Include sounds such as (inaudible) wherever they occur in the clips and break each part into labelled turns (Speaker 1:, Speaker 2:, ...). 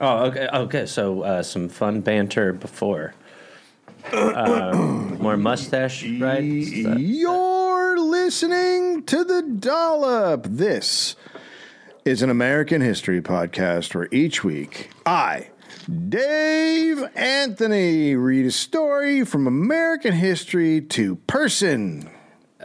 Speaker 1: Oh, okay. Okay, so uh, some fun banter before. Uh, more mustache rides. Is that-
Speaker 2: You're listening to the dollop. This is an American history podcast where each week I, Dave Anthony, read a story from American history to person.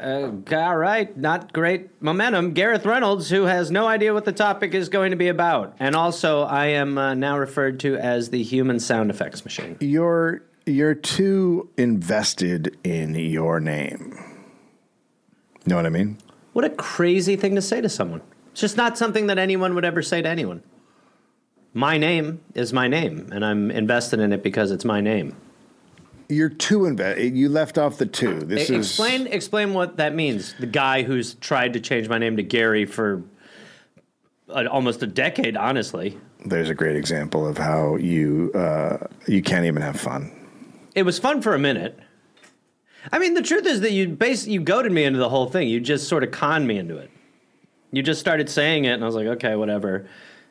Speaker 1: All right, not great momentum. Gareth Reynolds, who has no idea what the topic is going to be about, and also I am uh, now referred to as the human sound effects machine.
Speaker 2: You're you're too invested in your name. Know what I mean?
Speaker 1: What a crazy thing to say to someone! It's just not something that anyone would ever say to anyone. My name is my name, and I'm invested in it because it's my name.
Speaker 2: You're too invested. You left off the two. This
Speaker 1: E-
Speaker 2: is
Speaker 1: explain explain what that means. The guy who's tried to change my name to Gary for uh, almost a decade, honestly.
Speaker 2: there's a great example of how you uh, you can't even have fun.
Speaker 1: It was fun for a minute. I mean, the truth is that you bas- you goaded me into the whole thing. You just sort of conned me into it. You just started saying it, and I was like, okay, whatever.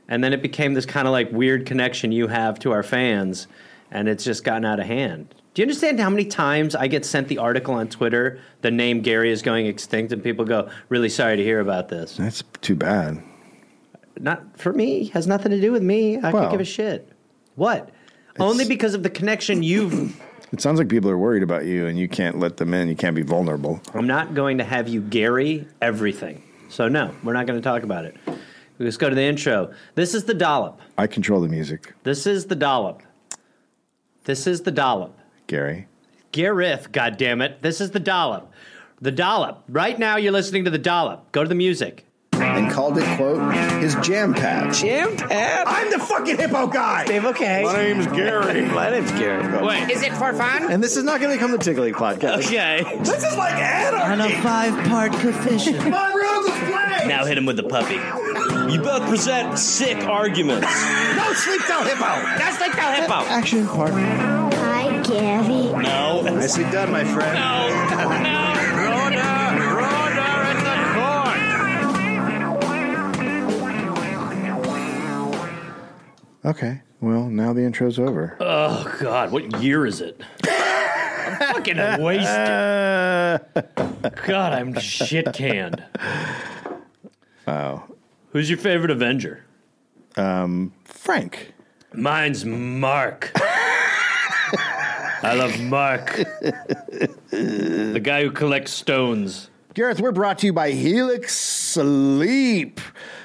Speaker 1: And then it became this kind of like weird connection you have to our fans, and it's just gotten out of hand. Do you understand how many times I get sent the article on Twitter, the name Gary is going extinct, and people go, really sorry to hear about this?
Speaker 2: That's too bad.
Speaker 1: not for me has nothing to do with me i
Speaker 2: Well,
Speaker 1: could give a shit what only because of the connection you've
Speaker 2: It sounds like people are worried about you, and you can't let them in. You can't be vulnerable.
Speaker 1: i'm not going to have you gary everything so no we're not going to talk about it we just go to the intro this is the dollop
Speaker 2: I control the music,
Speaker 1: this is the dollop this is the dollop
Speaker 2: Gary.
Speaker 1: gareth goddammit this is the dollop the dollop right now you're listening to the dollop go to the music
Speaker 3: and called it, quote, his jam patch.
Speaker 4: Jam
Speaker 2: Eh?
Speaker 4: Pat.
Speaker 3: I'm the fucking hippo guy!
Speaker 4: Dave, okay. My name's Gary. (laughs) My name's Gary. Wait.
Speaker 5: Is it for fun?
Speaker 3: And this is not going to become the Tickling podcast.
Speaker 4: Okay.
Speaker 3: This is like
Speaker 4: On a
Speaker 3: anarchy!
Speaker 4: five-part
Speaker 3: (laughs)
Speaker 4: coefficient.
Speaker 3: My room is playing!
Speaker 4: now hit him with the puppy. You both present sick arguments.
Speaker 3: No sleep till hippo!
Speaker 5: That's like the hippo.
Speaker 4: Action part.
Speaker 6: Hi, Gabby.
Speaker 4: No.
Speaker 3: Nicely done, my friend.
Speaker 2: Okay. Well, now the intro's over.
Speaker 1: oh god what year is it i'm fucking wasted
Speaker 2: Uh,
Speaker 1: God, I'm shit canned. Wow. Who's your favorite Avenger?
Speaker 2: Frank.
Speaker 1: Mine's Mark. I love Mark. the guy who collects stones.
Speaker 2: Gareth, we're brought to you by Helix Sleep.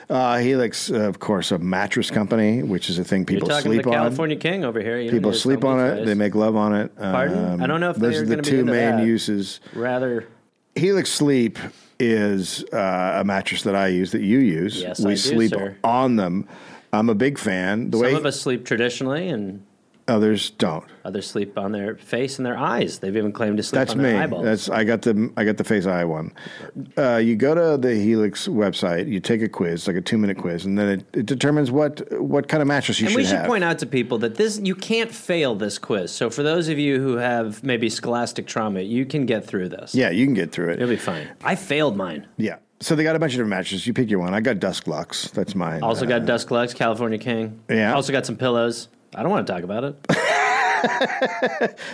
Speaker 2: Uh, Helix, uh, of course, a mattress company, which is a thing people
Speaker 1: You're talking
Speaker 2: sleep
Speaker 1: the
Speaker 2: on.
Speaker 1: California King over here. You don't
Speaker 2: people
Speaker 1: need to
Speaker 2: sleep
Speaker 1: tell me
Speaker 2: on
Speaker 1: this.
Speaker 2: it. They make love on it.
Speaker 1: Pardon? I don't know if
Speaker 2: those
Speaker 1: they're
Speaker 2: are the
Speaker 1: gonna be
Speaker 2: two
Speaker 1: into
Speaker 2: main
Speaker 1: that.
Speaker 2: uses.
Speaker 1: rather.
Speaker 2: Helix Sleep is uh, a mattress that I use that you use.
Speaker 1: Yes,
Speaker 2: we
Speaker 1: I do,
Speaker 2: sleep
Speaker 1: sir.
Speaker 2: on them. I'm a big fan. The way
Speaker 1: Some of us sleep traditionally, and
Speaker 2: others don't.
Speaker 1: others sleep on their face and their eyes. They've even claimed to sleep
Speaker 2: That's
Speaker 1: on
Speaker 2: me.
Speaker 1: their eyeballs.
Speaker 2: That's I got the I got the face eye one. Uh, you go to the Helix website. You take a quiz, like a two minute quiz, and then it, it determines what what kind of mattress you
Speaker 1: And
Speaker 2: should,
Speaker 1: we should
Speaker 2: have.
Speaker 1: point out to people that this you can't fail this quiz. So for those of you who have maybe scholastic trauma, you can get through this.
Speaker 2: yeah, you can get through it.
Speaker 1: You'll be fine. I failed mine.
Speaker 2: yeah. So they got a bunch of different mattresses. You pick your one. I got Dusk Lux. That's mine.
Speaker 1: Also got
Speaker 2: Uh,
Speaker 1: Dusk Lux, California King.
Speaker 2: Yeah. Uh,
Speaker 1: Also got some pillows. I don't want to talk about it.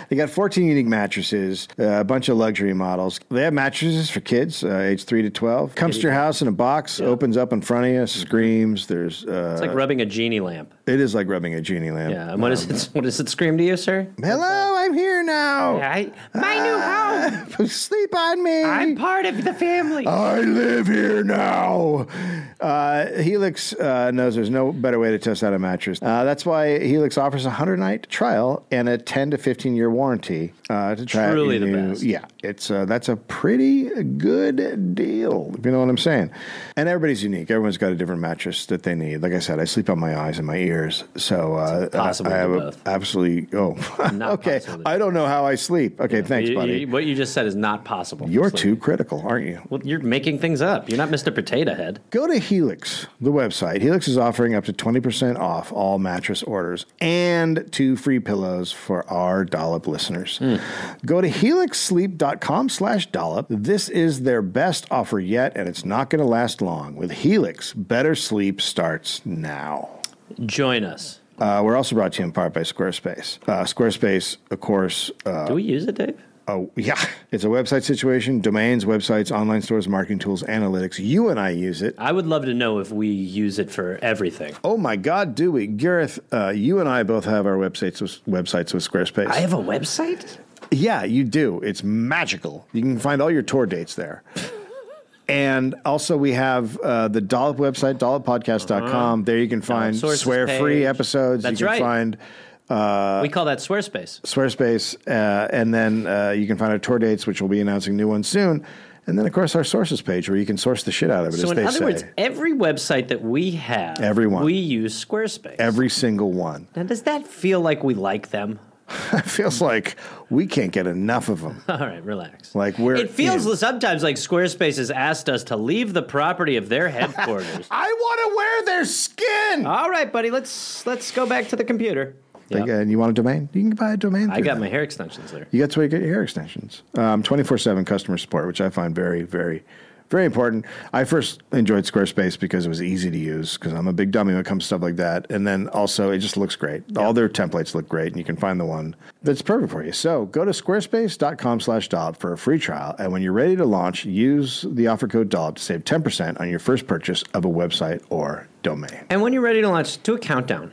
Speaker 2: They got 14 unique mattresses, uh, a bunch of luxury models. They have mattresses for kids, uh, age 3 to 12. Comes to your house in a box, opens up in front of you, screams. There's, uh,
Speaker 1: It's like rubbing a genie lamp.
Speaker 2: it is like rubbing a genie lamp.
Speaker 1: Yeah. And what
Speaker 2: um,
Speaker 1: is it? (laughs) What does it scream to you, sir?
Speaker 2: Hello, I'm here now.
Speaker 1: I, my
Speaker 2: (laughs)
Speaker 1: new
Speaker 2: uh,
Speaker 1: home.
Speaker 2: Sleep on me.
Speaker 1: I'm part of the family.
Speaker 2: I live here now. Uh, Helix uh, knows there's no better way to test out a mattress. Uh, that's why Helix offers a 100 night trial and a 10 to 15 year warranty uh, to try
Speaker 1: Truly
Speaker 2: out your
Speaker 1: the
Speaker 2: new-
Speaker 1: best.
Speaker 2: Yeah, it's uh, that's a pretty good deal, if you know what I'm saying. And everybody's unique. Everyone's got a different mattress that they need. Like I said, I sleep on my eyes and my ears, so uh,
Speaker 1: impossible
Speaker 2: I, I
Speaker 1: to
Speaker 2: have
Speaker 1: do
Speaker 2: a-
Speaker 1: both.
Speaker 2: absolutely. Oh, (laughs)
Speaker 1: Not
Speaker 2: okay.
Speaker 1: possible to do
Speaker 2: I don't know how I sleep. Okay, thanks,
Speaker 1: You-
Speaker 2: buddy.
Speaker 1: you- what you just said is not possible.
Speaker 2: You're
Speaker 1: It's like-
Speaker 2: too critical, aren't you?
Speaker 1: Well, you're making things up. You're not Mr. Potato Head.
Speaker 2: Go to Helix, the website. Helix is offering up to 20% off all mattress orders and two free pillows for our dollop listeners.
Speaker 1: Hmm.
Speaker 2: Go to helixsleep.com slash dollop. This is their best offer yet, and it's not going to last long. With Helix, better sleep starts now.
Speaker 1: Join us.
Speaker 2: Uh, we're also brought to you in part by Squarespace. Uh, Squarespace, of course, uh,
Speaker 1: Do we use it, Dave?
Speaker 2: oh, yeah, it's a website situation, domains, websites, online stores, marketing tools, analytics. You and I use it.
Speaker 1: I would love to know if we use it for everything.
Speaker 2: Oh my God, do we, Gareth? Uh, you and I both have our websites with, websites with Squarespace.
Speaker 1: I have a website?
Speaker 2: Yeah, you do. It's magical. You can find all your tour dates there. and also, we have uh, the Dollop website, dolloppodcast.com. There you can find
Speaker 1: Uh-huh. sources
Speaker 2: swear free
Speaker 1: page.
Speaker 2: episodes.
Speaker 1: That's
Speaker 2: you can
Speaker 1: right.
Speaker 2: find Uh,
Speaker 1: we call that Squarespace.
Speaker 2: Squarespace. Uh, and then uh, you can find our tour dates, which we'll be announcing new ones soon. And then, of course, our sources page where you can source the shit out of it,
Speaker 1: So
Speaker 2: as
Speaker 1: in
Speaker 2: they
Speaker 1: other
Speaker 2: say.
Speaker 1: words, every website that we have,
Speaker 2: Everyone.
Speaker 1: we use Squarespace.
Speaker 2: Every single one. (laughs)
Speaker 1: now, does that feel like we like them?
Speaker 2: It feels like we can't get enough of them.
Speaker 1: (laughs) All right, relax.
Speaker 2: Like we're
Speaker 1: it feels
Speaker 2: in.
Speaker 1: sometimes like Squarespace has asked us to leave the property of their headquarters.
Speaker 2: (laughs) I want to wear their skin.
Speaker 1: All right, buddy, let's let's go back to the computer.
Speaker 2: Like,
Speaker 1: Oh, Yeah.
Speaker 2: uh, and you want a domain? You can buy a domain.
Speaker 1: I
Speaker 2: through
Speaker 1: got
Speaker 2: them.
Speaker 1: my hair extensions there.
Speaker 2: You that's where you get your hair extensions. Um, 24-7 customer support, which I find very, very, very important. I first enjoyed Squarespace because it was easy to use because I'm a big dummy when it comes to stuff like that. And then also it just looks great. All their templates look great and you can find the one that's perfect for you. So go to squarespace.com slash dollop for a free trial. And when you're ready to launch, use the offer code dollop to save 10% on your first purchase of a website or domain.
Speaker 1: And when you're ready to launch, do a countdown.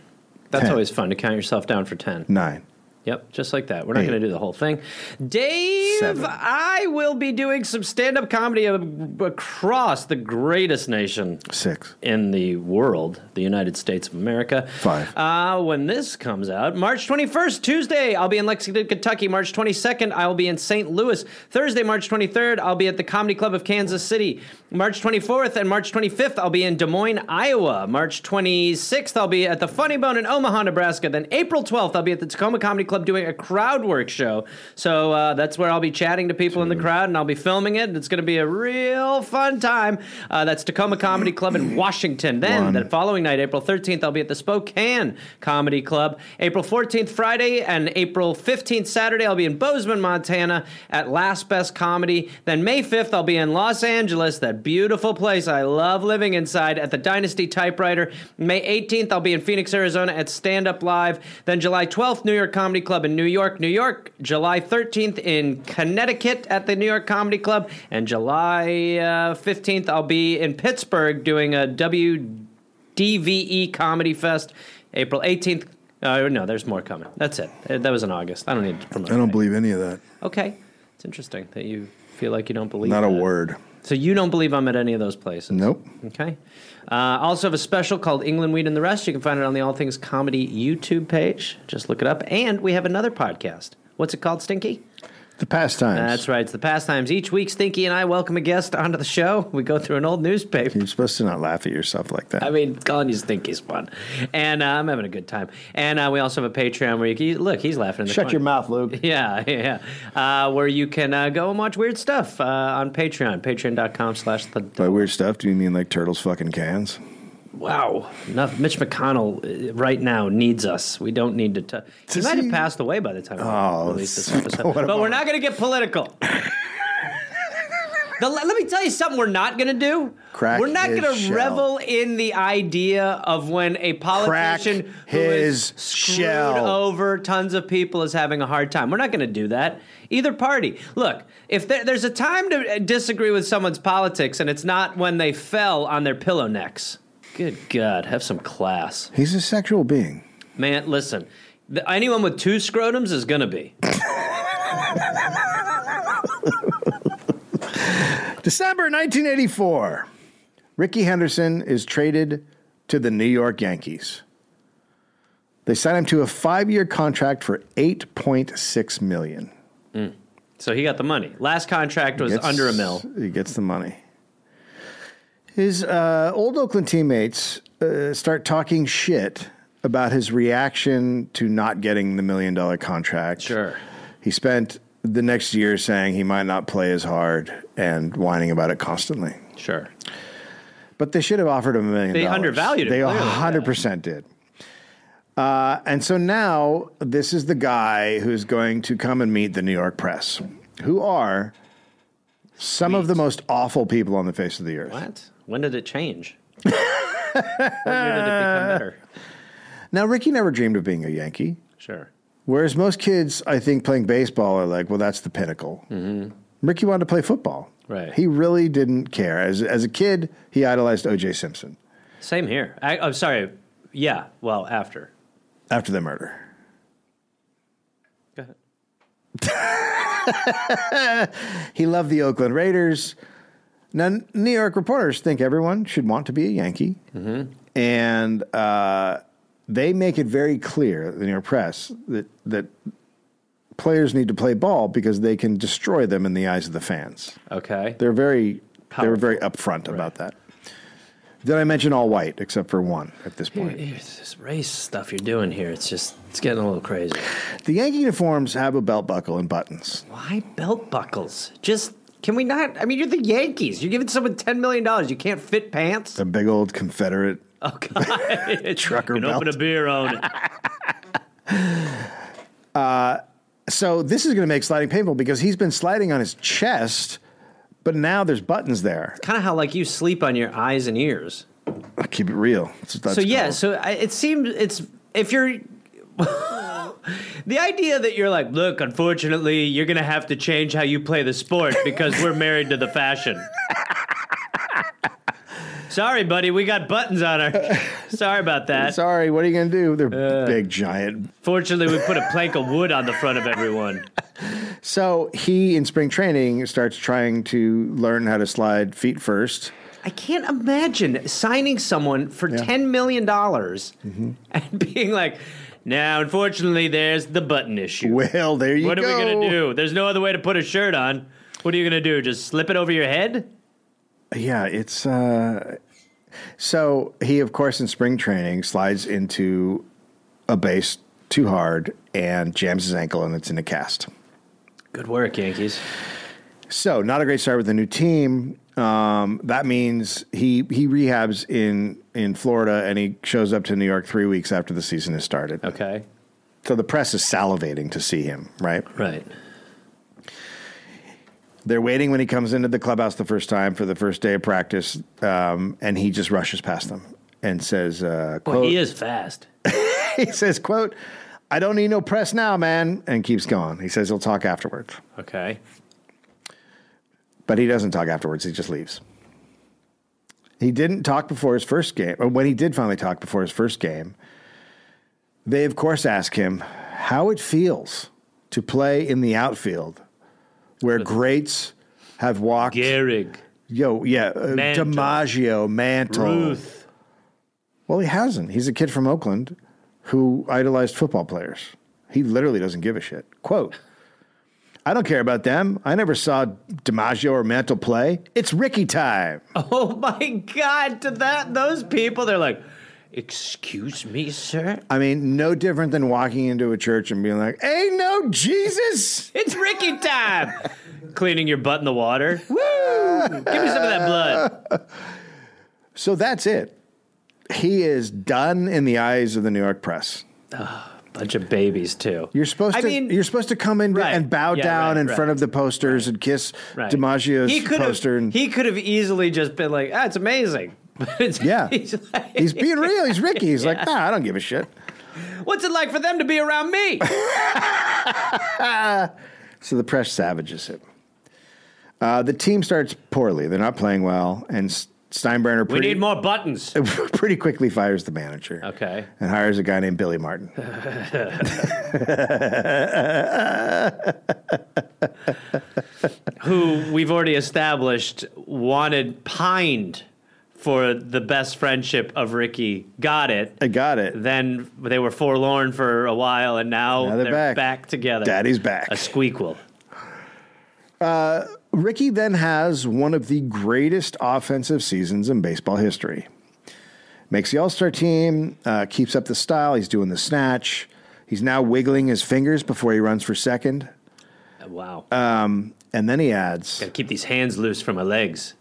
Speaker 1: That's
Speaker 2: Ten.
Speaker 1: always fun to count yourself down for 10.
Speaker 2: Nine.
Speaker 1: Yep, just like that. We're not
Speaker 2: Eight.
Speaker 1: going to do the whole thing. Dave,
Speaker 2: Seven.
Speaker 1: I will be doing some stand up comedy ab- across the greatest nation
Speaker 2: Six.
Speaker 1: in the world, the United States of America.
Speaker 2: Five.
Speaker 1: Uh, when this comes out, March 21st, Tuesday, I'll be in Lexington, Kentucky. March 22nd, I'll be in St. Louis. Thursday, March 23rd, I'll be at the Comedy Club of Kansas City. March 24th and March 25th, I'll be in Des Moines, Iowa. March 26th, I'll be at the Funny Bone in Omaha, Nebraska. Then April 12th, I'll be at the Tacoma Comedy Club doing a crowd work show. So uh, that's where I'll be chatting to people in the crowd and I'll be filming it. And it's going to be a real fun time. Uh, that's Tacoma Comedy Club in Washington. Then
Speaker 2: One.
Speaker 1: the following night, April 13th, I'll be at the Spokane Comedy Club. April 14th, Friday, and April 15th, Saturday, I'll be in Bozeman, Montana at Last Best Comedy. Then May 5th, I'll be in Los Angeles, that beautiful place I love living inside at the Dynasty Typewriter. May 18th, I'll be in Phoenix, Arizona at Stand Up Live. Then July 12th, New York Comedy Club in New York, New York. July 13th in Connecticut at the New York Comedy Club. And July uh, 15th, I'll be in Pittsburgh doing a W. DVE E Comedy Fest, April 18th. Uh, no, there's more coming. That's it. Uh, That was in August. I don't need to promote.
Speaker 2: I don't
Speaker 1: that.
Speaker 2: believe any of that.
Speaker 1: Okay, it's interesting that you feel like you don't believe.
Speaker 2: Not a
Speaker 1: that.
Speaker 2: word.
Speaker 1: So you don't believe I'm at any of those places?
Speaker 2: Nope.
Speaker 1: Okay. Uh, I also have a special called England Weed and the Rest. You can find it on the All Things Comedy YouTube page. Just look it up. And we have another podcast. What's it called, Stinky?
Speaker 2: The pastimes.
Speaker 1: That's right. It's the pastimes. Each week, Stinky and I welcome a guest onto the show. We go through an old newspaper.
Speaker 2: You're supposed to not laugh at yourself like that.
Speaker 1: I mean, calling you stinky's fun, and uh, I'm having a good time. And uh, we also have a Patreon where you can look. He's laughing. In the
Speaker 2: Shut
Speaker 1: corner.
Speaker 2: your mouth, Luke.
Speaker 1: (laughs) Yeah, yeah. yeah. Uh, where you can uh, go and watch weird stuff uh, on Patreon. Patreon.com/slash the
Speaker 2: (laughs) By weird stuff, do you mean like turtles fucking cans?
Speaker 1: Wow. Enough. Mitch McConnell uh, right now needs us. We don't need to. T- he
Speaker 2: Does
Speaker 1: might
Speaker 2: he-
Speaker 1: have passed away by the time
Speaker 2: Oh,
Speaker 1: we release this
Speaker 2: that's-
Speaker 1: episode.
Speaker 2: (laughs) what
Speaker 1: But
Speaker 2: about-
Speaker 1: we're not going to get political. (laughs) The- let me tell you something we're not going to do.
Speaker 2: Crack
Speaker 1: we're not
Speaker 2: his
Speaker 1: gonna
Speaker 2: shell.
Speaker 1: revel in the idea of when a politician who
Speaker 2: his
Speaker 1: has screwed
Speaker 2: shell.
Speaker 1: over tons of people is having a hard time. We're not going to do that. Either party. Look, if there, there's a time to uh, disagree with someone's politics, and it's not when they fell on their pillow necks. Good God, have some class.
Speaker 2: He's a sexual being.
Speaker 1: Man, listen, th- anyone with two scrotums is going to be.
Speaker 2: December 1984. Ricky Henderson is traded to the New York Yankees. They sign him to a five-year contract for 8.6 million.
Speaker 1: So he got the money. Last contract was
Speaker 2: Gets-
Speaker 1: under a mil.
Speaker 2: He gets the money. His uh, old Oakland teammates uh, start talking shit about his reaction to not getting the million dollar contract.
Speaker 1: Sure.
Speaker 2: He spent the next year saying he might not play as hard and whining about it constantly.
Speaker 1: Sure.
Speaker 2: But they should have offered him a million
Speaker 1: They
Speaker 2: dollars.
Speaker 1: undervalued him,
Speaker 2: They
Speaker 1: clearly, yeah.
Speaker 2: 100% did. Uh, and so now this is the guy who's going to come and meet the New York press, who are some of the most awful people on the face of the
Speaker 1: (laughs)
Speaker 2: earth.
Speaker 1: What? When did it change? when did it become better?
Speaker 2: Now, Ricky never dreamed of being a Yankee.
Speaker 1: Sure.
Speaker 2: Whereas most kids, I think, playing baseball are like, well, that's the pinnacle. Ricky wanted to play football.
Speaker 1: Mm-hmm. Right.
Speaker 2: He really didn't care. As, as a kid, he idolized O.J. Simpson
Speaker 1: Same here. I, I'm sorry. Yeah. Well, after.
Speaker 2: after the murder.
Speaker 1: Go ahead.
Speaker 2: He loved the Oakland Raiders. Now, New York reporters think everyone should want to be a Yankee. And uh, they make it very clear, the New York Press, that, that players need to play ball because they can destroy them in the eyes of the fans.
Speaker 1: Okay.
Speaker 2: They're very they were
Speaker 1: Powerful.
Speaker 2: very upfront about that. Did I mention all white except for one at this point?
Speaker 1: (laughs) This race stuff you're doing here, it's just, it's getting a little crazy.
Speaker 2: The Yankee uniforms have a belt buckle and buttons.
Speaker 1: Why belt buckles? Just, can we not? I mean, you're the Yankees. You're giving someone $10 million. You can't fit pants?
Speaker 2: The big old Confederate.
Speaker 1: Oh, (laughs) God.
Speaker 2: Trucker
Speaker 1: you can open
Speaker 2: belt.
Speaker 1: a beer on (laughs) it.
Speaker 2: So this is going to make sliding painful because he's been sliding on his chest, but now there's buttons there.
Speaker 1: kind of how, like, you sleep on your eyes and ears.
Speaker 2: I'll keep it real. That's what that's
Speaker 1: so yeah,
Speaker 2: called.
Speaker 1: so I, it seems it's if you're (laughs) the idea that you're like, look, unfortunately, you're gonna have to change how you play the sport because we're married to the fashion. (laughs) Sorry, buddy, we got buttons on our. (laughs) Sorry about that. Uh.
Speaker 2: Sorry, what are you going to do? They're big giant.
Speaker 1: Fortunately, we put a plank of wood on the front of everyone.
Speaker 2: So he in spring training starts trying to learn how to slide feet first. (laughs)
Speaker 1: I can't imagine signing someone for ten million dollars and being like, now, unfortunately, there's the button issue.
Speaker 2: Well, there you
Speaker 1: What
Speaker 2: go.
Speaker 1: are we gonna do? There's no other way to put a shirt on. What are you gonna do? Just slip it over your head?
Speaker 2: Yeah, it's uh so he of course in spring training slides into a base too hard and jams his ankle and it's in a cast.
Speaker 1: Good work, Yankees.
Speaker 2: So not a great start with the new team. Um, that means he he rehabs in in Florida and he shows up to New York three weeks after the season has started.
Speaker 1: Okay.
Speaker 2: So the press is salivating to see him, right?
Speaker 1: Right.
Speaker 2: They're waiting when he comes into the clubhouse the first time for the first day of practice, um, and he just rushes past them and says, uh,
Speaker 1: Boy,
Speaker 2: quote,
Speaker 1: he is fast.
Speaker 2: (laughs) he says, quote, I don't need no press now, man, and keeps going. He says he'll talk afterwards.
Speaker 1: Okay.
Speaker 2: But he doesn't talk afterwards, he just leaves. He didn't talk before his first game. Or when he did finally talk before his first game, they of course ask him how it feels to play in the outfield where greats have walked
Speaker 1: Gehrig,
Speaker 2: yo, yeah, uh,
Speaker 1: Mantle.
Speaker 2: DiMaggio, Mantle.
Speaker 1: Ruth.
Speaker 2: Well, he hasn't. He's a kid from Oakland who idolized football players. He literally doesn't give a shit. Quote I don't care about them. I never saw DiMaggio or Mantle play. It's Ricky time.
Speaker 1: Oh my God! To that, those people, they're like, "Excuse me, sir,
Speaker 2: I mean, no different than walking into a church and being like, ain't no Jesus.
Speaker 1: it's Ricky (laughs) time." Cleaning your butt in the water. (laughs) Woo! Give me some of that blood.
Speaker 2: (laughs) So that's it. He is done in the eyes of the New York press.
Speaker 1: Bunch of babies too.
Speaker 2: You're supposed
Speaker 1: I
Speaker 2: to
Speaker 1: mean-
Speaker 2: you're supposed to come in
Speaker 1: Right.
Speaker 2: and bow
Speaker 1: Yeah,
Speaker 2: down
Speaker 1: right,
Speaker 2: in
Speaker 1: right.
Speaker 2: front of the posters and kiss DiMaggio's
Speaker 1: he could
Speaker 2: poster
Speaker 1: Have,
Speaker 2: and
Speaker 1: He could have easily just been like, "Ah, it's amazing." (laughs) But it's-
Speaker 2: Yeah.
Speaker 1: he's like,
Speaker 2: He's being real. He's Ricky.
Speaker 1: (laughs)
Speaker 2: He's like, nah, I don't give a shit.
Speaker 1: What's it like for them to be around me?
Speaker 2: So the press savages him. Uh, the team starts poorly. They're not playing well, and S-
Speaker 1: (laughs)
Speaker 2: Steinbrenner
Speaker 1: we
Speaker 2: pretty,
Speaker 1: need more buttons.
Speaker 2: (laughs) pretty quickly fires the manager.
Speaker 1: Okay.
Speaker 2: And hires a guy named
Speaker 1: (laughs)
Speaker 2: Billy Martin.
Speaker 1: Who we've already established wanted pined for the best friendship of Ricky. Got it.
Speaker 2: I got it.
Speaker 1: Then they were forlorn for a while, and now,
Speaker 2: Now they're
Speaker 1: they're,
Speaker 2: back.
Speaker 1: back. together.
Speaker 2: Daddy's back.
Speaker 1: A squeakquel.
Speaker 2: Ricky then has one of the greatest offensive seasons in baseball history. Makes the All Star team, uh, keeps up the style. He's doing the snatch. He's now wiggling his fingers before he runs for second.
Speaker 1: Wow.
Speaker 2: And then he adds,
Speaker 1: Gotta keep these hands loose from my legs.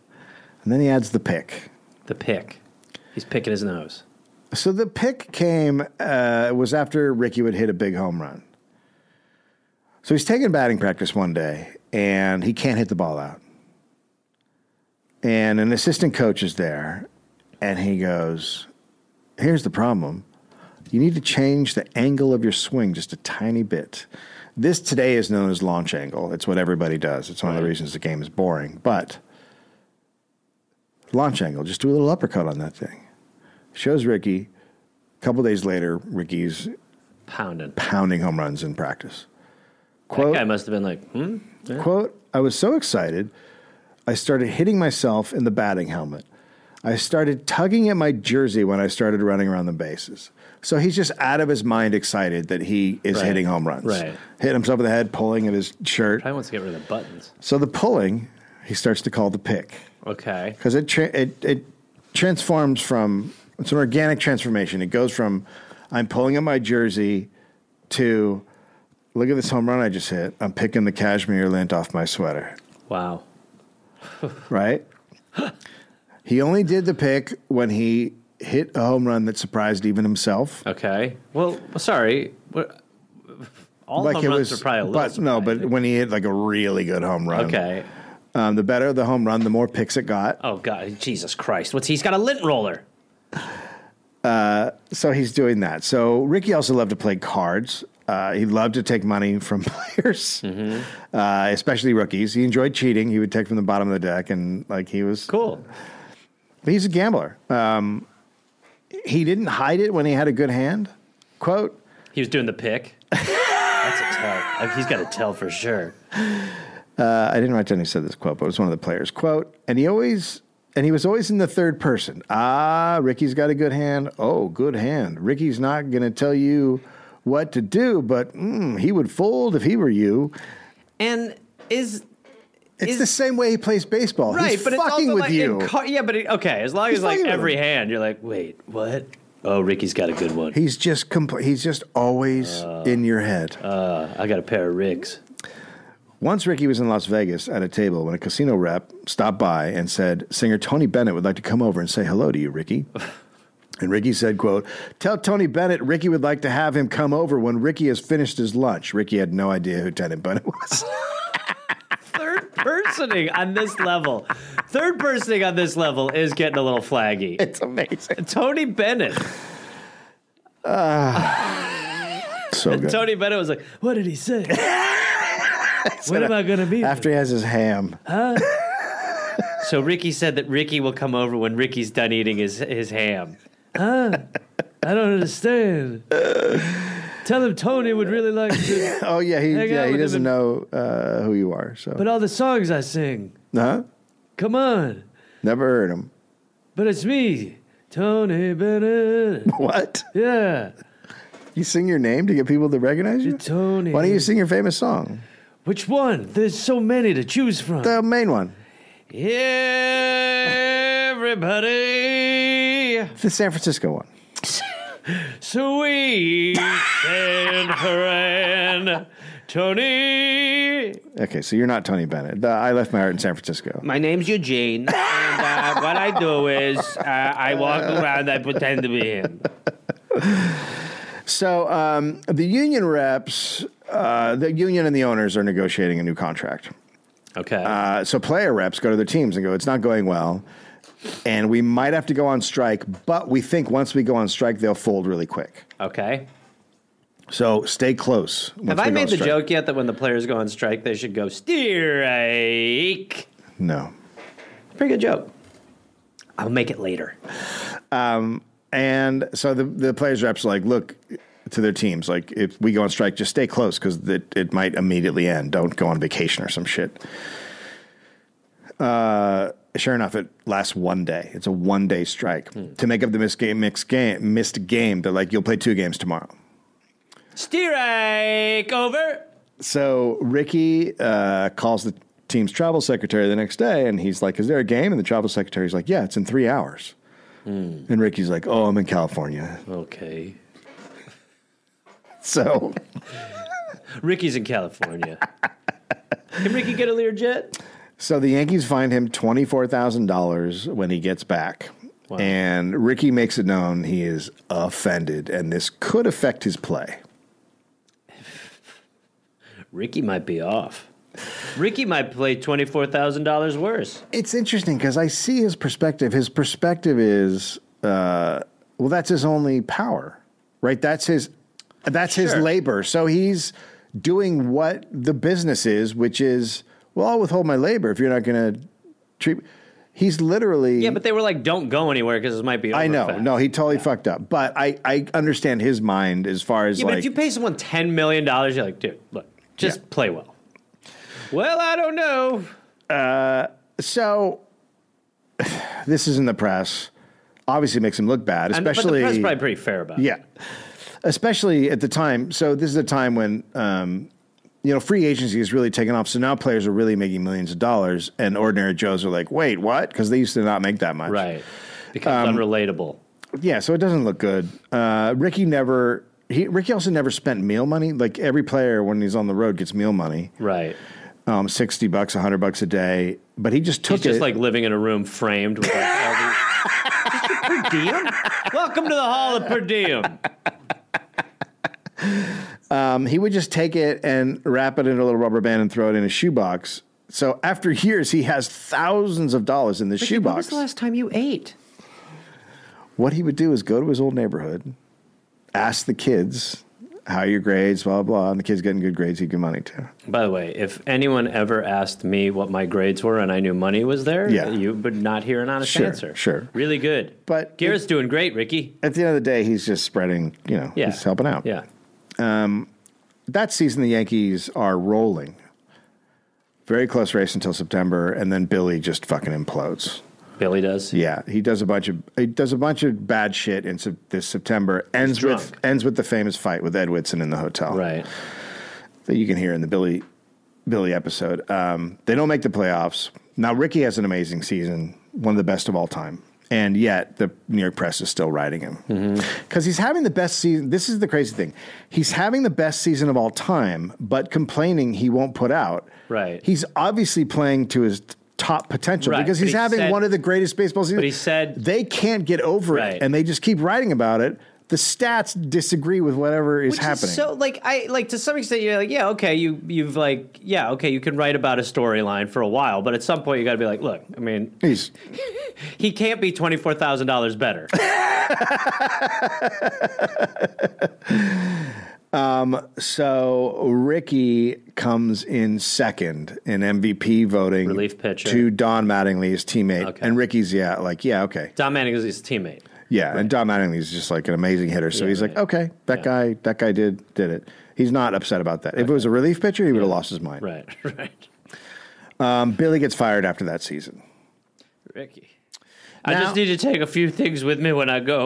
Speaker 2: and then he adds the pick.
Speaker 1: The pick. He's picking his nose.
Speaker 2: So the pick came uh, was after Ricky would hit a big home run. So he's taking batting practice one day, and he can't hit the ball out. And an assistant coach is there, and he goes, "Here's the problem: You need to change the angle of your swing just a tiny bit. This today is known as launch angle. It's what everybody does. It's one of the reasons the game is boring. But launch angle, just do a little uppercut on that thing. Shows Ricky. A couple days later, Ricky's
Speaker 1: Pounding.
Speaker 2: pounding home runs in practice.
Speaker 1: That
Speaker 2: Quote,
Speaker 1: guy must have been like, hmm? Yeah.
Speaker 2: Quote, I was so excited, I started hitting myself in the batting helmet. I started tugging at my jersey when I started running around the bases. So he's just out of his mind excited that he is
Speaker 1: Right.
Speaker 2: hitting home runs.
Speaker 1: Right.
Speaker 2: Hit himself in the head, pulling at his shirt.
Speaker 1: Probably wants to get rid of the buttons.
Speaker 2: So the pulling, he starts to call the pick
Speaker 1: Okay.
Speaker 2: because it, tra- it it transforms from it's an organic transformation. It goes from I'm pulling up my jersey to look at this home run I just hit. I'm picking the cashmere lint off my sweater.
Speaker 1: Wow.
Speaker 2: Right?
Speaker 1: (laughs)
Speaker 2: he only did the pick when he hit a home run that surprised even himself.
Speaker 1: Okay. Well, sorry. What- All home runs are probably a little
Speaker 2: but no, but
Speaker 1: surprising.
Speaker 2: when he hit like a really good home run,
Speaker 1: Okay.
Speaker 2: um, the better the home run, the more picks it got.
Speaker 1: Oh, God. Jesus Christ. What's he's got a lint roller.
Speaker 2: So he's doing that. So Ricky also loved to play cards. Uh, he loved to take money from (laughs) players, uh, especially rookies. He enjoyed cheating. He would take from the bottom of the deck, and like he was,
Speaker 1: Cool.
Speaker 2: but he's a gambler. Um, he didn't hide it when he had a good hand. Quote:
Speaker 1: He was doing the
Speaker 2: (laughs)
Speaker 1: pick. That's a tell. Uh, He's got a tell for sure.
Speaker 2: uh, I didn't write down who said this quote, but it was one of the players. Quote, and he always and he was always in the third person. Ah, Ricky's got a good hand. Oh, good hand. Ricky's not gonna tell you what to do, but mm, he would fold if he were you.
Speaker 1: And is
Speaker 2: It's
Speaker 1: Is-
Speaker 2: the same way he plays baseball.
Speaker 1: right,
Speaker 2: He's
Speaker 1: but it's
Speaker 2: fucking
Speaker 1: also
Speaker 2: with
Speaker 1: like
Speaker 2: you.
Speaker 1: in car- yeah, but it, okay, as long
Speaker 2: He's
Speaker 1: as like
Speaker 2: fucking with
Speaker 1: every hand, you're like, wait, what? Oh, Ricky's got a good one.
Speaker 2: he's just compl- he's just always
Speaker 1: Uh,
Speaker 2: in your head.
Speaker 1: I got a pair of rigs.
Speaker 2: Once Ricky was in Las Vegas at a table when a casino rep stopped by and said, singer Tony Bennett would like to come over and say hello to you, Ricky.
Speaker 1: (laughs)
Speaker 2: and Ricky said, quote, tell Tony Bennett Ricky would like to have him come over when Ricky has finished his lunch. Ricky had no idea who Tony
Speaker 1: (laughs)
Speaker 2: Bennett was.
Speaker 1: Third personing on this level. Third personing on this level is getting a little flaggy.
Speaker 2: (laughs) it's amazing.
Speaker 1: Tony Bennett.
Speaker 2: So good.
Speaker 1: Tony Bennett was like, what did he (laughs) say? what am I going to be?
Speaker 2: After he has his ham.
Speaker 1: So Ricky said that Ricky will come over when Ricky's done eating his, his ham. Huh? I don't understand. Tell him Tony would really like (laughs) to,
Speaker 2: Oh, yeah. He,
Speaker 1: Hang out
Speaker 2: yeah, he
Speaker 1: with him
Speaker 2: doesn't
Speaker 1: and-
Speaker 2: know uh, who you are. So,
Speaker 1: but all the songs I sing.
Speaker 2: huh?
Speaker 1: Come on.
Speaker 2: Never heard him.
Speaker 1: But it's me, Tony Bennett.
Speaker 2: What?
Speaker 1: Yeah.
Speaker 2: You sing your name to get people to recognize you?
Speaker 1: Tony.
Speaker 2: Why don't you sing your famous song?
Speaker 1: Which one? There's so many to choose from.
Speaker 2: The main one.
Speaker 1: Everybody,
Speaker 2: The San Francisco one.
Speaker 1: sweet and friend, Tony.
Speaker 2: Okay, so you're not Tony Bennett. The, I left my heart in San Francisco.
Speaker 1: My name's Eugene, and uh, what I do is uh, I walk around, I pretend to be him.
Speaker 2: So um, the union reps, uh, the union and the owners are negotiating a new contract.
Speaker 1: Okay.
Speaker 2: Uh, so player reps go to their teams and go, "It's not going well, and we might have to go on strike." But we think once we go on strike, they'll fold really quick.
Speaker 1: okay.
Speaker 2: So stay close. once
Speaker 1: Have
Speaker 2: we
Speaker 1: I
Speaker 2: go on
Speaker 1: made the
Speaker 2: strike.
Speaker 1: joke yet that when the players go on strike, they should go strike?
Speaker 2: No.
Speaker 1: Pretty good joke. I'll make it later.
Speaker 2: And so the, the players reps like look to their teams like if we go on strike, just stay close because it, it might immediately end. Don't go on vacation or some shit. Uh, sure enough, it lasts one day. It's a one day strike to make up the missed game. Mixed game, missed game. They're like, you'll play two games tomorrow.
Speaker 1: Strike over.
Speaker 2: So Ricky uh, calls the team's travel secretary the next day, and he's like, "Is there a game?" And the travel secretary's like, "Yeah, it's in three hours." And Ricky's like, "Oh, I'm in California."
Speaker 1: Okay.
Speaker 2: So
Speaker 1: Ricky's in California. (laughs) Can Ricky get a Learjet?
Speaker 2: So the Yankees find him twenty four thousand dollars when he gets back, and Ricky makes it known he is offended, and this could affect his play.
Speaker 1: Ricky might be off. Ricky might play $24,000 worse.
Speaker 2: It's interesting because I see his perspective. His perspective is, uh, well, that's his only power. right? That's his that's his
Speaker 1: Sure.
Speaker 2: labor. So he's doing what the business is, which is well, I'll withhold my labor if you're not going to treat. He's literally
Speaker 1: Yeah, but they were like, "Don't go anywhere because this might be." Over
Speaker 2: I know.
Speaker 1: fast."
Speaker 2: No, he totally fucked up. But I, I understand his mind as far as
Speaker 1: Yeah, but
Speaker 2: like
Speaker 1: if you pay someone ten million dollars, you're like, dude, look, just play well. Well, I don't know.
Speaker 2: so (sighs) this is in the press. Obviously makes him look bad,
Speaker 1: And, but the
Speaker 2: especially
Speaker 1: press probably pretty fair about it.
Speaker 2: yeah. Especially at the time. So this is a time when um, you know, free agency is really taking off. So now players are really making millions of dollars and ordinary Joes are like, "Wait, what?" cuz they used to not make that much.
Speaker 1: right. Becomes
Speaker 2: Um,
Speaker 1: unrelatable.
Speaker 2: Yeah, so it doesn't look good. Uh, Ricky never he Ricky also never spent meal money. Like every player when he's on the road gets meal money.
Speaker 1: Right.
Speaker 2: um, 60 bucks, 100 bucks a day. But he just took
Speaker 1: He's just
Speaker 2: it.
Speaker 1: like living in a room framed with like all (laughs) these. per diem? Welcome to the hall of per diem.
Speaker 2: um, he would just take it and wrap it in a little rubber band and throw it in a shoebox. So after years, he has thousands of dollars in the
Speaker 1: When was
Speaker 2: shoebox.
Speaker 1: the last time you ate?
Speaker 2: what he would do is go to his old neighborhood, ask the kids, how are your grades, blah, blah, and the kids getting good grades, he'd give money to.
Speaker 1: By the way, if anyone ever asked me what my grades were and I knew money was there,
Speaker 2: Yeah.
Speaker 1: you would not hear an honest
Speaker 2: Sure,
Speaker 1: answer.
Speaker 2: sure.
Speaker 1: Really good.
Speaker 2: But-
Speaker 1: Garrett's doing great, Ricky.
Speaker 2: At the end of the day, he's just spreading, you know,
Speaker 1: Yeah.
Speaker 2: he's helping out.
Speaker 1: Yeah.
Speaker 2: that season the Yankees are rolling. Very close race until September, and then Billy just fucking implodes.
Speaker 1: Billy does.
Speaker 2: Yeah, he does a bunch of he does a bunch of bad shit in sep- this September. Ends with
Speaker 1: drunk.
Speaker 2: ends with the famous fight with Ed Whitson in the hotel
Speaker 1: Right.
Speaker 2: that you can hear in the Billy Billy episode. Um, they don't make the playoffs. Now Ricky has an amazing season, one of the best of all time, and yet the New York press is still riding him because
Speaker 1: Mm-hmm.
Speaker 2: he's having the best season. This is the crazy thing: he's having the best season of all time, but complaining he won't put out.
Speaker 1: Right.
Speaker 2: He's obviously playing to his. Top potential
Speaker 1: Right,
Speaker 2: because
Speaker 1: but
Speaker 2: he's
Speaker 1: he
Speaker 2: having
Speaker 1: said-
Speaker 2: one of the greatest baseball seasons.
Speaker 1: But he said-
Speaker 2: they can't get over
Speaker 1: Right.
Speaker 2: it, and they just keep writing about it. The stats disagree with whatever is
Speaker 1: Which
Speaker 2: happening.
Speaker 1: Is so like I like to some extent you're like yeah okay you you've like yeah okay you can write about a storyline for a while but at some point you got to be like look I mean
Speaker 2: He's-
Speaker 1: he can't be twenty four thousand dollars
Speaker 2: (laughs)
Speaker 1: better
Speaker 2: So Ricky comes in second in MVP voting.
Speaker 1: Relief pitcher.
Speaker 2: To Don Mattingly, his teammate.
Speaker 1: Okay.
Speaker 2: And Ricky's, yeah, like, yeah, okay.
Speaker 1: Don Manning is his teammate
Speaker 2: Yeah. And Don Mattingly's just like an amazing hitter. So
Speaker 1: Yeah,
Speaker 2: he's
Speaker 1: right.
Speaker 2: like, okay, that
Speaker 1: Yeah.
Speaker 2: guy, that guy did did it. He's not upset about that. If it was a relief pitcher, he would have lost his mind.
Speaker 1: right (laughs) right
Speaker 2: Um, Billy gets fired after that season.
Speaker 1: Ricky I
Speaker 2: Now-
Speaker 1: just need to take a few things with me when I
Speaker 2: (laughs)
Speaker 1: go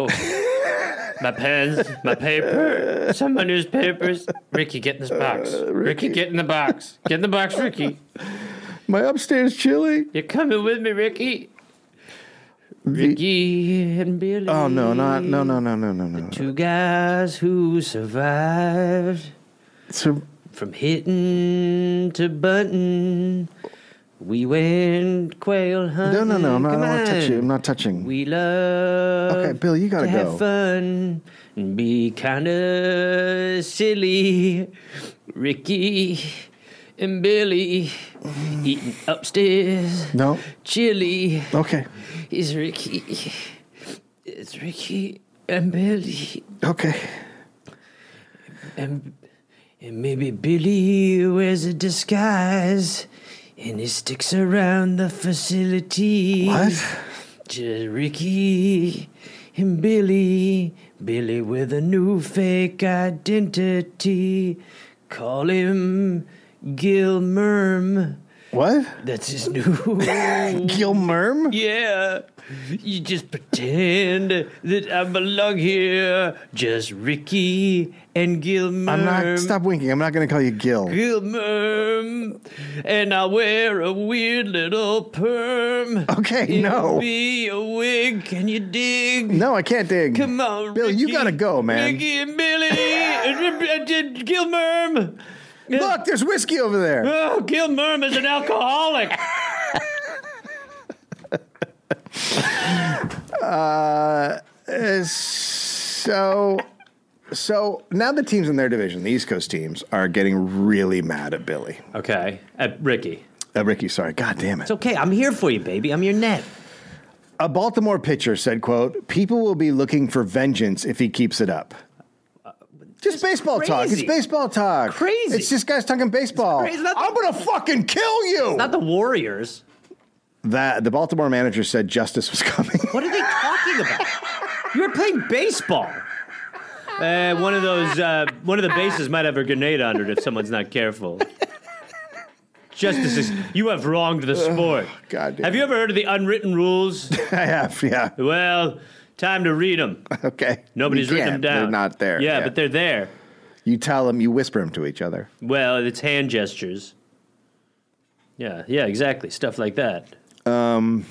Speaker 1: my pens my paper some of my newspapers Ricky get in this box
Speaker 2: Uh,
Speaker 1: Ricky get in the box get in the box Ricky
Speaker 2: My upstairs chili.
Speaker 1: you're coming with me Ricky. Ricky and Billy.
Speaker 2: Oh no, not no no no no no no.
Speaker 1: Two guys who survived
Speaker 2: So
Speaker 1: from hitting to button. We went quail
Speaker 2: no
Speaker 1: hunting.
Speaker 2: no no, I'm not, I
Speaker 1: Come
Speaker 2: don't want to touch
Speaker 1: on.
Speaker 2: you. I'm not touching.
Speaker 1: We love.
Speaker 2: Okay, Bill, you gotta
Speaker 1: to
Speaker 2: go.
Speaker 1: Have fun and be kind of silly. Ricky and Billy eating upstairs.
Speaker 2: no.
Speaker 1: Chili
Speaker 2: Okay.
Speaker 1: is Ricky. It's Ricky and Billy.
Speaker 2: Okay.
Speaker 1: And, and maybe Billy wears a disguise and he sticks around the facility.
Speaker 2: What?
Speaker 1: Just Ricky and Billy. Billy with a new fake identity. Call him Gilmerm.
Speaker 2: What?
Speaker 1: That's his new. (laughs)
Speaker 2: Gilmerm?
Speaker 1: Yeah, you just pretend that I belong here. Just Ricky and Gilmer.
Speaker 2: I'm not. Stop winking. I'm not going to call you Gil.
Speaker 1: Gilmer, and I wear a weird little perm.
Speaker 2: Okay,
Speaker 1: It'll
Speaker 2: no.
Speaker 1: be a wig. Can you dig?
Speaker 2: No, I can't dig.
Speaker 1: Come on,
Speaker 2: Bill, you
Speaker 1: Ricky,
Speaker 2: gotta go, man.
Speaker 1: Ricky and Billy, and Gilmer.
Speaker 2: Look, there's whiskey over there.
Speaker 1: Oh, Gilmer is an alcoholic.
Speaker 2: Uh, so, so now the teams in their division, the East Coast teams, are getting really mad at Billy.
Speaker 1: Okay, at Ricky.
Speaker 2: Uh, Ricky, sorry. God damn it.
Speaker 1: It's okay. I'm here for you, baby. I'm your net.
Speaker 2: A Baltimore pitcher said, "Quote: People will be looking for vengeance if he keeps it up." Just baseball talk. It's
Speaker 1: crazy.
Speaker 2: baseball talk.
Speaker 1: Crazy.
Speaker 2: It's just guys talking baseball.
Speaker 1: It's not the-
Speaker 2: I'm gonna fucking kill you.
Speaker 1: Not the Warriors.
Speaker 2: that the Baltimore manager said justice was (laughs) coming.
Speaker 1: What are they talking about? you were playing baseball. Uh, one of those, uh, one of the bases might have a grenade under it if someone's not careful. Justice is, you have wronged the sport.
Speaker 2: (sighs) God damn.
Speaker 1: Have you ever heard of the unwritten rules?
Speaker 2: I have, yeah.
Speaker 1: well, time to read them.
Speaker 2: (laughs) Okay.
Speaker 1: Nobody's
Speaker 2: You
Speaker 1: written them
Speaker 2: can't.
Speaker 1: down.
Speaker 2: They're not there.
Speaker 1: yeah, but they're there.
Speaker 2: You tell them. You whisper them to each other. (laughs)
Speaker 1: Well, it's hand gestures. Yeah, yeah, exactly. Stuff like that. Um.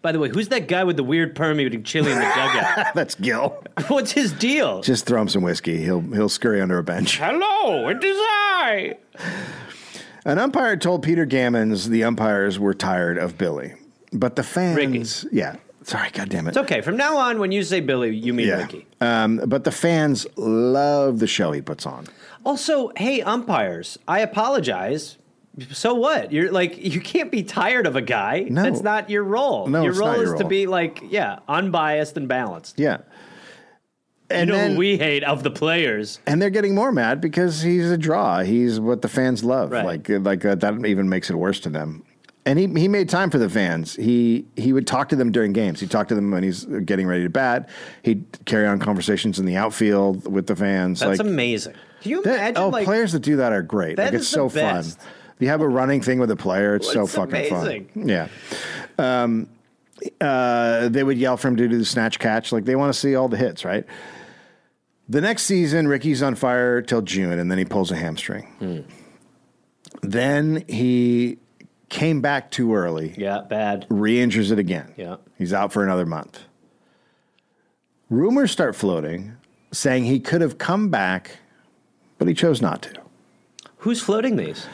Speaker 1: By the way, who's that guy with the weird perm eating chili in the dugout?
Speaker 2: (laughs) That's Gil.
Speaker 1: What's his deal?
Speaker 2: Just throw him some whiskey. He'll he'll scurry under
Speaker 1: (laughs)
Speaker 2: a bench.
Speaker 1: Hello, it is I.
Speaker 2: An umpire told Peter Gammons the umpires were tired of Billy, but the fans. Yeah. Sorry. God damn it.
Speaker 1: It's okay. From now on, when you say Billy, you mean
Speaker 2: yeah.
Speaker 1: Ricky.
Speaker 2: Um, but the fans love the show he puts on.
Speaker 1: Also, hey, umpires, I apologize. So what? You're like you can't be tired of a guy.
Speaker 2: No.
Speaker 1: That's not your role.
Speaker 2: No,
Speaker 1: your
Speaker 2: it's
Speaker 1: role
Speaker 2: not your
Speaker 1: is to
Speaker 2: role.
Speaker 1: be like, yeah, unbiased and balanced.
Speaker 2: Yeah. And
Speaker 1: you know
Speaker 2: then,
Speaker 1: who we hate of the players.
Speaker 2: and they're getting more mad because he's a draw. He's what the fans love.
Speaker 1: Right.
Speaker 2: Like uh, like that, that even makes it worse to them. And he, he made time for the fans. He he would talk to them during games. He talked to them when he's getting ready to bat. He'd carry on conversations in the outfield with the fans.
Speaker 1: That's
Speaker 2: like
Speaker 1: amazing. Can you
Speaker 2: that-
Speaker 1: imagine?
Speaker 2: oh,
Speaker 1: like,
Speaker 2: players that do that are great.
Speaker 1: That
Speaker 2: like it's
Speaker 1: is the
Speaker 2: so
Speaker 1: best.
Speaker 2: fun. You have a running thing with a player. It's so
Speaker 1: It's
Speaker 2: fucking
Speaker 1: amazing.
Speaker 2: fun. Yeah. Um, uh, they would yell for him to do the snatch catch. Like they want to see all the hits, right? The next season, Ricky's on fire till June, and then he pulls a hamstring.
Speaker 1: Hmm.
Speaker 2: Then he came back too early
Speaker 1: Yeah, bad.
Speaker 2: re-injures it again.
Speaker 1: Yeah.
Speaker 2: He's out for another month. Rumors start floating saying he could have come back, but he chose not to.
Speaker 1: Who's floating these?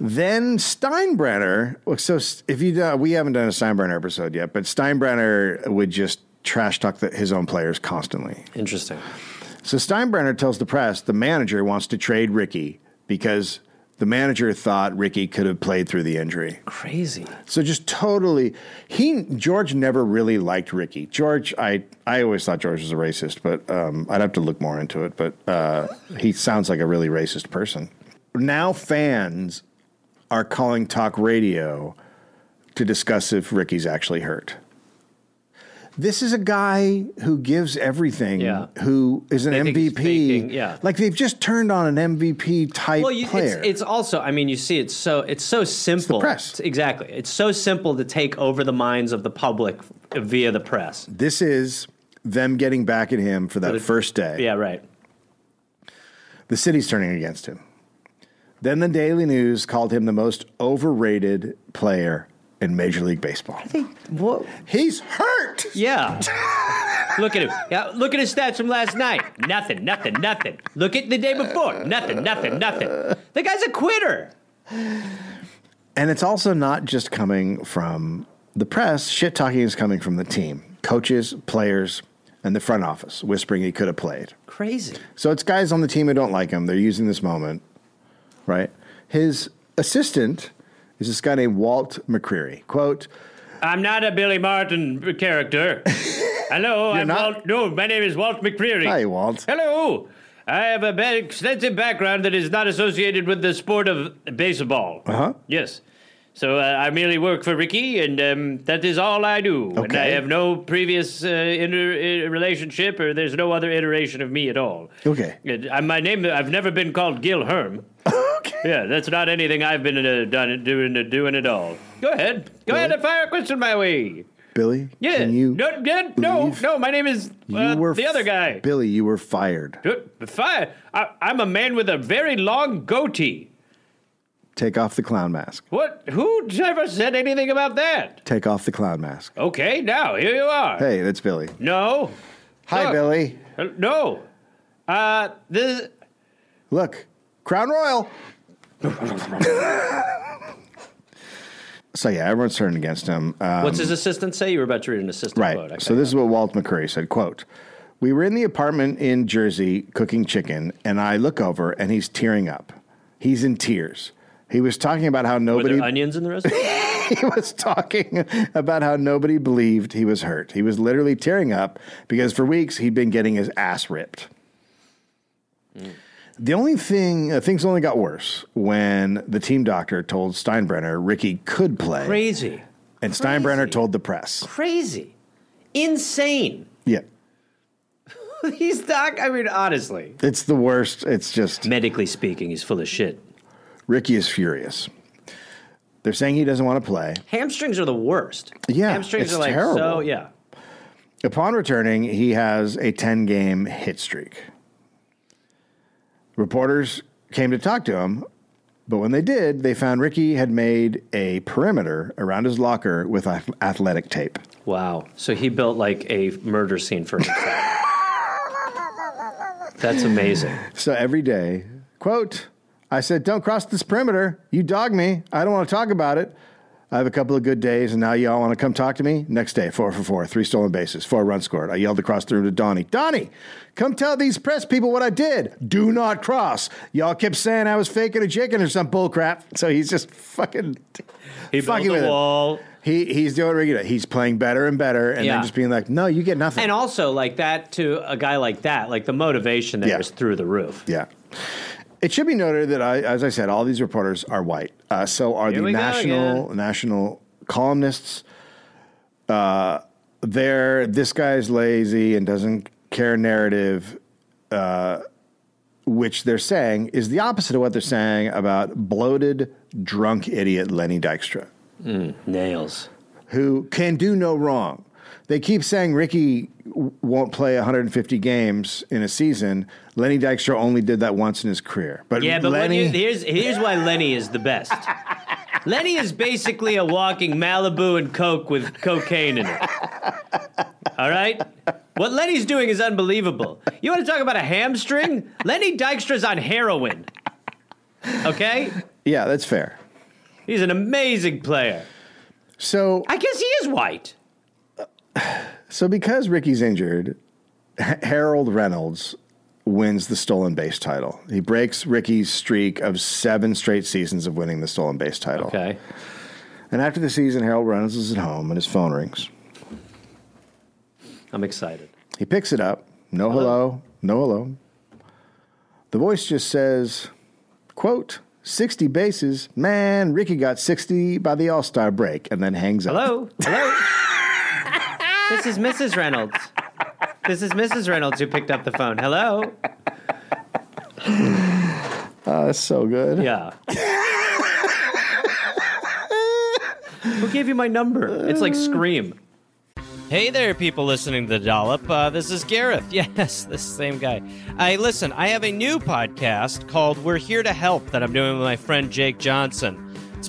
Speaker 2: Then Steinbrenner, well, so if you uh, we haven't done a Steinbrenner episode yet, but Steinbrenner would just trash talk the, his own players constantly.
Speaker 1: Interesting.
Speaker 2: So Steinbrenner tells the press the manager wants to trade Ricky because the manager thought Ricky could have played through the injury.
Speaker 1: Crazy.
Speaker 2: So just totally, he George never really liked Ricky. George, I I always thought George was a racist, but um, I'd have to look more into it. But uh, he sounds like a really racist person. Now fans are calling talk radio to discuss if Ricky's actually hurt. This is a guy who gives everything.
Speaker 1: Yeah.
Speaker 2: Who is an
Speaker 1: think he's
Speaker 2: MVP?
Speaker 1: faking, yeah.
Speaker 2: Like they've just turned on an MVP type
Speaker 1: Well, you, it's,
Speaker 2: player.
Speaker 1: it's also. I mean, you see, it's so it's so simple.
Speaker 2: press.
Speaker 1: It's- exactly. It's so simple to take over the minds of the public via the press.
Speaker 2: this is them getting back at him for that
Speaker 1: But it-
Speaker 2: first day.
Speaker 1: Yeah, right.
Speaker 2: The city's turning against him. Then the Daily News called him the most overrated player in Major League Baseball.
Speaker 1: What?
Speaker 2: He's hurt.
Speaker 1: Yeah. Look at him. Yeah, look at his stats from last night. Nothing, nothing, nothing. Look at the day before. Nothing, nothing, nothing. The guy's a quitter.
Speaker 2: And it's also not just coming from the press. Shit talking is coming from the team, coaches, players, and the front office whispering he could have played.
Speaker 1: Crazy.
Speaker 2: So it's guys on the team who don't like him. They're using this moment, right? His assistant is this guy named Walt McCreary. Quote,
Speaker 1: I'm not a Billy Martin character. Hello, I'm
Speaker 2: not?
Speaker 1: Walt. No, my name is Walt McCreary.
Speaker 2: Hi,
Speaker 1: (laughs)
Speaker 2: Walt.
Speaker 1: Hello. I have a ba- extensive background that is not associated with the sport of baseball. Uh
Speaker 2: Uh-huh.
Speaker 1: huh. Yes. So uh, I merely work for Ricky, and um, that is all I do. And I
Speaker 2: Okay.
Speaker 1: have no previous uh, inter- uh, relationship, or there's no other iteration of me at all.
Speaker 2: Okay. (laughs)
Speaker 1: And, uh, my name, I've never been called Gil Herm.
Speaker 2: Okay.
Speaker 1: Yeah, that's not anything I've been uh, done, doing, uh, doing at all. Go ahead. Go ahead and fire a question my way.
Speaker 2: Billy,
Speaker 1: Yeah.
Speaker 2: can you
Speaker 1: no, yeah, no,
Speaker 2: leave?
Speaker 1: no, my name is
Speaker 2: You
Speaker 1: uh,
Speaker 2: were
Speaker 1: the other
Speaker 2: f-
Speaker 1: guy.
Speaker 2: Billy, you were fired.
Speaker 1: Good. Fire. I, I'm a man with a very long goatee.
Speaker 2: Take off the clown mask.
Speaker 1: What? Who ever said anything about that?
Speaker 2: Take off the clown mask.
Speaker 1: Okay, now here you are.
Speaker 2: Hey, that's Billy.
Speaker 1: No,
Speaker 2: Hi,
Speaker 1: Look.
Speaker 2: Billy.
Speaker 1: Uh, no. Uh, this.
Speaker 2: Look, Crown Royal. so yeah, everyone's turning against him. Uh,
Speaker 1: What's his assistant say? You were about to read an assistant
Speaker 2: right.
Speaker 1: quote. I
Speaker 2: so this is what Walt McCurry said. Quote. We were in the apartment in Jersey cooking chicken, and I look over and he's tearing up. He's in tears. He was talking about how
Speaker 1: Were
Speaker 2: nobody
Speaker 1: there onions in the rest?
Speaker 2: (laughs) he was talking about how nobody believed he was hurt. He was literally tearing up because for weeks he'd been getting his ass ripped. The only thing, uh, things only got worse when the team doctor told Steinbrenner Ricky could play,
Speaker 1: Crazy.
Speaker 2: and Steinbrenner
Speaker 1: crazy.
Speaker 2: told the press.
Speaker 1: Crazy. Insane. (laughs)
Speaker 2: Yeah,
Speaker 1: He's doc. I mean, honestly.
Speaker 2: it's the worst. It's just
Speaker 1: Medically speaking, he's full of shit.
Speaker 2: Ricky is furious. They're saying he doesn't want to play.
Speaker 1: Hamstrings are the worst.
Speaker 2: Yeah,
Speaker 1: Hamstrings
Speaker 2: it's
Speaker 1: are like so
Speaker 2: terrible.
Speaker 1: yeah.
Speaker 2: Upon returning, he has a 10 game hit streak. Reporters came to talk to him, but when they did, they found Ricky had made a perimeter around his locker with ath- athletic tape.
Speaker 1: Wow. So he built like a murder scene for himself. That's amazing.
Speaker 2: So every day, quote, I said, Don't cross this perimeter. You dog me. I don't want to talk about it. I have a couple of good days, and now you all want to come talk to me? Next day, four for four, three stolen bases, four runs scored. I yelled across the room to Donnie, Donnie, come tell these press people what I did. Do not cross. Y'all kept saying I was faking a chicken or some bullcrap. So he's just fucking.
Speaker 1: He
Speaker 2: Fucking
Speaker 1: built
Speaker 2: with
Speaker 1: a
Speaker 2: it.
Speaker 1: wall.
Speaker 2: He, he's doing regular. He's playing better and better, and
Speaker 1: Yeah.
Speaker 2: then just being like, no, you get nothing.
Speaker 1: And also like that to a guy like that, like the motivation there is
Speaker 2: Yeah.
Speaker 1: through the roof.
Speaker 2: Yeah. It should be noted that, I, as I said, all these reporters are white. Uh, so are
Speaker 1: Here
Speaker 2: the
Speaker 1: we go
Speaker 2: national national columnists. Uh, they're this guy's lazy and doesn't care narrative, uh, which they're saying is the opposite of what they're saying about bloated, drunk idiot Lenny Dykstra
Speaker 1: Nails.
Speaker 2: who can do no wrong. They keep saying Ricky w- won't play 150 games in a season. Lenny Dykstra only did that once in his career. But,
Speaker 1: Yeah, but
Speaker 2: Lenny,
Speaker 1: when you, here's here's why Lenny is the best. Lenny is basically a walking Malibu and Coke with cocaine in it. All right? What Lenny's doing is unbelievable. You want to talk about a hamstring? Lenny Dykstra's on heroin. Okay?
Speaker 2: yeah, that's fair.
Speaker 1: He's an amazing player.
Speaker 2: So,
Speaker 1: I guess he is white.
Speaker 2: so because Ricky's injured, H- Harold Reynolds wins the stolen base title. He breaks Ricky's streak of seven straight seasons of winning the stolen base title.
Speaker 1: Okay.
Speaker 2: And after the season, Harold Reynolds is at home and his phone rings.
Speaker 1: I'm excited.
Speaker 2: He picks it up. No hello. No hello. The voice just says, quote, 60 bases. Man, Ricky got 60 by the All Star break and then hangs up.
Speaker 1: Hello? (laughs) Hello? this is Mrs. Reynolds. This is Mrs. Reynolds who picked up the phone. Hello?
Speaker 2: Oh, that's so good.
Speaker 1: Yeah. Who gave you my number? It's like Scream. Hey there, people listening to the Dollop. Uh, this is Gareth. (laughs) Yes, this same guy. I listen. I have a new podcast called "We're Here to Help" that I'm doing with my friend Jake Johnson. It's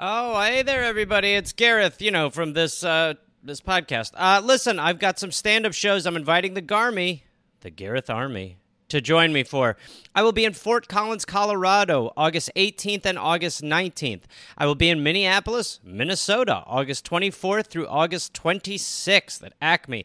Speaker 1: Oh, hey there, everybody! It's Gareth, you know, from this uh, this podcast. Uh, listen, I've got some stand up shows. I'm inviting the Garmy, the Gareth Army, to join me for. I will be in Fort Collins, Colorado, August 18th and August 19th. I will be in Minneapolis, Minnesota, August 24th through August 26th at Acme.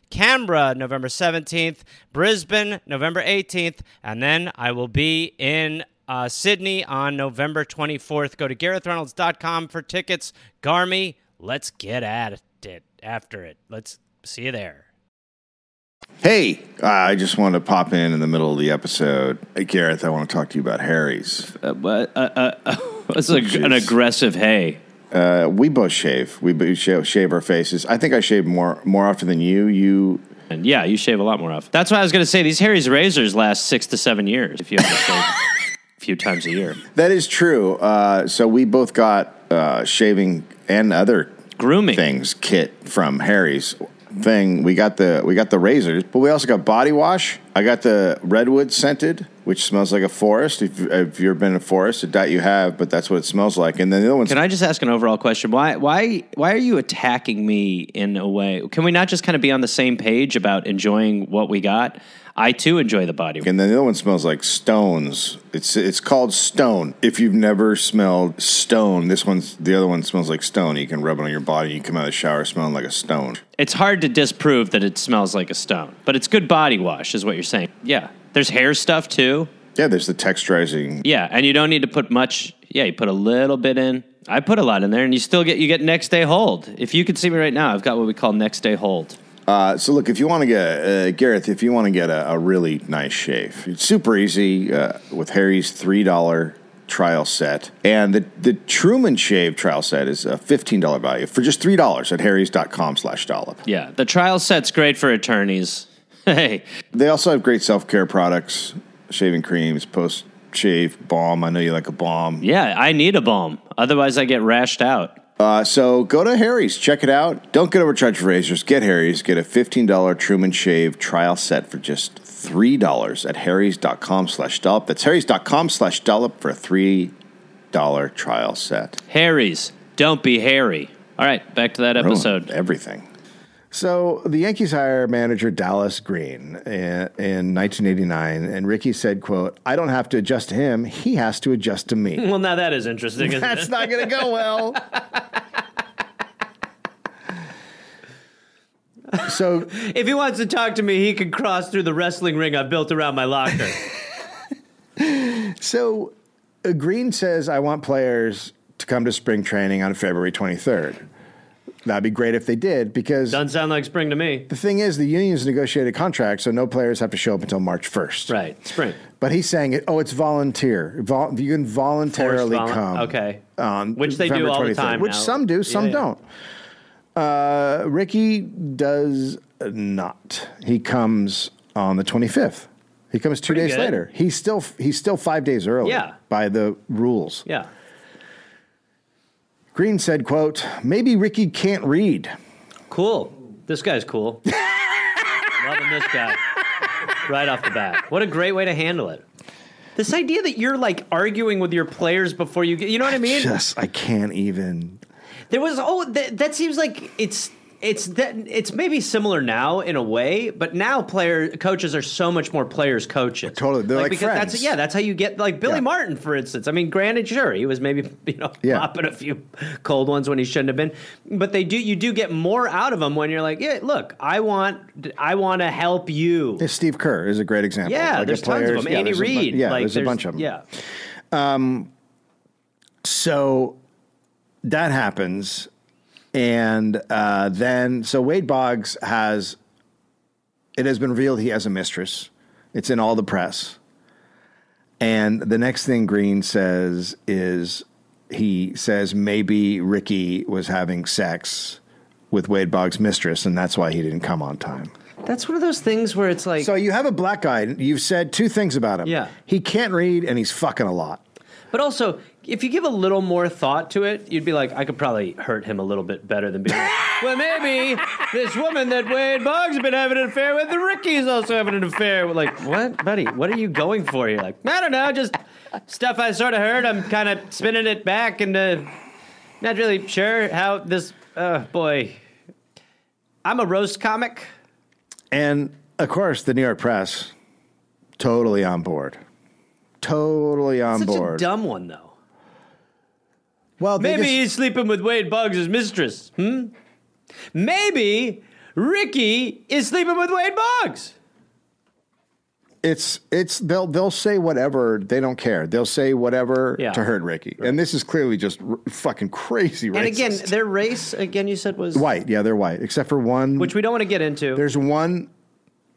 Speaker 1: Canberra, November 17th, Brisbane, November 18th, and then I will be in uh, Sydney on November 24th. Go to GarethReynolds.com for tickets. Garmy, let's get at it after it. Let's see you there.
Speaker 2: Hey, uh, I just wanted to pop in in the middle of the episode. Hey, Gareth, I want to talk to you about Harry's.
Speaker 7: Uh, but, uh, uh,
Speaker 5: It's like an
Speaker 8: Jeez.
Speaker 5: aggressive hey.
Speaker 8: Uh, we both shave. We both shave, shave our faces. I think I shave more more often than you. You
Speaker 5: And yeah, you shave a lot more off. That's what I was going to say. These Harry's razors last six to seven years if you have to shave
Speaker 1: (laughs)
Speaker 5: a few times a year.
Speaker 8: that is true. Uh, so we both got uh, shaving and other
Speaker 5: Grooming.
Speaker 8: things kit from Harry's thing. We got the we got the razors, but we also got body wash. I got the redwood scented, which smells like a forest. If, if you've been in a forest, I doubt you have, but that's what it smells like. And then the other one's
Speaker 5: Can I just ask an overall question? Why, why, why are you attacking me in a way? Can we not just kind of be on the same page about enjoying what we got? I too enjoy the body.
Speaker 8: and then the other one smells like stones. It's it's called stone. If you've never smelled stone, this one's the other one smells like stone. You can rub it on your body. You come out of the shower smelling like a stone.
Speaker 5: It's hard to disprove that it smells like a stone, but it's good body wash, is what you're saying. Yeah, there's hair stuff too.
Speaker 8: Yeah, there's the texturizing.
Speaker 5: Yeah, and you don't need to put much. Yeah, you put a little bit in. I put a lot in there, and you still get you get next day hold. If you could see me right now, I've got what we call next day hold.
Speaker 8: Uh, so look, if you want to get uh, Gareth, if you want to get a, a really nice shave, it's super easy uh, with Harry's three dollar trial set, and the the Truman Shave trial set is a fifteen dollar value for just three dollars at harrys.com slash dollop.
Speaker 5: Yeah, the trial set's great for attorneys. (laughs) Hey,
Speaker 8: They also have great self care products, shaving creams, post shave balm. I know you like a balm.
Speaker 5: yeah, I need a balm, otherwise I get rashed out.
Speaker 8: Uh, so go to Harry's, check it out. Don't get overcharged for razors. Get Harry's. Get a $15 Truman Shave trial set for just $3 at harrys.com slash dollop. That's harrys.com slash dollop for a $3 trial set.
Speaker 5: Harry's, don't be hairy. All right, back to that
Speaker 8: Ruined
Speaker 5: episode.
Speaker 8: Everything.
Speaker 2: So the Yankees hire manager Dallas Green in, in 1989, and Ricky said, "quote I don't have to adjust to him; he has to adjust to me."
Speaker 1: Well, now that is interesting. Isn't
Speaker 2: That's
Speaker 1: it?
Speaker 2: not going to go well. so
Speaker 1: If he wants to talk to me, he can cross through the wrestling ring I've built around my (laughs) locker.
Speaker 2: So uh, Green says, I want players to come to spring training on February 23rd. That'd be great if they did because
Speaker 1: Doesn't sound like spring to me.
Speaker 2: the thing is, the unions negotiated contracts, so no players have to show up until March 1st.
Speaker 1: Right, spring.
Speaker 2: But he's saying, it- oh, it's volunteer. Vol- you can voluntarily
Speaker 1: Forced volu-
Speaker 2: come. Oh.
Speaker 1: okay.
Speaker 2: on
Speaker 1: Which they do
Speaker 2: November
Speaker 1: all the
Speaker 2: 23rd,
Speaker 1: time
Speaker 2: Which
Speaker 1: now.
Speaker 2: some do, some
Speaker 1: Yeah, yeah.
Speaker 2: don't. Uh, Ricky does not. He comes on the 25th. He comes two
Speaker 1: Pretty
Speaker 2: days
Speaker 1: good.
Speaker 2: later. He's still he's still five days early
Speaker 1: Yeah.
Speaker 2: by the rules.
Speaker 1: Yeah.
Speaker 2: Green said, quote, maybe Ricky can't read.
Speaker 1: Cool. This guy's cool. Loving this guy right off the bat. What a great way to handle it. This idea that you're like arguing with your players before you get, you know what I mean?
Speaker 2: Just I can't even
Speaker 1: There was oh that, that seems like it's it's that it's maybe similar now in a way, but now player coaches are so much more players coaches.
Speaker 2: Totally. They're like
Speaker 1: because That's,
Speaker 2: friends.
Speaker 1: yeah, that's how you get like Billy
Speaker 2: Yeah.
Speaker 1: Martin, for instance. I mean, granted, sure, he was maybe (laughs) you know
Speaker 2: Yeah.
Speaker 1: popping a few cold ones when he shouldn't have been, but they do you do get more out of them when you're like, yeah, look, I want I want to help you.
Speaker 2: Yeah, Steve Kerr is a great example.
Speaker 1: Yeah,
Speaker 2: Like,
Speaker 1: there's
Speaker 2: a
Speaker 1: tons
Speaker 2: player's-
Speaker 1: of them.
Speaker 2: yeah,
Speaker 1: Andy
Speaker 2: there's a bu-
Speaker 1: Reid,
Speaker 2: yeah,
Speaker 1: like,
Speaker 2: there's, a bunch of them.
Speaker 1: Yeah,
Speaker 2: So that happens. And uh, then, so Wade Boggs has, it has been revealed he has a mistress. It's in all the press. And the next thing Green says is he says maybe Ricky was having sex with Wade Boggs' mistress, and that's why he didn't come on time.
Speaker 1: that's one of those things where it's like,
Speaker 2: So you have a black guy. and You've said two things about him.
Speaker 1: Yeah.
Speaker 2: He can't read, and he's fucking a lot.
Speaker 1: But also, if you give a little more thought to it, you'd be like, I could probably hurt him a little bit better than being like, well, maybe this woman that Wade Boggs has been having an affair with, the Ricky's also having an affair. with like, what, buddy? What are you going for? You're like, I don't know, just stuff I sort of heard. I'm kind of spinning it back and uh, not really sure how this, uh, boy. I'm a roast comic.
Speaker 2: And of course, the New York press, totally on board. Totally on
Speaker 1: Such
Speaker 2: board.
Speaker 1: a dumb one, though.
Speaker 2: well, they
Speaker 1: Maybe
Speaker 2: just-
Speaker 1: he's sleeping with Wade Boggs' mistress. Hmm? Maybe Ricky is sleeping with Wade Boggs.
Speaker 2: it's it's they'll they'll say whatever they don't care. They'll say whatever
Speaker 1: Yeah.
Speaker 2: to hurt Ricky. And this is clearly just r- fucking crazy.
Speaker 1: And again,
Speaker 2: racist.
Speaker 1: their race, again, you said was
Speaker 2: white. Yeah, they're white, except for one.
Speaker 1: which we don't want to get into.
Speaker 2: there's one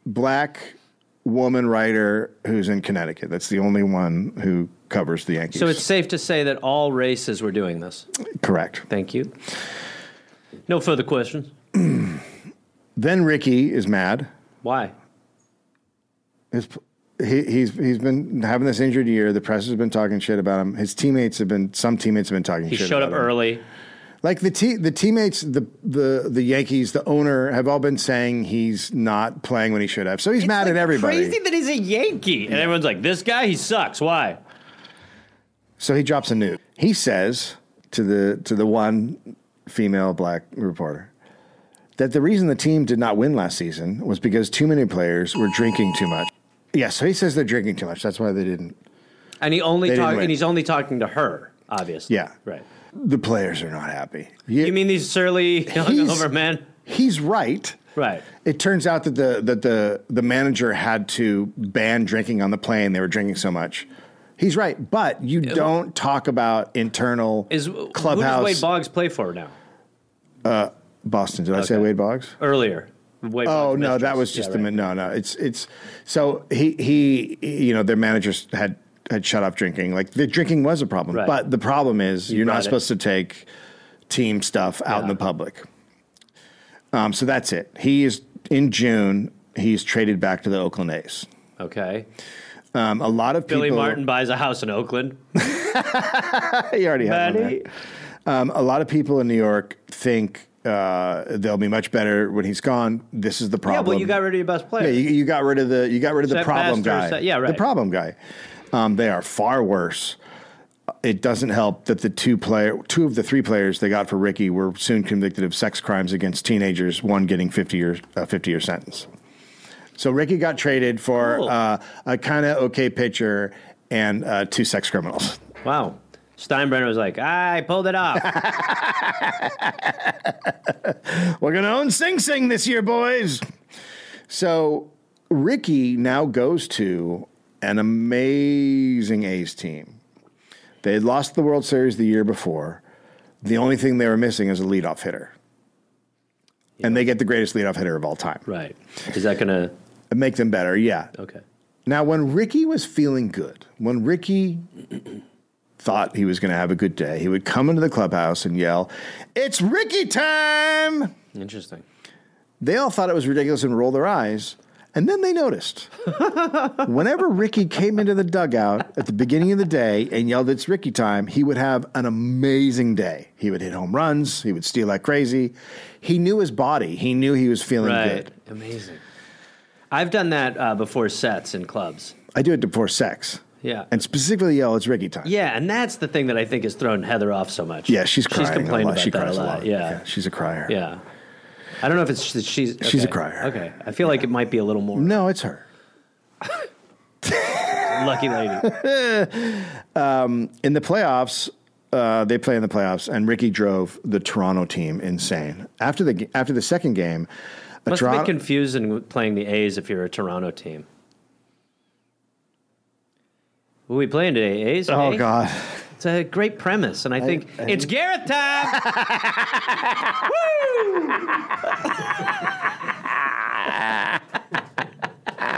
Speaker 2: black woman writer who's in Connecticut. That's the only one who covers the Yankees.
Speaker 1: So it's safe to say that all races were doing this.
Speaker 2: correct.
Speaker 1: Thank you. No further questions.
Speaker 2: Then Ricky is mad.
Speaker 1: Why?
Speaker 2: His, he, he's he's been having this injured year. The press has been talking shit about him. His teammates have been some teammates have been talking.
Speaker 1: He
Speaker 2: shit
Speaker 1: showed
Speaker 2: about
Speaker 1: up
Speaker 2: him.
Speaker 1: early.
Speaker 2: Like the te- the teammates, the the the Yankees, the owner have all been saying he's not playing when he should have. So he's mad at everybody.
Speaker 1: Crazy that he's a Yankee. And everyone's like, this guy, he sucks. Why?
Speaker 2: So he drops a nude. He says to the to the one female black reporter that the reason the team did not win last season was because too many players were drinking too much. Yeah, so he says they're drinking too much. That's why they didn't.
Speaker 1: And he only
Speaker 2: They didn't
Speaker 1: talk,
Speaker 2: win.
Speaker 1: and he's only talking to her, obviously.
Speaker 2: Yeah.
Speaker 1: Right.
Speaker 2: The players are not happy. Yeah,
Speaker 1: You mean these
Speaker 2: (laughs)
Speaker 1: surly (laughs) hungover men?
Speaker 2: He's right.
Speaker 1: Right.
Speaker 2: It turns out that the that the the manager had to ban drinking on the plane. They were drinking so much. He's right, but you don't talk about internal
Speaker 1: Is Who does
Speaker 2: clubhouse.
Speaker 1: Wade Boggs play for now?
Speaker 2: Boston. Did I say
Speaker 1: Okay.
Speaker 2: Wade Boggs?
Speaker 1: Earlier. Wade
Speaker 2: Oh
Speaker 1: Boggs'
Speaker 2: no, that
Speaker 1: mistress.
Speaker 2: was just
Speaker 1: Yeah,
Speaker 2: the
Speaker 1: right.
Speaker 2: min no no. It's it's so he he you know their managers had had shut off drinking. Like the drinking was a problem,
Speaker 1: Right.
Speaker 2: but the problem is you are
Speaker 1: brought
Speaker 2: not
Speaker 1: it.
Speaker 2: supposed to take team stuff out in
Speaker 1: Yeah.
Speaker 2: the public. Um, so that's it. He is in June. He's traded back to the Oakland A's.
Speaker 1: Okay.
Speaker 2: Um, a lot of people.
Speaker 1: Billy
Speaker 2: (laughs)
Speaker 1: Martin buys a house in Oakland.
Speaker 2: you already had one
Speaker 1: Buddy.
Speaker 2: there. Um, a lot of people in New York think uh, they'll be much better when he's gone. This is the
Speaker 1: Yeah,
Speaker 2: problem.
Speaker 1: but you got rid of your best player.
Speaker 2: Yeah, you, you got rid of the you got rid of the
Speaker 1: Set
Speaker 2: problem
Speaker 1: master,
Speaker 2: guy.
Speaker 1: set- yeah, right.
Speaker 2: The problem guy. Um, they are far worse. Uh, It doesn't help that the two player, two of the three players they got for Ricky were soon convicted of sex crimes against teenagers. One getting fifty years, a fifty year sentence. So Ricky got traded for
Speaker 1: Cool.
Speaker 2: uh, a kind of okay pitcher and uh, two sex criminals.
Speaker 1: Wow. Steinbrenner was like, I pulled it
Speaker 2: (laughs)
Speaker 1: off.
Speaker 2: We're gonna own Sing Sing this year, boys. So Ricky now goes to an amazing A's team. They had lost the World Series the year before. The only thing they were missing is a leadoff hitter. And they get the greatest leadoff hitter of all time.
Speaker 1: right. Is that going to.
Speaker 2: And make them better, yeah.
Speaker 1: Okay.
Speaker 2: Now, when Ricky was feeling good, when Ricky thought he was going to have a good day, he would come into the clubhouse and yell, It's Ricky time!
Speaker 1: Interesting.
Speaker 2: They all thought it was ridiculous and rolled their eyes. And then
Speaker 1: (laughs)
Speaker 2: they noticed. Whenever Ricky came into the dugout at the beginning of the day and yelled, It's Ricky time, he would have an amazing day. He would hit home runs, he would steal like crazy. He knew his body, he knew he was feeling
Speaker 1: Right.
Speaker 2: good.
Speaker 1: Amazing. I've done that uh, before sets in clubs.
Speaker 2: I do it before sex.
Speaker 1: Yeah.
Speaker 2: And specifically yell, It's Ricky time.
Speaker 1: yeah, and that's the thing that I think has thrown Heather off so much.
Speaker 2: Yeah, she's crying.
Speaker 1: She's complained
Speaker 2: a lot.
Speaker 1: about
Speaker 2: she
Speaker 1: that
Speaker 2: cries
Speaker 1: a lot. Yeah. yeah.
Speaker 2: She's a crier.
Speaker 1: I don't know if it's that she's
Speaker 2: She's a
Speaker 1: okay.
Speaker 2: crier.
Speaker 1: Okay. I feel like it might be a little more
Speaker 2: No, it's her.
Speaker 1: lucky (laughs) lady.
Speaker 2: in the playoffs, uh, they play in the playoffs, and Ricky drove the Toronto team insane. After the g- after the second game, a
Speaker 1: Must
Speaker 2: Toronto
Speaker 1: be confusing with playing the A's if you're a Toronto team. Who we playing today? A's?
Speaker 2: oh
Speaker 1: A's?
Speaker 2: god,
Speaker 1: It's a great premise, and I think it's Gareth
Speaker 2: (laughs)
Speaker 1: time.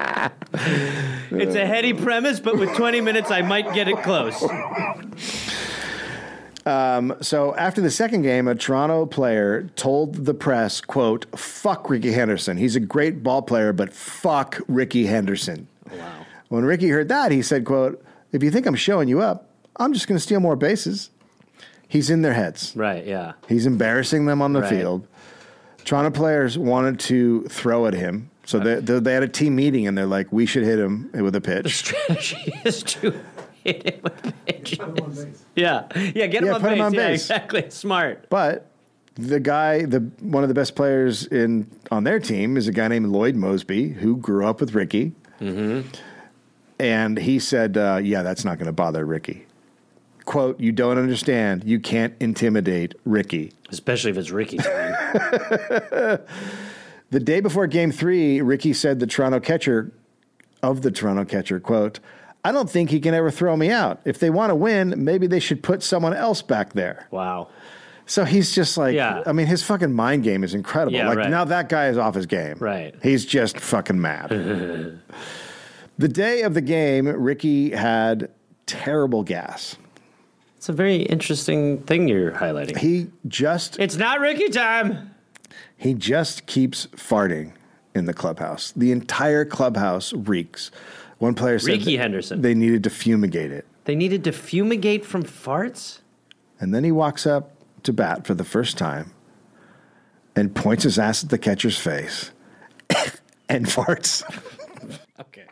Speaker 1: Woo! it's a heady premise, but with 20 minutes, I might get it close.
Speaker 2: so after the second game, a Toronto player told the press, "quote Fuck Ricky Henderson. He's a great ball player, but fuck Ricky Henderson." Wow. When Ricky heard that, he said, "quote If you think I'm showing you up, I'm just going to steal more bases." He's in their heads.
Speaker 1: Right? (laughs) Yeah.
Speaker 2: He's embarrassing them on the
Speaker 1: Right.
Speaker 2: field. Toronto players wanted to throw at him. So they, they, they had a team meeting and they're like, we should hit him with a pitch.
Speaker 1: Strategy is to (laughs) hit it with pitches. Yeah, yeah. Get him
Speaker 2: Yeah,
Speaker 1: on
Speaker 2: put
Speaker 1: base.
Speaker 2: him on
Speaker 1: yeah,
Speaker 2: base.
Speaker 1: exactly. Smart.
Speaker 2: But the guy, the one of the best players in on their team is a guy named Lloyd Mosby who grew up with Ricky. And he said, uh, yeah, that's not going to bother Ricky. Quote, you don't understand. You can't intimidate Ricky.
Speaker 1: Especially if it's Ricky time. (laughs)
Speaker 2: The day before game three, Ricky said the Toronto catcher of the Toronto catcher, quote, I don't think he can ever throw me out. If they want to win, maybe they should put someone else back there.
Speaker 1: Wow.
Speaker 2: So he's just like,
Speaker 1: Yeah.
Speaker 2: I mean, his fucking mind game is incredible.
Speaker 1: Yeah,
Speaker 2: like
Speaker 1: right.
Speaker 2: now that guy is off his game.
Speaker 1: (laughs) Right.
Speaker 2: He's just fucking mad. The day of the game, Ricky had terrible gas.
Speaker 1: It's a very interesting thing you're highlighting.
Speaker 2: He just
Speaker 1: It's not Ricky time.
Speaker 2: he just keeps farting in the clubhouse. The entire clubhouse reeks. One player said
Speaker 1: Ricky
Speaker 2: that
Speaker 1: Henderson.
Speaker 2: they needed to fumigate it.
Speaker 1: They needed to fumigate from farts?
Speaker 2: And then he walks up to bat for the first time and points his ass at the catcher's face (laughs) and farts. (laughs)
Speaker 1: Okay.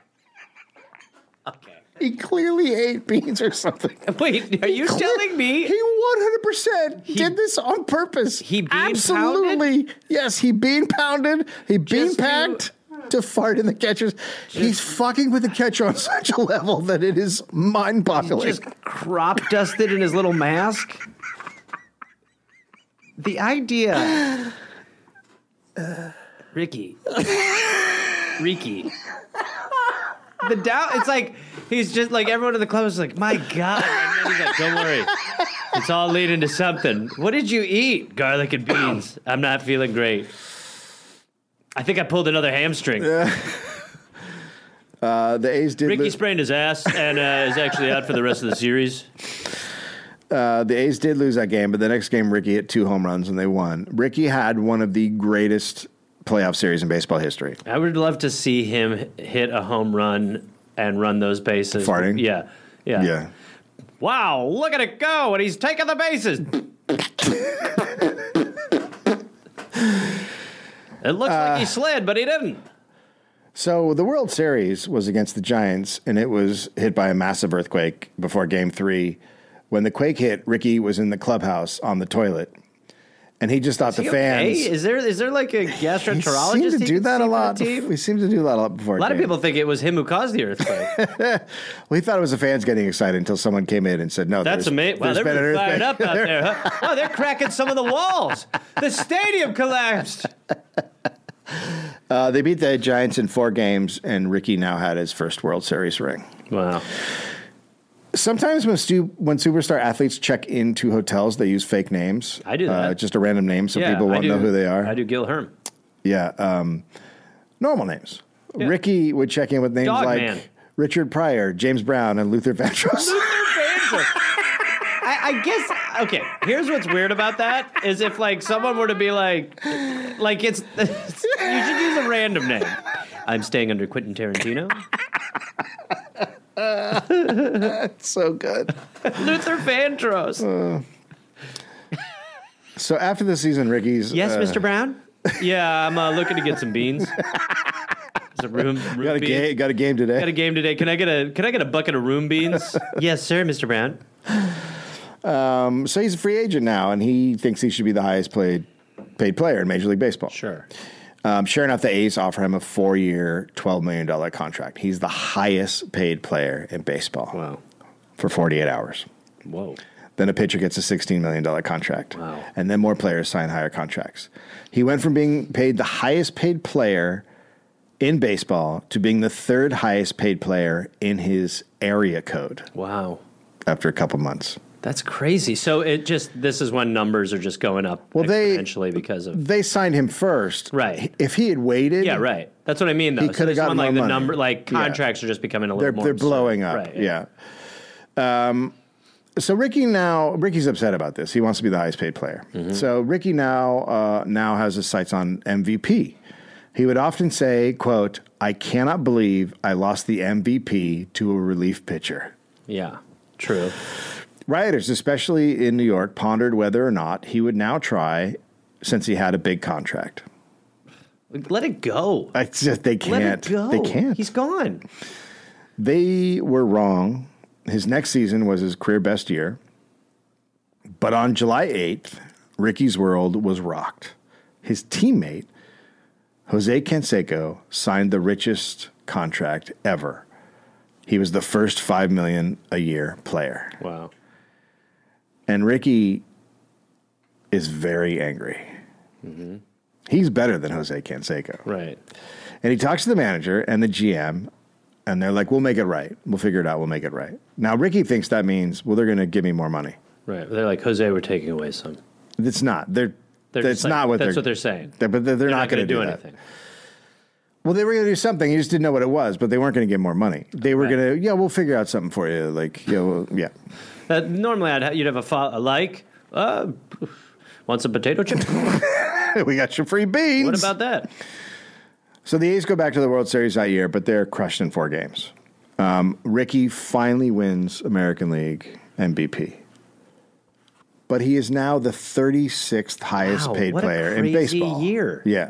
Speaker 1: Okay.
Speaker 2: He clearly ate beans or something.
Speaker 1: Wait, are (laughs) you telling
Speaker 2: He
Speaker 1: me
Speaker 2: 100% did this on purpose.
Speaker 1: he bean
Speaker 2: Absolutely. Yes, he bean pounded, he bean
Speaker 1: Just to-
Speaker 2: packed to, fart in the catcher's. He's fucking with the catcher on (laughs) such a level that it is mind boggling.
Speaker 1: just crop dusted in his little mask? The idea. Ricky. Ricky. The doubt. It's like he's just like everyone in the club is like, my god. And he's like, don't worry, it's all leading to something. What did you eat? Garlic and beans. I'm not feeling great. I think I pulled another hamstring.
Speaker 2: Uh, the A's did
Speaker 1: Ricky
Speaker 2: lose.
Speaker 1: sprained his ass and uh, is actually out for the rest of the series.
Speaker 2: Uh, the A's did lose that game, but the next game, Ricky hit two home runs and they won. Ricky had one of the greatest playoff series in baseball history.
Speaker 1: I would love to see him hit a home run and run those bases.
Speaker 2: Farting?
Speaker 1: Yeah. Yeah.
Speaker 2: Yeah.
Speaker 1: Wow, look at it go, and he's taking the bases. (laughs) it looks like
Speaker 2: Uh,
Speaker 1: he slid, but he didn't.
Speaker 2: So the World Series was against the Giants, and it was hit by a massive earthquake before Game Three. When the quake hit, Ricky was in the clubhouse on the toilet, and he just thought the fans.
Speaker 1: Hey, is there is there like a
Speaker 2: we
Speaker 1: gastroenterologist?
Speaker 2: seem
Speaker 1: he
Speaker 2: to do
Speaker 1: can see
Speaker 2: that
Speaker 1: for
Speaker 2: a
Speaker 1: the
Speaker 2: lot.
Speaker 1: team?
Speaker 2: We seem to do that a lot before.
Speaker 1: A lot of
Speaker 2: game.
Speaker 1: people think it was him who caused the
Speaker 2: (laughs)
Speaker 1: earthquake.
Speaker 2: We thought it was the fans getting excited until someone came in and said, "No,
Speaker 1: That's
Speaker 2: there's-
Speaker 1: amazing. Wow, they're
Speaker 2: there's been an
Speaker 1: really fired
Speaker 2: earthquake.
Speaker 1: up out there.
Speaker 2: (laughs)
Speaker 1: Huh? Oh, they're cracking some of the walls. The stadium collapsed.
Speaker 2: Uh, they beat the Giants in four games, and Ricky now had his first World Series ring.
Speaker 1: Wow.
Speaker 2: Sometimes when stu- when superstar athletes check into hotels, they use fake names.
Speaker 1: I do
Speaker 2: Uh,
Speaker 1: that.
Speaker 2: just a random name, so people
Speaker 1: I
Speaker 2: won't know
Speaker 1: do-
Speaker 2: who they are.
Speaker 1: I do Gil Herm.
Speaker 2: Yeah. Um, normal names. Ricky would check in with names
Speaker 1: Dog
Speaker 2: like
Speaker 1: man.
Speaker 2: Richard Pryor, James Brown, and Luther (laughs) Vandross.
Speaker 1: (laughs) I, I guess okay. Here's what's weird about that is if like someone were to be like, like it's, (laughs) it's- you should use a random name. I'm staying under Quentin Tarantino,
Speaker 2: so good.
Speaker 1: Luther Vandross.
Speaker 2: So after the season, Ricky's.
Speaker 1: Yes,
Speaker 2: uh,
Speaker 1: Mr. Brown. Yeah, I'm uh, looking to get some beans. Some room, room
Speaker 2: Got a,
Speaker 1: beans.
Speaker 2: ga- got a game today.
Speaker 1: Got a game today. Can I get a Can I get a bucket of room beans? yes, sir, Mr. Brown.
Speaker 2: Um, so he's a free agent now, and he thinks he should be the highest played paid player in Major League Baseball.
Speaker 1: Sure.
Speaker 2: Um, sure enough, the A's offer him a four year, $12 million contract. He's the highest paid player in baseball
Speaker 1: Wow.
Speaker 2: for 48 hours.
Speaker 1: Whoa.
Speaker 2: Then a pitcher gets a $16 million contract.
Speaker 1: Wow.
Speaker 2: And then more players sign higher contracts. He went from being paid the highest paid player in baseball to being the third highest paid player in his area code
Speaker 1: Wow.
Speaker 2: after a couple months.
Speaker 1: That's crazy. So it just this is when numbers are just going up
Speaker 2: Well, they-
Speaker 1: exponentially because of
Speaker 2: They signed him first.
Speaker 1: Right.
Speaker 2: If he had waited,
Speaker 1: yeah, right. That's what I mean though.
Speaker 2: He
Speaker 1: So
Speaker 2: coulda
Speaker 1: this one,
Speaker 2: gotten
Speaker 1: like
Speaker 2: more
Speaker 1: the
Speaker 2: money.
Speaker 1: number like
Speaker 2: Yeah.
Speaker 1: contracts are just becoming a little
Speaker 2: they're,
Speaker 1: more
Speaker 2: they're blowing up.
Speaker 1: absurd. Right,
Speaker 2: yeah. Um, so Ricky now Ricky's upset about this. He wants to be the highest paid player.
Speaker 1: Mm-hmm.
Speaker 2: So Ricky now uh, now has his sights on MVP. He would often say, "quote I cannot believe I lost the MVP to a relief pitcher."
Speaker 1: Yeah. True.
Speaker 2: Rioters, especially in New York, pondered whether or not he would now try, since he had a big contract.
Speaker 1: Let it go.
Speaker 2: I just they
Speaker 1: Let
Speaker 2: can't.
Speaker 1: it go.
Speaker 2: They can't.
Speaker 1: He's gone.
Speaker 2: They were wrong. His next season was his career best year. But on July 8th, Ricky's world was rocked. His teammate, Jose Canseco, signed the richest contract ever. He was the first 5 million a year player.
Speaker 1: Wow.
Speaker 2: And Ricky is very angry. He's better than Jose Canseco.
Speaker 1: Right.
Speaker 2: And he talks to the manager and the GM, and they're like, "We'll make it right. We'll figure it out. We'll make it right." Now Ricky thinks that means, "Well, they're going to give me more money."
Speaker 1: Right. They're like, Jose, we're taking away some.
Speaker 2: It's not. They're.
Speaker 1: They're
Speaker 2: that's
Speaker 1: just like-
Speaker 2: not what
Speaker 1: that's
Speaker 2: they're.
Speaker 1: what they're saying.
Speaker 2: they're- but they're, they're
Speaker 1: They're
Speaker 2: not, going to
Speaker 1: gonna do
Speaker 2: do, that.
Speaker 1: anything.
Speaker 2: Well, they were going to do something. You just didn't know what it was, but they weren't going to get more money. They were going to, yeah, we'll figure out something for you. Like, yeah, well, yeah. (laughs)
Speaker 1: Uh, normally, I'd ha- you'd have a, fo- a like. Uh, (laughs) want some potato
Speaker 2: (laughs)
Speaker 1: chips?
Speaker 2: we got your free beans.
Speaker 1: what about that?
Speaker 2: So the A's go back to the World Series that year, but they're crushed in four games. Um, Ricky finally wins American League MVP. But he is now the 36th highest
Speaker 1: Wow,
Speaker 2: paid
Speaker 1: what a
Speaker 2: player in
Speaker 1: crazy
Speaker 2: baseball.
Speaker 1: year.
Speaker 2: Yeah.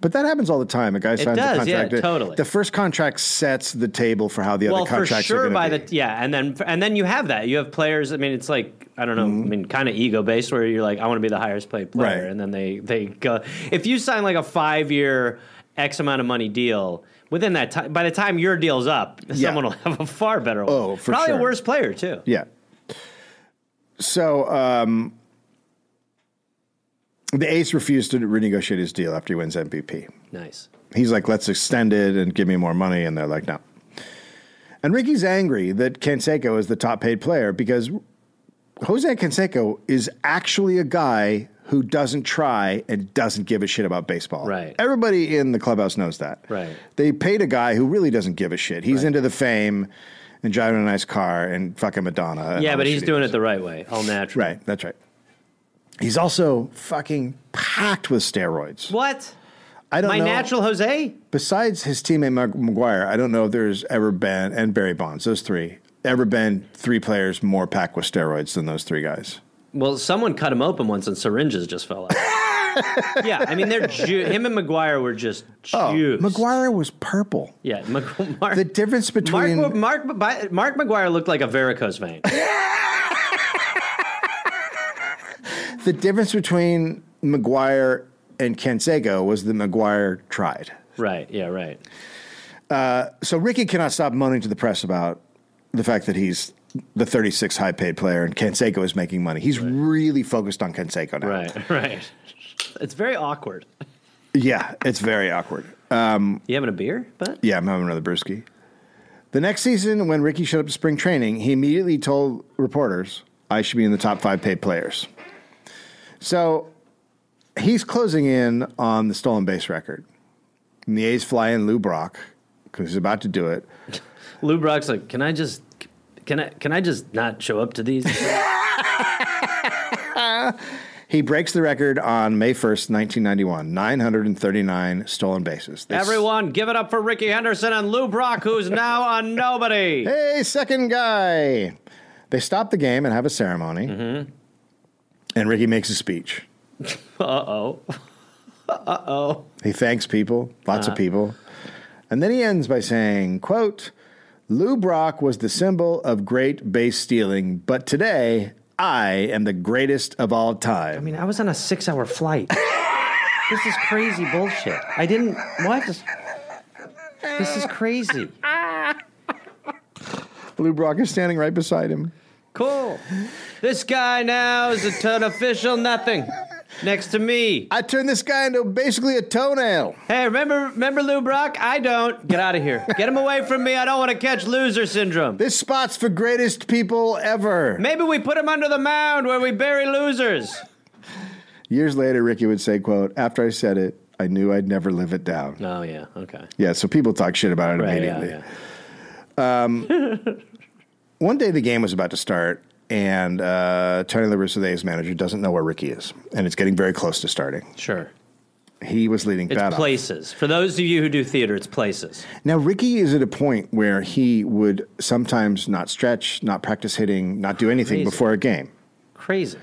Speaker 2: But that happens all the time. A guy signs
Speaker 1: does,
Speaker 2: a contract.
Speaker 1: yeah, totally.
Speaker 2: The first contract sets the table for how the
Speaker 1: Well,
Speaker 2: other
Speaker 1: for
Speaker 2: contracts are
Speaker 1: sure
Speaker 2: gonna
Speaker 1: by
Speaker 2: be.
Speaker 1: the yeah, and then and then you have that. You have players. I mean, it's like I don't know. I mean, kind of ego based where you're like, I want to be the highest paid player,
Speaker 2: Mm-hmm. Right.
Speaker 1: and then they they go. If you sign like a five year X amount of money deal. Within that time, by the time your deal's up, someone will have a far better one.
Speaker 2: Oh, for
Speaker 1: Probably
Speaker 2: sure.
Speaker 1: a worse player, too.
Speaker 2: Yeah. So um, the Ace refused to renegotiate his deal after he wins MVP.
Speaker 1: Nice.
Speaker 2: He's like, let's extend it and give me more money. And they're like, no. And Ricky's angry that Canseco is the top paid player because Jose Canseco is actually a guy who doesn't try and doesn't give a shit about baseball.
Speaker 1: Right.
Speaker 2: Everybody in the clubhouse knows that.
Speaker 1: Right.
Speaker 2: They paid a guy who really doesn't give a shit. He's into the fame and driving a nice car and fucking Madonna. and
Speaker 1: Yeah,
Speaker 2: all
Speaker 1: but
Speaker 2: the
Speaker 1: he's
Speaker 2: shit he
Speaker 1: doing
Speaker 2: does.
Speaker 1: it the right way, all natural.
Speaker 2: Right. That's right. He's also fucking packed with steroids.
Speaker 1: What?
Speaker 2: I don't
Speaker 1: My
Speaker 2: know.
Speaker 1: natural Jose?
Speaker 2: Besides his teammate Mag- McGuire, I don't know if there's ever been and Barry Bonds, those three, ever been three players more packed with steroids than those three guys.
Speaker 1: Well, someone cut him open once and syringes just
Speaker 2: (laughs)
Speaker 1: fell out. yeah, I mean, they're ju- him and McGuire were just
Speaker 2: Oh,
Speaker 1: juiced.
Speaker 2: McGuire was purple.
Speaker 1: Yeah, (laughs) Mc- Mark.
Speaker 2: The difference between
Speaker 1: Mark, Mark, Mark, Mark McGuire looked like a varicose
Speaker 2: (laughs)
Speaker 1: vein.
Speaker 2: the difference between McGuire and Canseco was that McGuire tried.
Speaker 1: right, yeah, right.
Speaker 2: So Ricky cannot stop moaning to the press about the fact that he's the 36th high paid player and Canseco is making money. He's really focused on Canseco now.
Speaker 1: Right, (laughs) right. It's very awkward.
Speaker 2: Yeah, it's very awkward.
Speaker 1: You having a beer, but?
Speaker 2: Yeah, I'm having another brewski. The next season, when Ricky showed up to spring training, he immediately told reporters, I should be in the top five paid players. So he's closing in on the stolen base record. And the A's fly in Lou Brock because he's about to do it.
Speaker 1: Lou Brock's like, can I just, can I, can I just not show up to
Speaker 2: (laughs)
Speaker 1: these?
Speaker 2: He breaks the record on May 1st, 1991, 939 stolen bases. They s-
Speaker 1: Everyone, give it up for Ricky Henderson and Lou Brock, who's now on nobody.
Speaker 2: Hey, second guy. They stop the game and have a ceremony. And Ricky makes a speech.
Speaker 1: Uh-oh.
Speaker 2: He thanks people, lots of people. And then he ends by saying, quote, Lou Brock was the symbol of great base stealing, but today I am the greatest of all time.
Speaker 1: I mean, I was on a six hour flight. this is crazy bullshit. I didn't. What? This is crazy.
Speaker 2: Lou Brock is standing right beside him.
Speaker 1: Cool. This guy now is a ton official nothing. Next to me.
Speaker 2: I turned this guy into basically a toenail.
Speaker 1: Hey, remember remember Lou Brock? I don't. Get out of here. Get him away from me. I don't want to catch loser syndrome.
Speaker 2: This spot's for greatest people ever.
Speaker 1: Maybe we put him under the mound where we bury losers.
Speaker 2: Years later, Ricky would say, quote, after I said it, I knew I'd never live it down.
Speaker 1: Oh yeah, okay.
Speaker 2: Yeah, so people talk shit about it
Speaker 1: Right, yeah,
Speaker 2: immediately.
Speaker 1: yeah.
Speaker 2: One day the game was about to start, and uh, Tony La Russa, the A's manager, doesn't know where Ricky is, and it's getting very close to starting.
Speaker 1: Sure.
Speaker 2: He was leading
Speaker 1: It's
Speaker 2: bat off.
Speaker 1: places. For those of you who do theater, it's places.
Speaker 2: Now Ricky is at a point where he would sometimes not stretch, not practice hitting, not do anything
Speaker 1: Crazy.
Speaker 2: before a game,
Speaker 1: Crazy.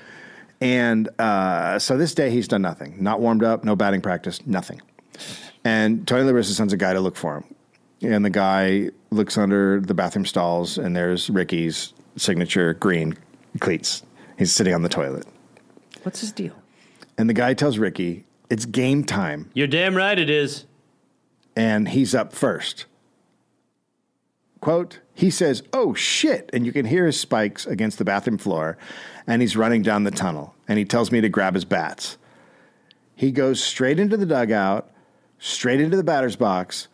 Speaker 2: and uh, so this day he's done nothing, not warmed up, no batting practice, nothing. And Tony La Russa sends a guy to look for him, and the guy looks under the bathroom stalls, and there's Ricky's signature green cleats. He's sitting on the toilet.
Speaker 1: What's his deal?
Speaker 2: And the guy tells Ricky, it's game time.
Speaker 1: You're damn right it is.
Speaker 2: And he's up first. Quote, he says, oh shit. And you can hear his spikes against the bathroom floor. And he's running down the tunnel. And he tells me to grab his bats. He goes straight into the dugout, straight into the batter's box,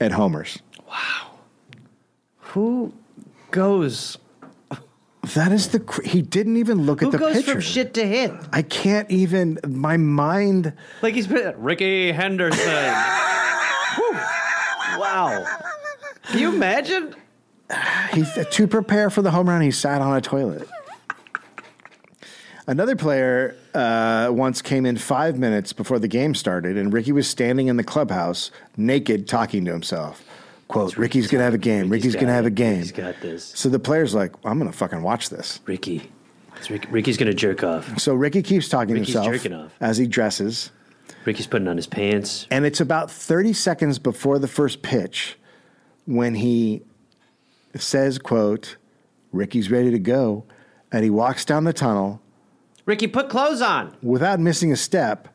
Speaker 2: and homers.
Speaker 1: Who goes?
Speaker 2: That is the. Cr- he didn't even look at
Speaker 1: Who
Speaker 2: the
Speaker 1: goes
Speaker 2: picture.
Speaker 1: from shit to hit?
Speaker 2: I can't even. My mind.
Speaker 1: Like he's been, Ricky Henderson. (laughs) Whew. wow. Can you imagine?
Speaker 2: He, to prepare for the home run, he sat on a toilet. Another player uh, once came in five minutes before the game started, and Ricky was standing in the clubhouse naked, talking to himself. "Quote: Ricky's gonna have a game. Ricky's
Speaker 1: got
Speaker 2: gonna have
Speaker 1: it.
Speaker 2: a game.
Speaker 1: Ricky's got this.
Speaker 2: So the player's like, "I'm gonna fucking watch this."
Speaker 1: Ricky. It's Rick, Ricky's gonna jerk off.
Speaker 2: So Ricky keeps talking
Speaker 1: Ricky's
Speaker 2: to
Speaker 1: jerking
Speaker 2: himself
Speaker 1: off.
Speaker 2: as he dresses,
Speaker 1: Ricky's putting on his pants.
Speaker 2: and it's about 30 seconds before the first pitch when he says, "Quote: Ricky's ready to go," and he walks down the tunnel.
Speaker 1: Ricky, put clothes on.
Speaker 2: without missing a step,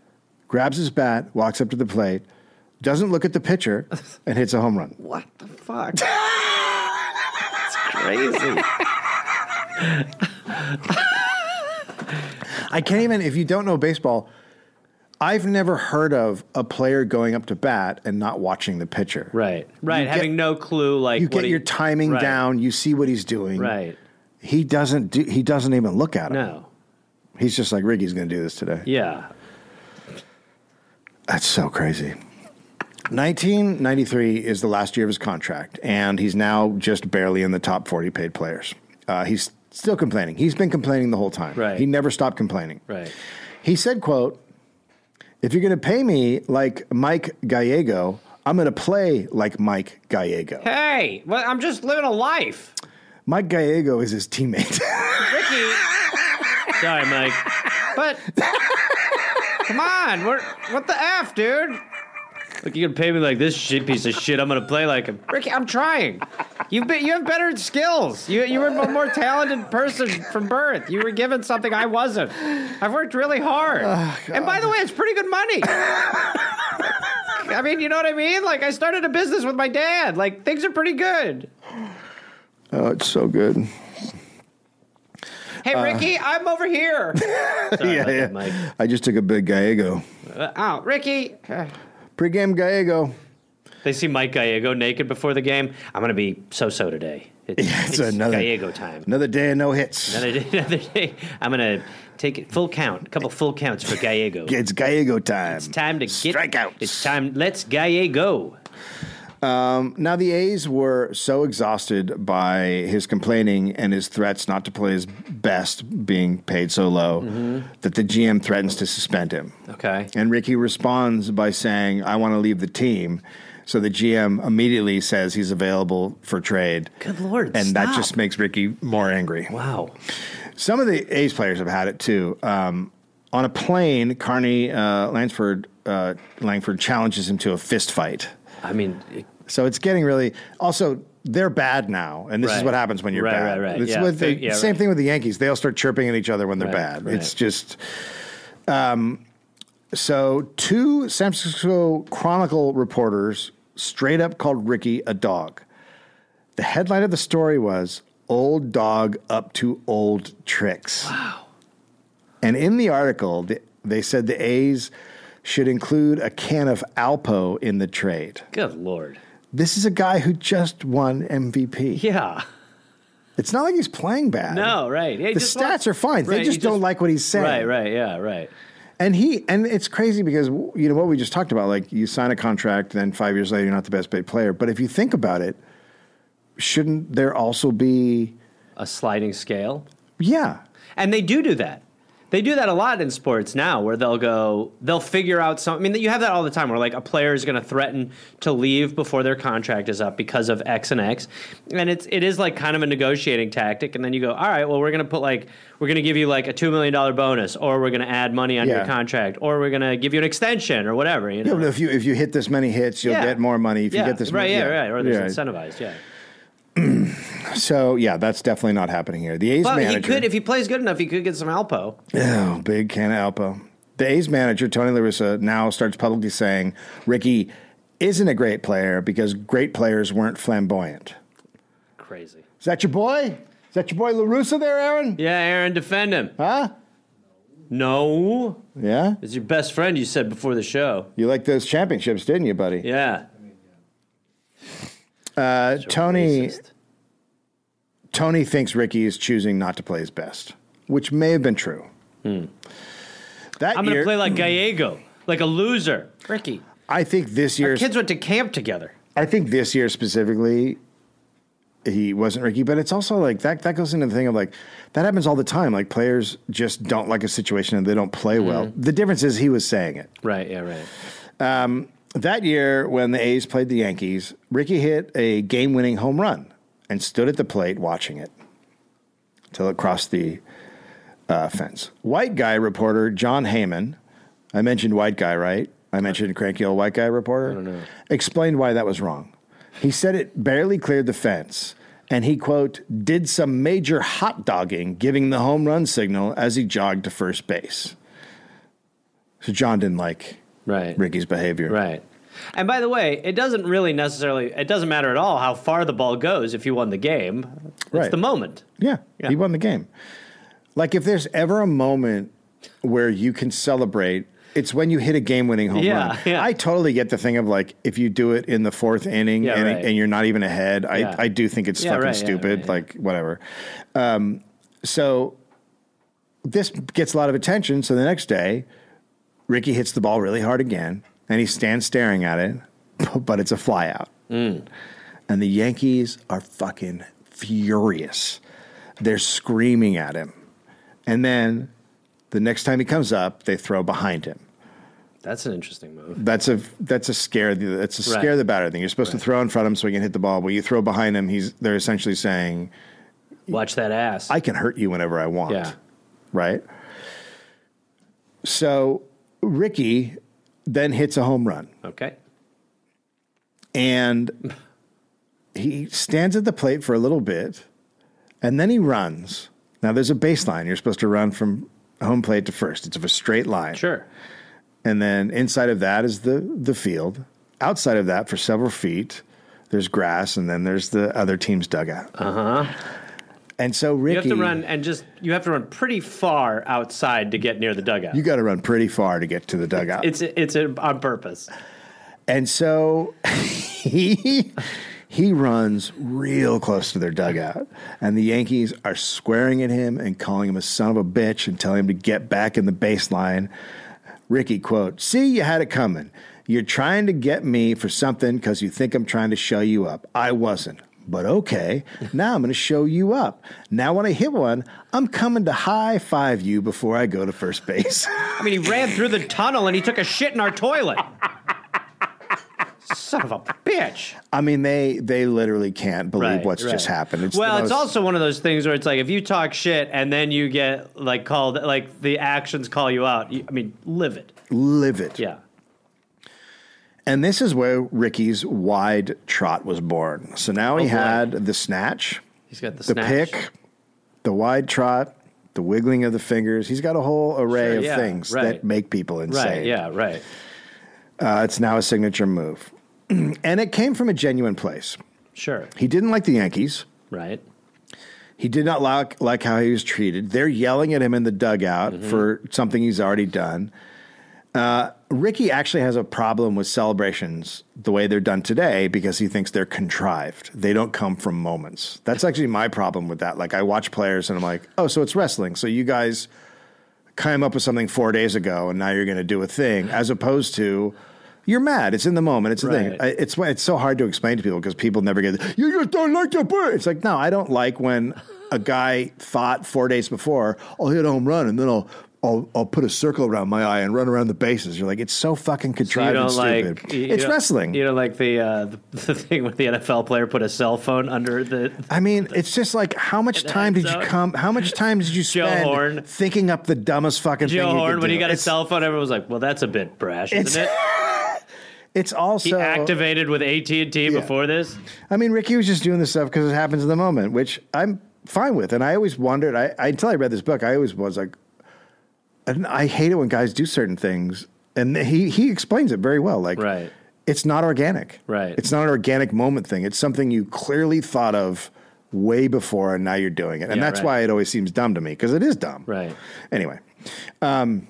Speaker 2: grabs his bat, walks up to the plate, doesn't look at
Speaker 1: (laughs)
Speaker 2: the pitcher, and hits a home run.
Speaker 1: What the (laughs) fuck? That's crazy.
Speaker 2: I can't even, if you don't know baseball, I've never heard of a player going up to bat and not watching the pitcher.
Speaker 1: Right. Right.
Speaker 2: You get-
Speaker 1: having no clue like
Speaker 2: You
Speaker 1: what
Speaker 2: get
Speaker 1: he-
Speaker 2: your timing
Speaker 1: right,
Speaker 2: down, you see what he's doing.
Speaker 1: Right.
Speaker 2: He doesn't do, he doesn't even look at him.
Speaker 1: No.
Speaker 2: He's just like Ricky's going to do this today.
Speaker 1: Yeah.
Speaker 2: That's so crazy. 1993 is the last year of his contract, and he's now just barely in the top 40 paid players. Uh, he's still complaining. He's been complaining the whole time.
Speaker 1: Right.
Speaker 2: He never stopped complaining.
Speaker 1: Right.
Speaker 2: He said, "quote If you're going to pay me like Mike Gallego, I'm going to play like Mike Gallego.
Speaker 1: Hey, well, I'm just living a life.
Speaker 2: Mike Gallego is his teammate. (laughs)
Speaker 1: Ricky. Sorry, Mike. But come on, we're, what the f, dude? Look, you're gonna pay me like this shit piece of shit. I'm gonna play like him, Ricky. I'm trying. You've been, you have better skills. You you were a more talented person from birth. You were given something I wasn't. I've worked really hard. and by the way, it's pretty good money. I mean, you know what I mean? Like I started a business with my dad. Like things are pretty good.
Speaker 2: oh, it's so good.
Speaker 1: Hey, Ricky, I'm over here. Sorry about that, Mike.
Speaker 2: I just took a big Gallego.
Speaker 1: Uh, oh, Ricky.
Speaker 2: Pre-game Gallego. (laughs)
Speaker 1: They see Mike Gallego naked before the game. I'm going to be so so
Speaker 2: (laughs)
Speaker 1: today. It's,
Speaker 2: it's another-
Speaker 1: Gallego time.
Speaker 2: Another day of no hits.
Speaker 1: Another day, (laughs) another day. I'm going to take it full count, a couple full counts for Gallego.
Speaker 2: It's Gallego time.
Speaker 1: it's time to get
Speaker 2: strikeouts.
Speaker 1: It's time. Let's Gallego.
Speaker 2: Now, the A's were so exhausted by his complaining and his threats not to play his best being paid so low
Speaker 1: Mm-hmm.
Speaker 2: that the GM threatens to suspend him.
Speaker 1: Okay.
Speaker 2: And Ricky responds by saying, I want to leave the team. So the GM immediately says he's available for trade.
Speaker 1: Good Lord,
Speaker 2: And that
Speaker 1: stop.
Speaker 2: just makes Ricky more angry.
Speaker 1: Wow.
Speaker 2: Some of the A's players have had it too. Um, on a plane, Carney uh, Lansford, uh, Langford challenges him to a fist fight.
Speaker 1: I mean, it-
Speaker 2: So it's getting really. Also, they're bad now, and this is
Speaker 1: Right.
Speaker 2: what happens when you're
Speaker 1: Right,
Speaker 2: bad.
Speaker 1: right, right.
Speaker 2: It's
Speaker 1: Yeah,
Speaker 2: with the,
Speaker 1: fi- yeah,
Speaker 2: same
Speaker 1: right.
Speaker 2: thing with the Yankees. They all start chirping at each other when they're
Speaker 1: Right,
Speaker 2: bad.
Speaker 1: right.
Speaker 2: It's just. Um, so two San Francisco Chronicle reporters straight up called Ricky a dog. The headline of the story was "Old Dog Up to Old Tricks." And in the article, th- they said the A's should include a can of Alpo in the trade.
Speaker 1: good Lord.
Speaker 2: This is a guy who just won MVP.
Speaker 1: Yeah. (laughs)
Speaker 2: It's not like he's playing bad.
Speaker 1: No, right. Yeah, he
Speaker 2: The
Speaker 1: just
Speaker 2: stats
Speaker 1: wants-
Speaker 2: are fine. They
Speaker 1: Right,
Speaker 2: just
Speaker 1: he
Speaker 2: don't like what he's saying.
Speaker 1: Right, right, yeah, right.
Speaker 2: And he and it's crazy because you know what we just talked about like you sign a contract then 5 years later you're not the best paid player. But if you think about it, shouldn't there also be
Speaker 1: A sliding scale.
Speaker 2: yeah.
Speaker 1: And they do do that. They do that a lot in sports now, where they'll go, they'll figure out some. I mean, you have that all the time, where like a player is going to threaten to leave before their contract is up because of X and X, and it's it is like kind of a negotiating tactic. And then you go, all right, well, we're going to put like we're going to give you like a two million dollar bonus, or we're going to add money on
Speaker 2: Yeah.
Speaker 1: your contract, or we're going to give you an extension or whatever. You know,
Speaker 2: You know, if you if you hit this many hits, you'll
Speaker 1: Yeah.
Speaker 2: get more money. If
Speaker 1: yeah,
Speaker 2: you get this
Speaker 1: right,
Speaker 2: many,
Speaker 1: yeah, right, or there's
Speaker 2: Yeah.
Speaker 1: incentivized, yeah.
Speaker 2: So yeah, that's definitely not happening here. The A's
Speaker 1: But
Speaker 2: manager
Speaker 1: he could, if he plays good enough, he could get some Alpo.
Speaker 2: Oh, big can of Alpo. The A's manager, Tony LaRussa, now starts publicly saying Ricky isn't a great player because great players weren't flamboyant.
Speaker 1: Crazy.
Speaker 2: Is that your boy? Is that your boy LaRussa there, Aaron?
Speaker 1: Yeah, Aaron, defend him.
Speaker 2: Huh?
Speaker 1: No.
Speaker 2: Yeah?
Speaker 1: It's your best friend, you said before the show.
Speaker 2: You liked those championships, didn't you, buddy?
Speaker 1: Yeah.
Speaker 2: Uh, Tony Tony thinks Ricky is choosing not to play his best, which may have been true. That
Speaker 1: Hmm. I'm going
Speaker 2: year,
Speaker 1: to play like Gallego, like a loser. Ricky.
Speaker 2: I think this
Speaker 1: Our
Speaker 2: year's
Speaker 1: kids went to camp together.
Speaker 2: I think this year specifically, he wasn't Ricky, but it's also like that. That goes into the thing of like that happens all the time. Like players just don't like a situation and they don't play well. The difference is he was saying it
Speaker 1: Right, yeah, right.
Speaker 2: that year when the A's played the Yankees. Ricky hit a game-winning home run and stood at the plate watching it till it crossed the uh, fence. White guy reporter John Heyman. I mentioned white guy, right? I mentioned cranky old white guy reporter. Explained why that was wrong. He said it barely cleared the fence, and he quote did some major hot dogging, giving the home run signal as he jogged to first base. So John didn't like
Speaker 1: Right.
Speaker 2: Ricky's behavior.
Speaker 1: Right. And by the way, it doesn't really necessarily it doesn't matter at all how far the ball goes if you won the game. It's
Speaker 2: Right.
Speaker 1: the moment.
Speaker 2: Yeah,
Speaker 1: Yeah.
Speaker 2: he won the game. Like if there's ever a moment where you can celebrate, it's when you hit a game-winning home
Speaker 1: Yeah,
Speaker 2: run.
Speaker 1: yeah.
Speaker 2: I totally get the thing of like if you do it in the fourth inning
Speaker 1: Yeah,
Speaker 2: and,
Speaker 1: right.
Speaker 2: and you're not even ahead.
Speaker 1: Yeah.
Speaker 2: I I do think it's
Speaker 1: Yeah,
Speaker 2: fucking
Speaker 1: right, yeah, right,
Speaker 2: stupid.
Speaker 1: yeah.
Speaker 2: Like whatever. Um, so this gets a lot of attention. So the next day, Ricky hits the ball really hard again, and he stands staring at it, (laughs) but it's a fly out.
Speaker 1: Mm.
Speaker 2: And the Yankees are fucking furious. They're screaming at him. And then the next time he comes up, they throw behind him.
Speaker 1: That's an interesting move.
Speaker 2: That's a that's a scare that's a
Speaker 1: Right.
Speaker 2: scare the batter thing. You're supposed to throw in front of him so he can hit the ball. When you throw behind him, he's they're essentially saying,
Speaker 1: Watch that ass.
Speaker 2: I can hurt you whenever I want.
Speaker 1: Yeah.
Speaker 2: Right? So Ricky then hits a home run
Speaker 1: okay.
Speaker 2: and he stands at the plate for a little bit and then he runs. Now there's a baseline. You're supposed to run from home plate to first. It's of a straight line.
Speaker 1: Sure.
Speaker 2: And then inside of that is the the field. Outside of that for several feet, there's grass and then there's the other team's dugout. Uh-huh. And so Ricky
Speaker 1: You have to run and just you have to run pretty far outside to get near the dugout.
Speaker 2: You got to run pretty far to get to the dugout.
Speaker 1: it's it's on purpose.
Speaker 2: and so (laughs) he he runs real close to their dugout, and the Yankees are squaring at him and calling him a son of a bitch and telling him to get back in the baseline. Ricky quote: "See, you had it coming. You're trying to get me for something because you think I'm trying to show you up. I wasn't." But okay, now I'm going to show you up. Now, when I hit one, I'm coming to high five you before I go to first base. (laughs)
Speaker 1: I mean, he ran through the tunnel and he took a shit in our toilet. Son of a bitch.
Speaker 2: I mean, they they literally can't believe
Speaker 1: Right,
Speaker 2: what's just
Speaker 1: right.
Speaker 2: happened. the
Speaker 1: well, it's
Speaker 2: most-
Speaker 1: also one of those things where it's like if you talk shit and then you get like called, like the actions call you out. You, I mean, livid.
Speaker 2: livid.
Speaker 1: Yeah.
Speaker 2: And this is where Ricky's wide trot was born. So now he
Speaker 1: Oh, boy.
Speaker 2: had the snatch,
Speaker 1: He's got the,
Speaker 2: the
Speaker 1: snatch.
Speaker 2: pick, the wide trot, the wiggling of the fingers. He's got a whole array
Speaker 1: Sure,
Speaker 2: of
Speaker 1: yeah,
Speaker 2: things
Speaker 1: right.
Speaker 2: that make people insane.
Speaker 1: Right. Yeah. Right.
Speaker 2: Uh, it's now a signature move. (clears throat) and it came from a genuine place.
Speaker 1: Sure.
Speaker 2: He didn't like the Yankees.
Speaker 1: Right.
Speaker 2: He did not like, like how he was treated. They're yelling at him in the dugout for something he's already done. Uh, Ricky actually has a problem with celebrations the way they're done today because he thinks they're contrived. They don't come from moments. That's actually my problem with that. Like, I watch players and I'm like, oh, so it's wrestling. So you guys came up with something four days ago and now you're going to do a thing as opposed to. You're mad. It's in the moment. It's the thing.
Speaker 1: Right.
Speaker 2: I- It's why it's so hard to explain to people because people never get. it. You just don't like your bird. It's like no, I don't like when a guy thought four days before I'll hit a home run and then I'll I'll, I'll put a circle around my eye and run around the bases. You're like it's so fucking
Speaker 1: You
Speaker 2: contrived
Speaker 1: don't
Speaker 2: and
Speaker 1: like.
Speaker 2: stupid.
Speaker 1: you- you
Speaker 2: it's
Speaker 1: don't-
Speaker 2: wrestling.
Speaker 1: You don't like the, uh, the (laughs) the thing where the NFL player put a cell phone under the.
Speaker 2: I mean, it's just like how much time did you
Speaker 1: so-
Speaker 2: come? How much time did
Speaker 1: (laughs)
Speaker 2: you
Speaker 1: Joe
Speaker 2: spend
Speaker 1: Horn.
Speaker 2: thinking up the dumbest fucking thing?
Speaker 1: Joe
Speaker 2: you could
Speaker 1: Horn, when
Speaker 2: do?
Speaker 1: he got a
Speaker 2: It's-
Speaker 1: cell phone, everyone was like, "Well, that's a bit brash,
Speaker 2: it's-
Speaker 1: isn't it?"
Speaker 2: It's also
Speaker 1: He activated with AT and T before this.
Speaker 2: I mean, Ricky was just doing this stuff because it happens in the moment, which I'm fine with. And I always wondered, I, I until I read this book, I always was like, and I hate it when guys do certain things. And he he explains it very well. Like,
Speaker 1: Right.
Speaker 2: it's not organic.
Speaker 1: Right.
Speaker 2: It's not an organic moment thing. It's something you clearly thought of way before, and now you're doing it. And
Speaker 1: Yeah,
Speaker 2: that's
Speaker 1: right.
Speaker 2: why it always seems dumb to me because it is dumb.
Speaker 1: Right.
Speaker 2: Anyway, um,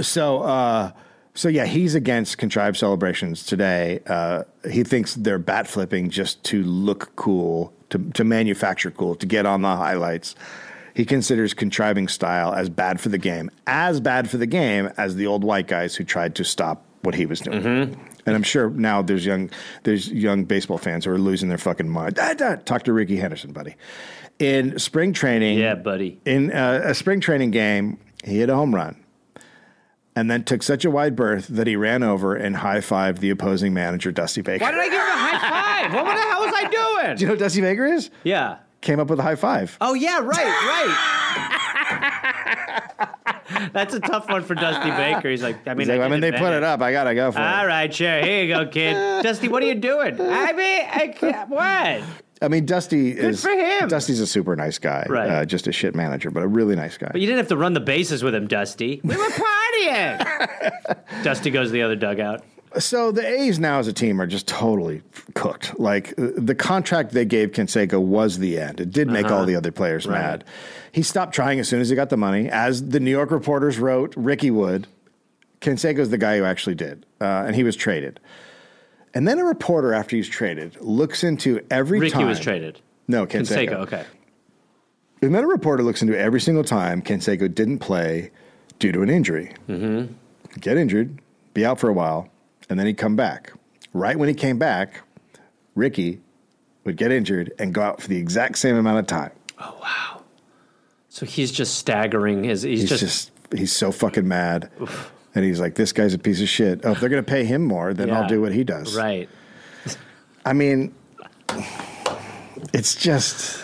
Speaker 2: so uh, So yeah, he's against contrived celebrations today. Uh, he thinks they're bat flipping just to look cool, to to manufacture cool, to get on the highlights. He considers contriving style as bad for the game, as bad for the game as the old white guys who tried to stop what he was doing.
Speaker 1: Mm-hmm.
Speaker 2: And I'm sure now there's young there's young baseball fans who are losing their fucking mind. Ah, ah, talk to Ricky Henderson, buddy. In spring training,
Speaker 1: Yeah, buddy.
Speaker 2: in uh, a spring training game, he hit a home run and then took such a wide berth that he ran over and high fived the opposing manager, Dusty Baker.
Speaker 1: Why did I give him a high five? What the hell was I
Speaker 2: Do
Speaker 1: doing?
Speaker 2: you know who Dusty Baker is?
Speaker 1: (laughs) Yeah.
Speaker 2: Came up with a high five.
Speaker 1: Oh yeah, right, right. (laughs) That's a tough one for Dusty Baker. He's like, I mean,
Speaker 2: He's like,
Speaker 1: I
Speaker 2: I mean, they
Speaker 1: didn't
Speaker 2: put
Speaker 1: invent
Speaker 2: it up. I got to go for
Speaker 1: All
Speaker 2: it.
Speaker 1: right, sure. Here you go, (laughs) kid. Dusty, what are you doing? I mean, I can't, what?
Speaker 2: I mean, Dusty is.
Speaker 1: for him.
Speaker 2: Dusty's a super nice guy.
Speaker 1: Right.
Speaker 2: Uh, just a shit manager, but a really nice guy.
Speaker 1: But you didn't have to run the bases with him, Dusty. We were
Speaker 2: (laughs)
Speaker 1: partying. Dusty goes to the other dugout.
Speaker 2: So the A's now as a team are just totally cooked. Like uh, the contract they gave Canseco was the end. It did make
Speaker 1: Uh-huh.
Speaker 2: all the other players mad. He stopped trying as soon as he got the money. As the New York reporters wrote, Ricky Wood, Canseco's the guy who actually did, uh, and he was traded. And then a reporter, after he's traded, looks into every
Speaker 1: Ricky
Speaker 2: time.
Speaker 1: was traded.
Speaker 2: No, Canseco.
Speaker 1: Canseco, okay.
Speaker 2: And then a reporter looks into every single time Canseco didn't play due to an injury. Mm-hmm. Get injured, be out for a while, and then he'd come back. Right when he came back, Ricky would get injured and go out for the exact same amount of time.
Speaker 1: Oh, So he's just staggering. His, he's,
Speaker 2: He's
Speaker 1: just,
Speaker 2: just, he's so fucking mad. And he's like, this guy's a piece of shit. Oh, if they're going to pay him more, then
Speaker 1: Yeah.
Speaker 2: I'll do what he does.
Speaker 1: right.
Speaker 2: I mean, it's just.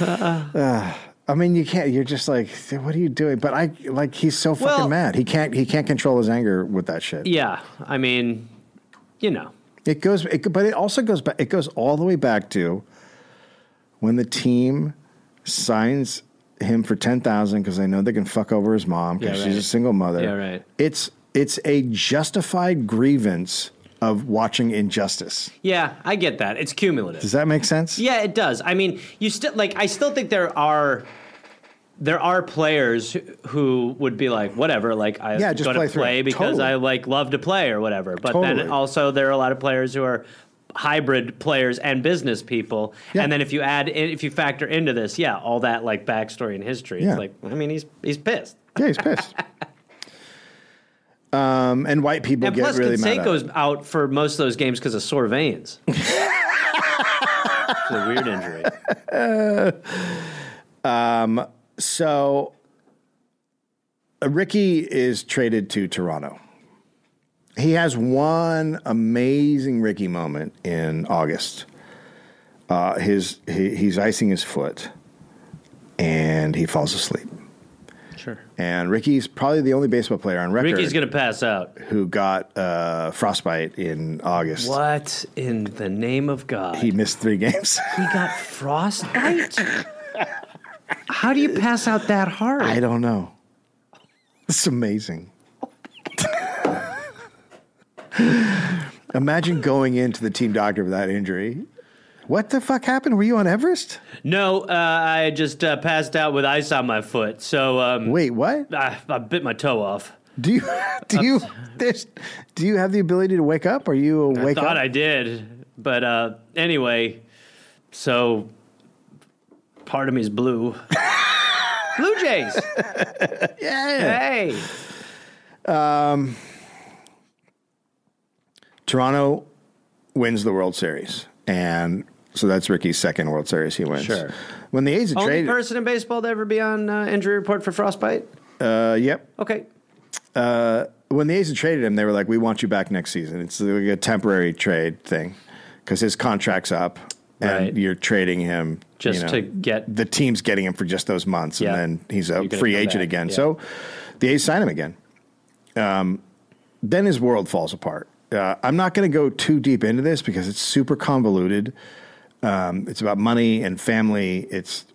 Speaker 1: Uh-uh.
Speaker 2: Ah. I mean, you can't. You're just like, what are you doing? But I like, he's so fucking
Speaker 1: Well-
Speaker 2: mad. He can't. He can't control his anger with that shit.
Speaker 1: Yeah, I mean, you know.
Speaker 2: It goes. It, but it also goes back. It goes all the way back to when the team signs him for ten thousand because they know they can fuck over his mom because
Speaker 1: Yeah,
Speaker 2: she's a
Speaker 1: right.
Speaker 2: single mother.
Speaker 1: Yeah, right.
Speaker 2: It's it's a justified grievance of watching injustice.
Speaker 1: Yeah, I get that. It's cumulative.
Speaker 2: Does that make sense?
Speaker 1: Yeah, it does. I mean, you still like. I still think there are there are players who- who would be like, whatever. Like, I
Speaker 2: Yeah, just
Speaker 1: go
Speaker 2: play
Speaker 1: to
Speaker 2: through
Speaker 1: play
Speaker 2: it.
Speaker 1: because
Speaker 2: Totally.
Speaker 1: I like love to play or whatever. But
Speaker 2: Totally.
Speaker 1: then also there are a lot of players who are hybrid players and business people.
Speaker 2: Yeah.
Speaker 1: And then if you add in, if you factor into this, yeah, all that like backstory and history.
Speaker 2: Yeah.
Speaker 1: It's like, I mean, he's he's pissed.
Speaker 2: Yeah, he's pissed. um, and white people
Speaker 1: And
Speaker 2: get
Speaker 1: plus,
Speaker 2: really mad. At
Speaker 1: Canseco's
Speaker 2: him.
Speaker 1: out for most of those games because of sore
Speaker 2: (laughs)
Speaker 1: veins. it's a weird injury.
Speaker 2: So uh, Ricky is traded to Toronto. He has one amazing Ricky moment in August. Uh, his he, he's icing his foot, and he falls asleep.
Speaker 1: Sure.
Speaker 2: And Ricky's probably the only baseball player on record
Speaker 1: Ricky's going to pass out.
Speaker 2: who got uh, frostbite in August.
Speaker 1: What in the name of God? He,
Speaker 2: He missed three games. (laughs)
Speaker 1: got frostbite? How do you pass out that hard?
Speaker 2: I don't know. It's amazing. Imagine going into the team doctor with that injury. What the fuck happened? Were you on Everest?
Speaker 1: no, uh, I just uh, passed out with ice on my foot. So um,
Speaker 2: Wait, what?
Speaker 1: I, I bit my toe off.
Speaker 2: Do you (laughs) do you there's, do you have the ability to wake up? Are you a wake
Speaker 1: Thought
Speaker 2: up?
Speaker 1: I did. But uh, anyway, so part of me's
Speaker 2: (laughs)
Speaker 1: blue. blue Jays.
Speaker 2: yeah.
Speaker 1: Hey.
Speaker 2: Toronto wins the World Series, and so that's Ricky's second World Series he wins.
Speaker 1: Sure.
Speaker 2: When the A's are
Speaker 1: Only
Speaker 2: traded,
Speaker 1: person in baseball to ever be on uh, injury report for frostbite?
Speaker 2: uh, yep.
Speaker 1: Okay.
Speaker 2: when the A's had traded him, they were like, "We want you back next season." It's like a temporary trade thing because his contract's up, and
Speaker 1: Right.
Speaker 2: you're trading him
Speaker 1: Just
Speaker 2: you know,
Speaker 1: to get
Speaker 2: the team's getting him for just those months,
Speaker 1: Yeah.
Speaker 2: and then he's a
Speaker 1: You're gonna
Speaker 2: free
Speaker 1: come
Speaker 2: agent
Speaker 1: back,
Speaker 2: again.
Speaker 1: yeah.
Speaker 2: So the A's sign him again. Um, then his world falls apart. Uh, I'm not going to go too deep into this because it's super convoluted. Um, it's about money and family. It's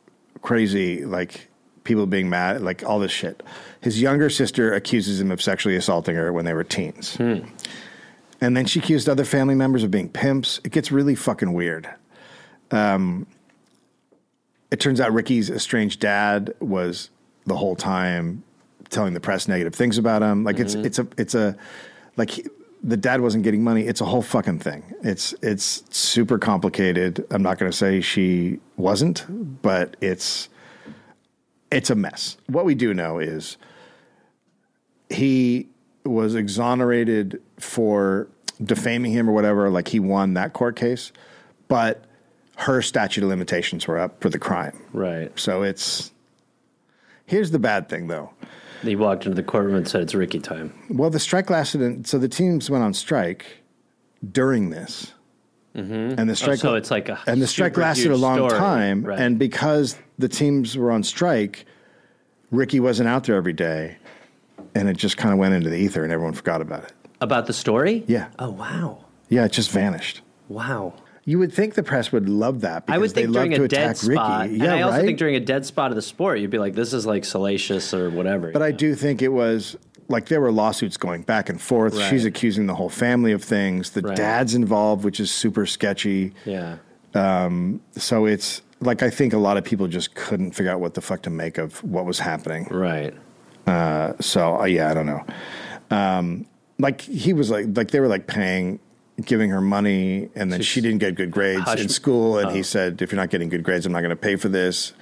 Speaker 2: crazy, like people being mad, like all this shit. His younger sister accuses him of sexually assaulting her when they were teens.
Speaker 1: Hmm.
Speaker 2: And then she accused other family members of being pimps. It gets really fucking weird it turns out Ricky's estranged dad was the whole time telling the press negative things about him. Like it's it's a it's a Like he, the dad wasn't getting money. It's a whole fucking thing. It's it's super complicated. I'm not going to say she wasn't, but it's it's a mess. What we do know is he was exonerated for defaming him or whatever. Like he won that court case, but her statute of limitations were up for the crime.
Speaker 1: Right.
Speaker 2: So it's here's the bad thing though.
Speaker 1: He walked into the courtroom and said, "It's Ricky time."
Speaker 2: Well, the strike lasted, in, so the teams went on strike during this, and the strike.
Speaker 1: Mm-hmm. Oh, so it's like a
Speaker 2: and the strike
Speaker 1: super
Speaker 2: lasted
Speaker 1: huge
Speaker 2: a long
Speaker 1: story,
Speaker 2: time,
Speaker 1: right.
Speaker 2: and because the teams were on strike, Ricky wasn't out there every day, and it just kind of went into the ether, and everyone forgot about it.
Speaker 1: About the story?
Speaker 2: Yeah.
Speaker 1: Oh wow,
Speaker 2: Yeah, it just vanished.
Speaker 1: wow.
Speaker 2: You would think the press would love that.
Speaker 1: I
Speaker 2: Because
Speaker 1: would
Speaker 2: they
Speaker 1: think
Speaker 2: love
Speaker 1: during
Speaker 2: to
Speaker 1: a dead
Speaker 2: attack
Speaker 1: spot,
Speaker 2: Ricky.
Speaker 1: and
Speaker 2: Yeah,
Speaker 1: I also
Speaker 2: right?
Speaker 1: think during a dead spot of the sport, you'd be like, "This is like salacious or whatever."
Speaker 2: But I do think it was like there were lawsuits going back and forth.
Speaker 1: Right.
Speaker 2: She's accusing the whole family of things. The
Speaker 1: Right.
Speaker 2: dad's involved, which is super sketchy.
Speaker 1: yeah,
Speaker 2: So it's like I think a lot of people just couldn't figure out what the fuck to make of what was happening.
Speaker 1: right.
Speaker 2: So uh, yeah, I don't know. Um, like he was like like they were like paying, giving her money, and then she didn't get good grades
Speaker 1: Hush- Oh.
Speaker 2: in school, and he said, "If you're not getting good grades, I'm not going to pay for this."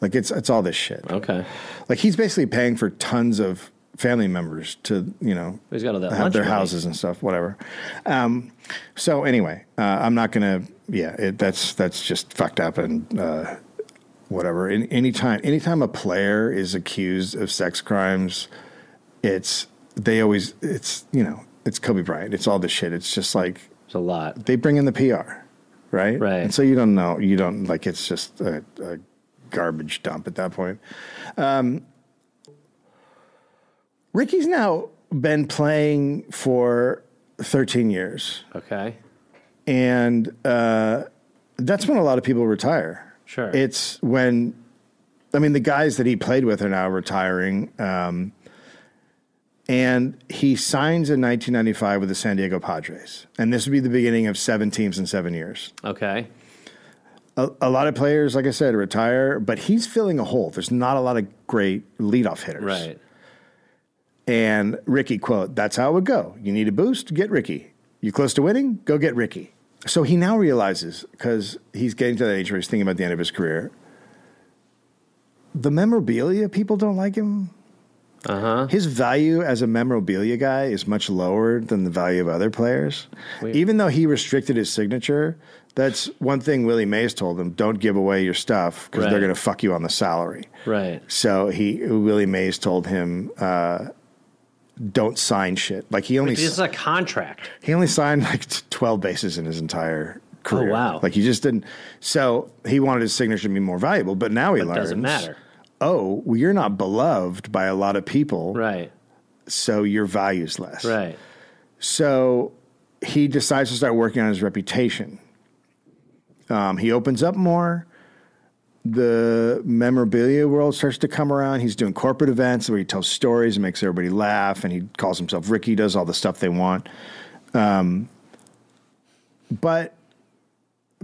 Speaker 2: Like it's it's all this shit.
Speaker 1: Okay,
Speaker 2: Like he's basically paying for tons of family members to you know
Speaker 1: He's got all that lunch
Speaker 2: have their
Speaker 1: money.
Speaker 2: houses and stuff, whatever. Um, so anyway, uh, I'm not gonna. Yeah, it, that's that's just fucked up and uh, whatever. In, anytime anytime a player is accused of sex crimes, it's they always it's you know it's Kobe Bryant. It's all this shit. It's just like
Speaker 1: it's a lot.
Speaker 2: they bring in the PR, right?
Speaker 1: Right.
Speaker 2: And so you don't know, you don't like it's just a, a garbage dump at that point. Um, Ricky's now been playing for 13 years,
Speaker 1: Okay,
Speaker 2: and uh, that's when a lot of people retire.
Speaker 1: Sure.
Speaker 2: It's when, I mean, the guys that he played with are now retiring. Um, and he signs in 1995 with the San Diego Padres. And this would be the beginning of seven teams in seven years.
Speaker 1: okay,
Speaker 2: A, a lot of players, like I said, retire, but he's filling a hole. There's not a lot of great leadoff hitters.
Speaker 1: right.
Speaker 2: And Ricky quote, that's how it would go. You need a boost, get Ricky. You close to winning, go get Ricky. So he now realizes, because he's getting to that age where he's thinking about the end of his career, the memorabilia people don't like him. Uh-huh. His value as a memorabilia guy is much lower than the value of other players. Even though he restricted his signature, that's one thing Willie Mays told him don't give away your stuff because
Speaker 1: Right.
Speaker 2: they're going to fuck you on the salary.
Speaker 1: Right.
Speaker 2: So he Willie Mays told him, uh, "Don't sign shit." Like he only
Speaker 1: This is a contract.
Speaker 2: he only signed like t- twelve bases in his entire career.
Speaker 1: Oh, wow.
Speaker 2: Like he just didn't. So he wanted his signature to be more valuable, but now he
Speaker 1: But it
Speaker 2: learns
Speaker 1: doesn't matter.
Speaker 2: Oh, well, you're not beloved by a lot of people,
Speaker 1: Right.
Speaker 2: so your value's less.
Speaker 1: Right.
Speaker 2: So he decides to start working on his reputation. Um, he opens up more. The memorabilia world starts to come around. He's doing corporate events where he tells stories and makes everybody laugh, and he calls himself Ricky, does all the stuff they want. Um, but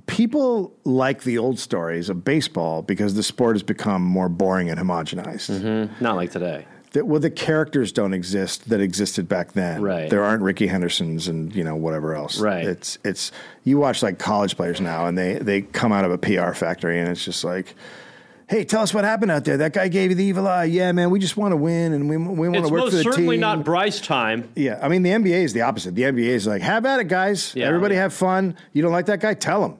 Speaker 2: people like the old stories of baseball because the sport has become more boring and homogenized
Speaker 1: Not like today.
Speaker 2: that well the characters don't exist that existed back then.
Speaker 1: Right.
Speaker 2: There aren't Ricky Hendersons and you know whatever else.
Speaker 1: Right.
Speaker 2: It's it's you watch like college players now and they they come out of a PR factory and it's just like Hey, tell us what happened out there. That guy gave you the evil eye. Yeah, man, we just want to win and we, we want to work for the team.
Speaker 1: Bryce time.
Speaker 2: yeah, I mean the NBA is the opposite. The NBA is like, have at it, guys.
Speaker 1: Yeah.
Speaker 2: Everybody have fun. You don't like that guy? Tell him.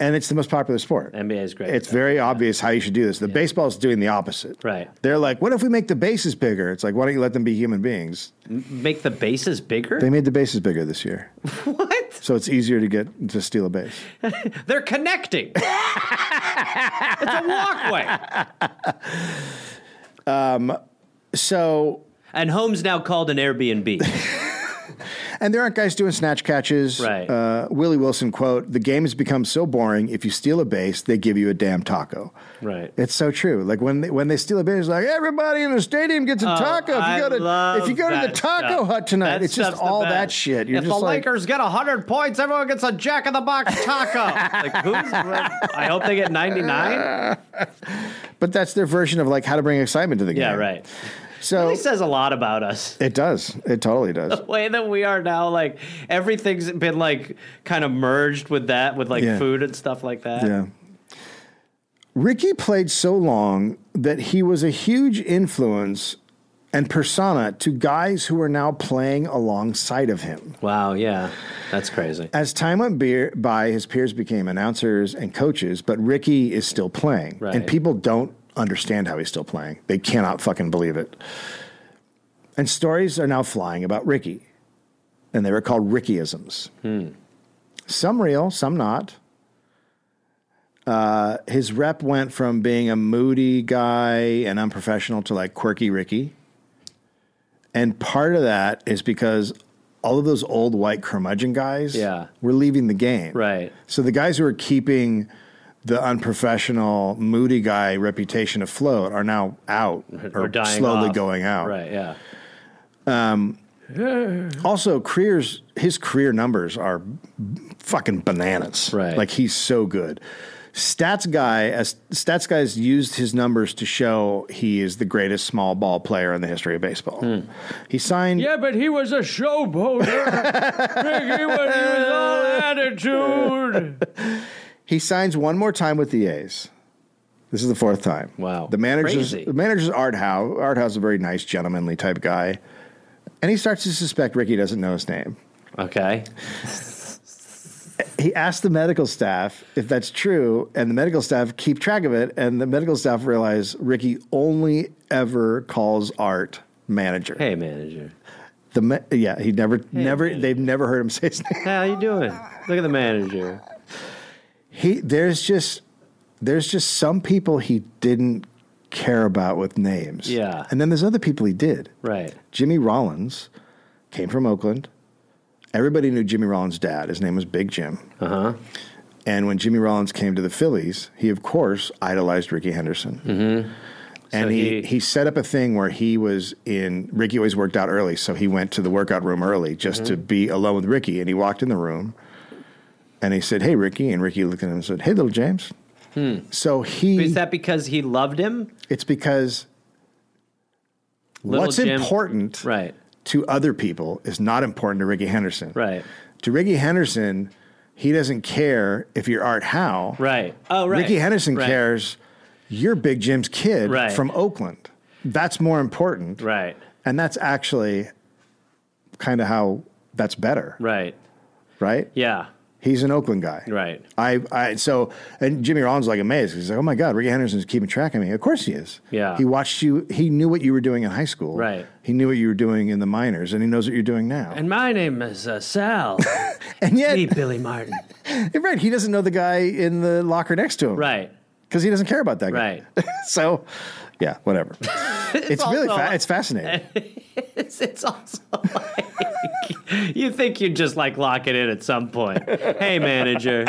Speaker 2: And it's the most popular sport.
Speaker 1: NBA is great.
Speaker 2: It's very obvious how you should do this. The baseball's doing the opposite.
Speaker 1: Right.
Speaker 2: They're like, what if we make the bases bigger? It's like, why don't you let them be human beings?
Speaker 1: Make the bases bigger?
Speaker 2: They made the bases bigger this year.
Speaker 1: (laughs) what?
Speaker 2: So it's easier to get to steal a base.
Speaker 1: They're
Speaker 2: (laughs)
Speaker 1: connecting. it's a walkway.
Speaker 2: So
Speaker 1: And home's now called an Airbnb.
Speaker 2: and there aren't guys doing snatch catches.
Speaker 1: Right.
Speaker 2: Uh, Willie Wilson quote, the game has become so boring, if you steal a base, they give you a damn taco.
Speaker 1: right.
Speaker 2: It's so true. Like when they, when they steal a base, it's like everybody in the stadium gets a taco. If
Speaker 1: Oh, I
Speaker 2: you go to
Speaker 1: love
Speaker 2: if you go to the
Speaker 1: that
Speaker 2: taco
Speaker 1: stuff.
Speaker 2: hut tonight,
Speaker 1: That
Speaker 2: it's just
Speaker 1: stuff's the
Speaker 2: all
Speaker 1: best.
Speaker 2: that shit. You're
Speaker 1: if
Speaker 2: just
Speaker 1: the
Speaker 2: like,
Speaker 1: Lakers get 100 points, everyone gets a Jack in the Box
Speaker 2: (laughs)
Speaker 1: taco. like, who's. I hope they get 99.
Speaker 2: (laughs) but that's their version of like how to bring excitement to the game.
Speaker 1: Yeah, right.
Speaker 2: So
Speaker 1: It says a lot about us.
Speaker 2: it does. It
Speaker 1: (laughs)
Speaker 2: totally does.
Speaker 1: way that we are now, like everything's been like kind of merged with that, with like
Speaker 2: Yeah.
Speaker 1: food and stuff like that.
Speaker 2: Yeah. Ricky played so long that he was a huge influence and persona to guys who are now playing alongside of him.
Speaker 1: Wow, yeah, that's crazy.
Speaker 2: As time went beer, by, his peers became announcers and coaches, but Ricky is still playing.
Speaker 1: Right.
Speaker 2: And people don't understand how he's still playing. They cannot fucking believe it. And stories are now flying about Ricky. And they were called Rickyisms. Some real, some not. Uh, his rep went from being a moody guy and unprofessional to like quirky Ricky. And part of that is because all of those old white curmudgeon guys
Speaker 1: Yeah.
Speaker 2: were leaving the game.
Speaker 1: Right.
Speaker 2: So the guys who are keeping the unprofessional, moody guy reputation afloat are now
Speaker 1: (laughs)
Speaker 2: out or,
Speaker 1: We're dying
Speaker 2: slowly
Speaker 1: off.
Speaker 2: going out.
Speaker 1: Right, yeah.
Speaker 2: Also, careers his career numbers are fucking bananas.
Speaker 1: Right.
Speaker 2: Like he's so good. Stats guy as stats guys used his numbers to show he is the greatest small ball player in the history of baseball.
Speaker 1: Hmm.
Speaker 2: He signed
Speaker 1: but he was a showboater. he was all attitude.
Speaker 2: He signs one more time with the A's. This is the fourth time.
Speaker 1: Wow.
Speaker 2: The manager's
Speaker 1: Crazy.
Speaker 2: the manager's Art Howe. Art Howe's a very nice, gentlemanly type guy. And he starts to suspect Ricky doesn't know his name.
Speaker 1: Okay.
Speaker 2: He asks the medical staff if that's true, and the medical staff keep track of it, and the medical staff realize Ricky only ever calls Art manager.
Speaker 1: Hey, manager.
Speaker 2: The ma- yeah, he never never they've never heard him (laughs) say his name.
Speaker 1: How you doing? Look at the manager.
Speaker 2: He there's just there's just some people he didn't care about with names.
Speaker 1: Yeah.
Speaker 2: And then there's other people he did.
Speaker 1: Right.
Speaker 2: Jimmy Rollins came from Oakland. Everybody knew Jimmy Rollins' dad. His name was Big Jim. Uh
Speaker 1: Uh-huh.
Speaker 2: huh. And when Jimmy Rollins came to the Phillies, he of course idolized Ricky Henderson. Mm-hmm. And
Speaker 1: So
Speaker 2: he,
Speaker 1: he-
Speaker 2: he set up a thing where he was in. Ricky always worked out early, so he went to the workout room early just
Speaker 1: Mm-hmm.
Speaker 2: to be alone with Ricky. And he walked in the room, and he said, "Hey, Ricky." And Ricky looked at him and said, "Hey, little James." So he.
Speaker 1: Hmm. Is that because he loved him?
Speaker 2: it's because
Speaker 1: Little
Speaker 2: what's
Speaker 1: Jim-
Speaker 2: important
Speaker 1: Right.
Speaker 2: to other people is not important to Ricky Henderson.
Speaker 1: Right.
Speaker 2: To Ricky Henderson, he doesn't care if you're Art Howe.
Speaker 1: Right. Oh, right.
Speaker 2: Ricky Henderson
Speaker 1: Right.
Speaker 2: cares you're Big Jim's kid
Speaker 1: Right.
Speaker 2: from Oakland. That's more important.
Speaker 1: Right.
Speaker 2: And that's actually kind of how that's better,
Speaker 1: Right.
Speaker 2: right?
Speaker 1: Yeah.
Speaker 2: He's an Oakland guy.
Speaker 1: Right.
Speaker 2: I, I so and Jimmy Rollins was, like amazed. He's like, oh my god, Ricky Henderson's keeping track of me. Of course he is.
Speaker 1: Yeah.
Speaker 2: he watched you. He knew what you were doing in high school.
Speaker 1: Right.
Speaker 2: He knew what you were doing in the minors, and he knows what you're doing now. And,
Speaker 1: And my name is uh,
Speaker 2: (laughs)
Speaker 1: Sal.
Speaker 2: yet,
Speaker 1: Me, Billy Martin.
Speaker 2: right, he doesn't know the guy in the locker next to him.
Speaker 1: Right.
Speaker 2: because he doesn't care about that guy. (laughs)
Speaker 1: Right.
Speaker 2: so, yeah,
Speaker 1: (laughs)
Speaker 2: whatever. it's really
Speaker 1: also-
Speaker 2: fa-
Speaker 1: (laughs)
Speaker 2: it's fascinating.
Speaker 1: It's, it's also like (laughs) you think you'd just like lock it in at some point. Hey, manager.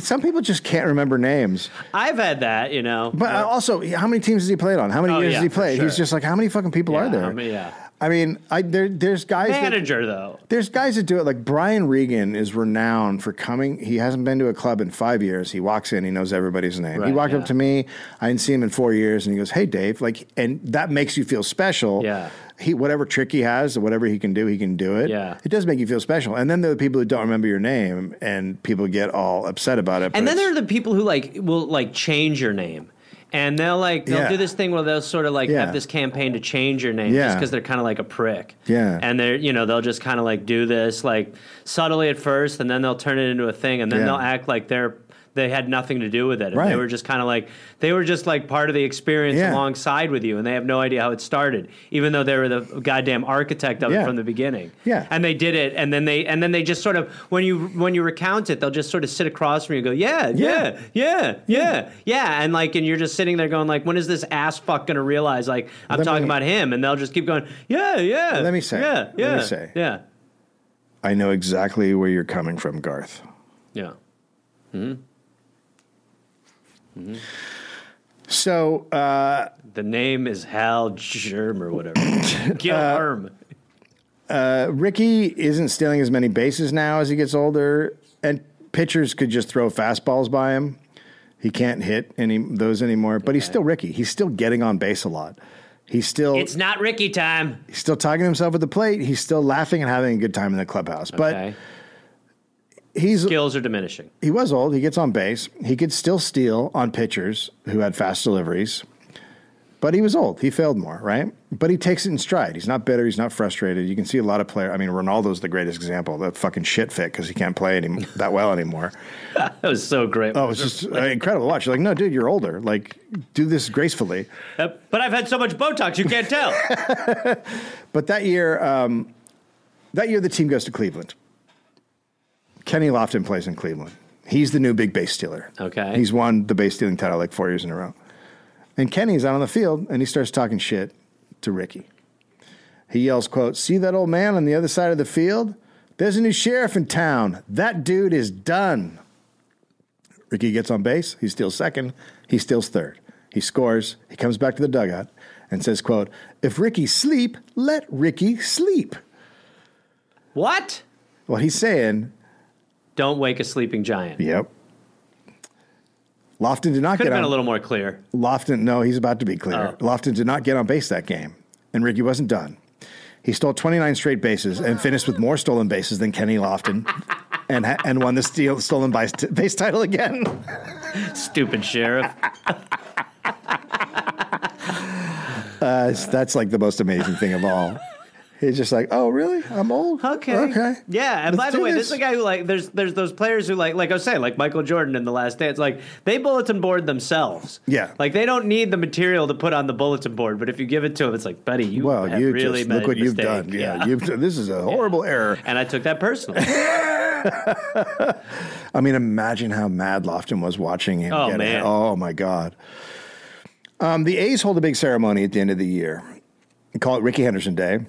Speaker 2: Some people just can't remember names.
Speaker 1: I've had that, you know.
Speaker 2: But uh, also, how many teams has he played on? How many
Speaker 1: Oh,
Speaker 2: years
Speaker 1: yeah,
Speaker 2: has he
Speaker 1: for
Speaker 2: played? He's
Speaker 1: sure.
Speaker 2: just like, how many fucking people are
Speaker 1: Yeah,
Speaker 2: there?
Speaker 1: I mean, yeah.
Speaker 2: I mean, I there, there's guys that-
Speaker 1: manager, though.
Speaker 2: There's guys that do it. Like Brian Regan is renowned for coming. He hasn't been to a club in five years. He walks in, he knows everybody's name. he
Speaker 1: Right,
Speaker 2: walked
Speaker 1: yeah.
Speaker 2: up to me. I didn't see him in four years, and he goes, "Hey, Dave." Like, and that makes you feel special.
Speaker 1: Yeah.
Speaker 2: He whatever trick he has, whatever he can do, he can do it.
Speaker 1: Yeah.
Speaker 2: It does make you feel special. And then there are the people who don't remember your name, and people get all upset about it. but
Speaker 1: And then
Speaker 2: it's-
Speaker 1: there are the people who like will like change your name. And they'll like they'll
Speaker 2: Yeah.
Speaker 1: do this thing where they'll sort of like
Speaker 2: Yeah.
Speaker 1: have this campaign to change your name just
Speaker 2: Yeah.
Speaker 1: because they're kind of like a prick.
Speaker 2: Yeah.
Speaker 1: And they're you know they'll just kind of like do this like subtly at first, and then they'll turn it into a thing, and then
Speaker 2: Yeah.
Speaker 1: they'll act like they're they had nothing to do with it. And They
Speaker 2: Right.
Speaker 1: were just kind of like they were just like part of the experience
Speaker 2: Yeah.
Speaker 1: alongside with you, and they have no idea how it started, even though they were the goddamn architect of it
Speaker 2: Yeah.
Speaker 1: from the beginning.
Speaker 2: Yeah.
Speaker 1: And they did it, and then they and then they just sort of when you when you recount it, they'll just sort of sit across from you and go, yeah, yeah, yeah, yeah, yeah, and like and you're just sitting there going like, when is this ass fuck gonna realize like I'm
Speaker 2: Let
Speaker 1: talking
Speaker 2: me-
Speaker 1: about him? And they'll just keep going, yeah, yeah.
Speaker 2: Let me say,
Speaker 1: yeah,
Speaker 2: let me
Speaker 1: yeah,
Speaker 2: say.
Speaker 1: yeah,
Speaker 2: I know exactly where you're coming from, Garth.
Speaker 1: yeah.
Speaker 2: So uh,
Speaker 1: The name is Hal Germ or whatever.
Speaker 2: (laughs) Uh,
Speaker 1: Gilherm.
Speaker 2: Ricky isn't stealing as many bases now as he gets older, and pitchers could just throw fastballs by him. He can't hit any those anymore, but he's still Ricky. He's still getting on base a lot. He's still
Speaker 1: It's not Ricky time.
Speaker 2: he's still talking to himself at the plate. He's still laughing and having a good time in the clubhouse.
Speaker 1: okay.
Speaker 2: But he's
Speaker 1: Skills are diminishing.
Speaker 2: he was old. He gets on base. He could still steal on pitchers who had fast deliveries, but he was old. He failed more, right? But he takes it in stride. He's not bitter. He's not frustrated. You can see a lot of player. I mean, Ronaldo's the greatest example. That fucking shit fit because he can't play any, that well anymore.
Speaker 1: That was so great.
Speaker 2: (laughs) Oh, it's just uh, incredible to watch. You're like, no, dude, you're older. Like, do this gracefully.
Speaker 1: Uh, But I've had so much Botox, you can't
Speaker 2: (laughs)
Speaker 1: tell.
Speaker 2: But that year, um, that year the team goes to Cleveland. Kenny Lofton plays in Cleveland. He's the new big base stealer.
Speaker 1: Okay.
Speaker 2: He's won the base stealing title like four years in a row. And Kenny's out on the field and he starts talking shit to Ricky. He yells, quote, see that old man on the other side of the field? There's a new sheriff in town. That dude is done. Ricky gets on base. He steals second. He steals third. He scores. He comes back to the dugout and says, quote, if Ricky sleep, let Ricky sleep.
Speaker 1: what?
Speaker 2: Well, he's saying,
Speaker 1: Don't wake a sleeping giant.
Speaker 2: yep. Lofton did not
Speaker 1: Could
Speaker 2: get
Speaker 1: have
Speaker 2: on.
Speaker 1: been a little Oh. more clear.
Speaker 2: Lofton, no, he's about to be clear. Lofton did not get on base that game, and Ricky wasn't done. He stole 29 straight bases and finished with more stolen bases than Kenny
Speaker 1: (laughs)
Speaker 2: Lofton, and ha- and won the steal, stolen base, t- base title again.
Speaker 1: Stupid sheriff.
Speaker 2: That's, that's like the most amazing thing
Speaker 1: (laughs)
Speaker 2: of all. He's just like, oh, really? I'm old.
Speaker 1: Okay.
Speaker 2: Okay.
Speaker 1: Yeah, and
Speaker 2: Let's
Speaker 1: by the
Speaker 2: do
Speaker 1: way, this is a guy who like there's there's those players who like like I was saying, like Michael Jordan in the last dance, like they bulletin board themselves.
Speaker 2: Yeah.
Speaker 1: Like they don't need the material to put on the bulletin board, but if you give it to them, it's like, buddy, you
Speaker 2: Well,
Speaker 1: have
Speaker 2: you
Speaker 1: really
Speaker 2: just
Speaker 1: made
Speaker 2: look
Speaker 1: a
Speaker 2: what you've
Speaker 1: mistake.
Speaker 2: done. Yeah, you've
Speaker 1: (laughs)
Speaker 2: this is a horrible error.
Speaker 1: and I took that
Speaker 2: (laughs)
Speaker 1: personally.
Speaker 2: I mean, imagine how mad Lofton was watching him.
Speaker 1: Oh,
Speaker 2: get it.
Speaker 1: man.
Speaker 2: Oh my god. Um, the A's hold a big ceremony at the end of the year. They call it Ricky Henderson Day.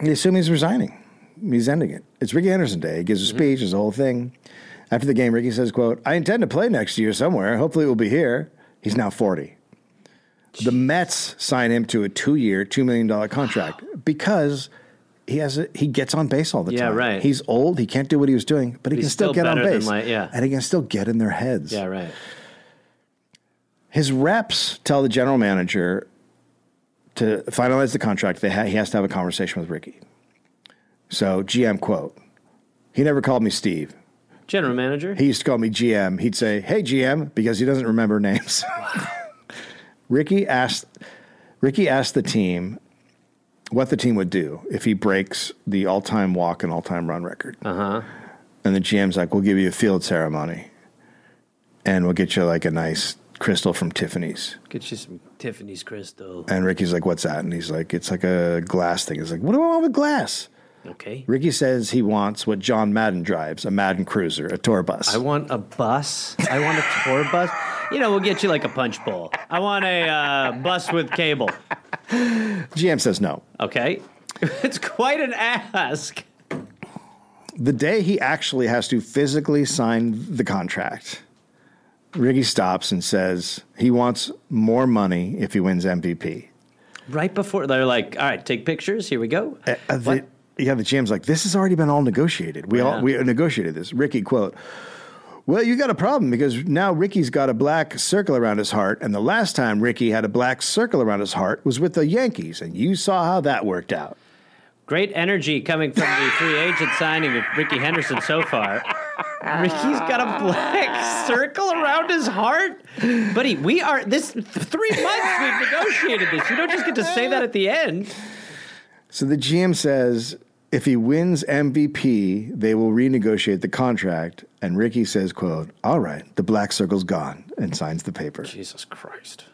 Speaker 2: They assume he's resigning. He's ending it. It's Ricky Henderson Day. He gives a
Speaker 1: Mm-hmm.
Speaker 2: speech. It's the whole thing. After the game, Ricky says, "quote I intend to play next year somewhere. Hopefully, it will be here." He's now forty. The Mets sign him to a two-year, two million dollar contract because he has a, he gets on base all the
Speaker 1: Yeah,
Speaker 2: time.
Speaker 1: right.
Speaker 2: He's old. He can't do what he was doing, but he
Speaker 1: He's
Speaker 2: can still,
Speaker 1: still
Speaker 2: get on
Speaker 1: better than
Speaker 2: base,
Speaker 1: like- yeah.
Speaker 2: and he can still get in their heads.
Speaker 1: yeah, right.
Speaker 2: His reps tell the general manager to finalize the contract. They ha- he has to have a conversation with Ricky. So GM quote: He never called me Steve.
Speaker 1: General manager.
Speaker 2: He used to call me GM. He'd say, "Hey GM," because he doesn't remember names. (laughs) Ricky asked Ricky asked the team what the team would do if he breaks the all-time walk and all-time run record. Uh-huh. And the GM's like, "We'll give you a field ceremony, and we'll get you like a nice crystal from Tiffany's."
Speaker 1: Get you some Tiffany's crystal.
Speaker 2: And Ricky's like, "What's that?" And he's like, "It's like a glass thing." He's like, "What do I want with glass?"
Speaker 1: Okay.
Speaker 2: Ricky says he wants what John Madden drives, a Madden Cruiser, a tour bus.
Speaker 1: I want a bus. I want a tour bus. You know, we'll get you like a punch bowl. I want a uh, bus with cable.
Speaker 2: GM says no.
Speaker 1: Okay. (laughs) It's quite an ask.
Speaker 2: the day he actually has to physically sign the contract, Ricky stops and says he wants more money if he wins MVP.
Speaker 1: Right before they're like, all right, take pictures. Here we go.
Speaker 2: Uh, uh, the-
Speaker 1: What?
Speaker 2: yeah, the GM's like, this has already been all negotiated. We all
Speaker 1: Yeah.
Speaker 2: we negotiated this. Ricky quote. Well, you got a problem because now Ricky's got a black circle around his heart, and the last time Ricky had a black circle around his heart was with the Yankees, and you saw how that worked out.
Speaker 1: Great energy coming from (laughs) the free agent signing of Ricky Henderson so far. Ricky's got a (laughs) black circle around his heart. Buddy, we are this three months we've negotiated this. You don't just get to say that at the end.
Speaker 2: So the GM says if he wins MVP, they will renegotiate the contract. And Ricky says, quote, all right, the black circle's gone and signs the paper.
Speaker 1: Jesus Christ.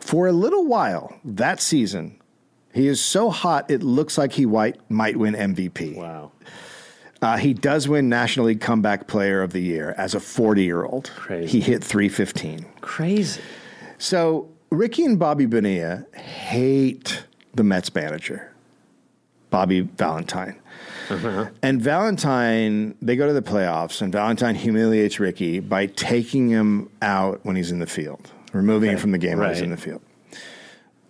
Speaker 2: For a little while that season, he is so hot it looks like he white, might win MVP.
Speaker 1: Wow.
Speaker 2: Uh, he does win National League Comeback Player of the Year as a 40 year old.
Speaker 1: Crazy.
Speaker 2: He hit 315.
Speaker 1: Crazy.
Speaker 2: So Ricky and Bobby Bonilla hate the Mets manager, Bobby Valentine.
Speaker 1: Uh-huh.
Speaker 2: And Valentine, they go to the playoffs, and Valentine humiliates Ricky by taking him out when he's in the field, removing him from the game when he's
Speaker 1: Right.
Speaker 2: in the field.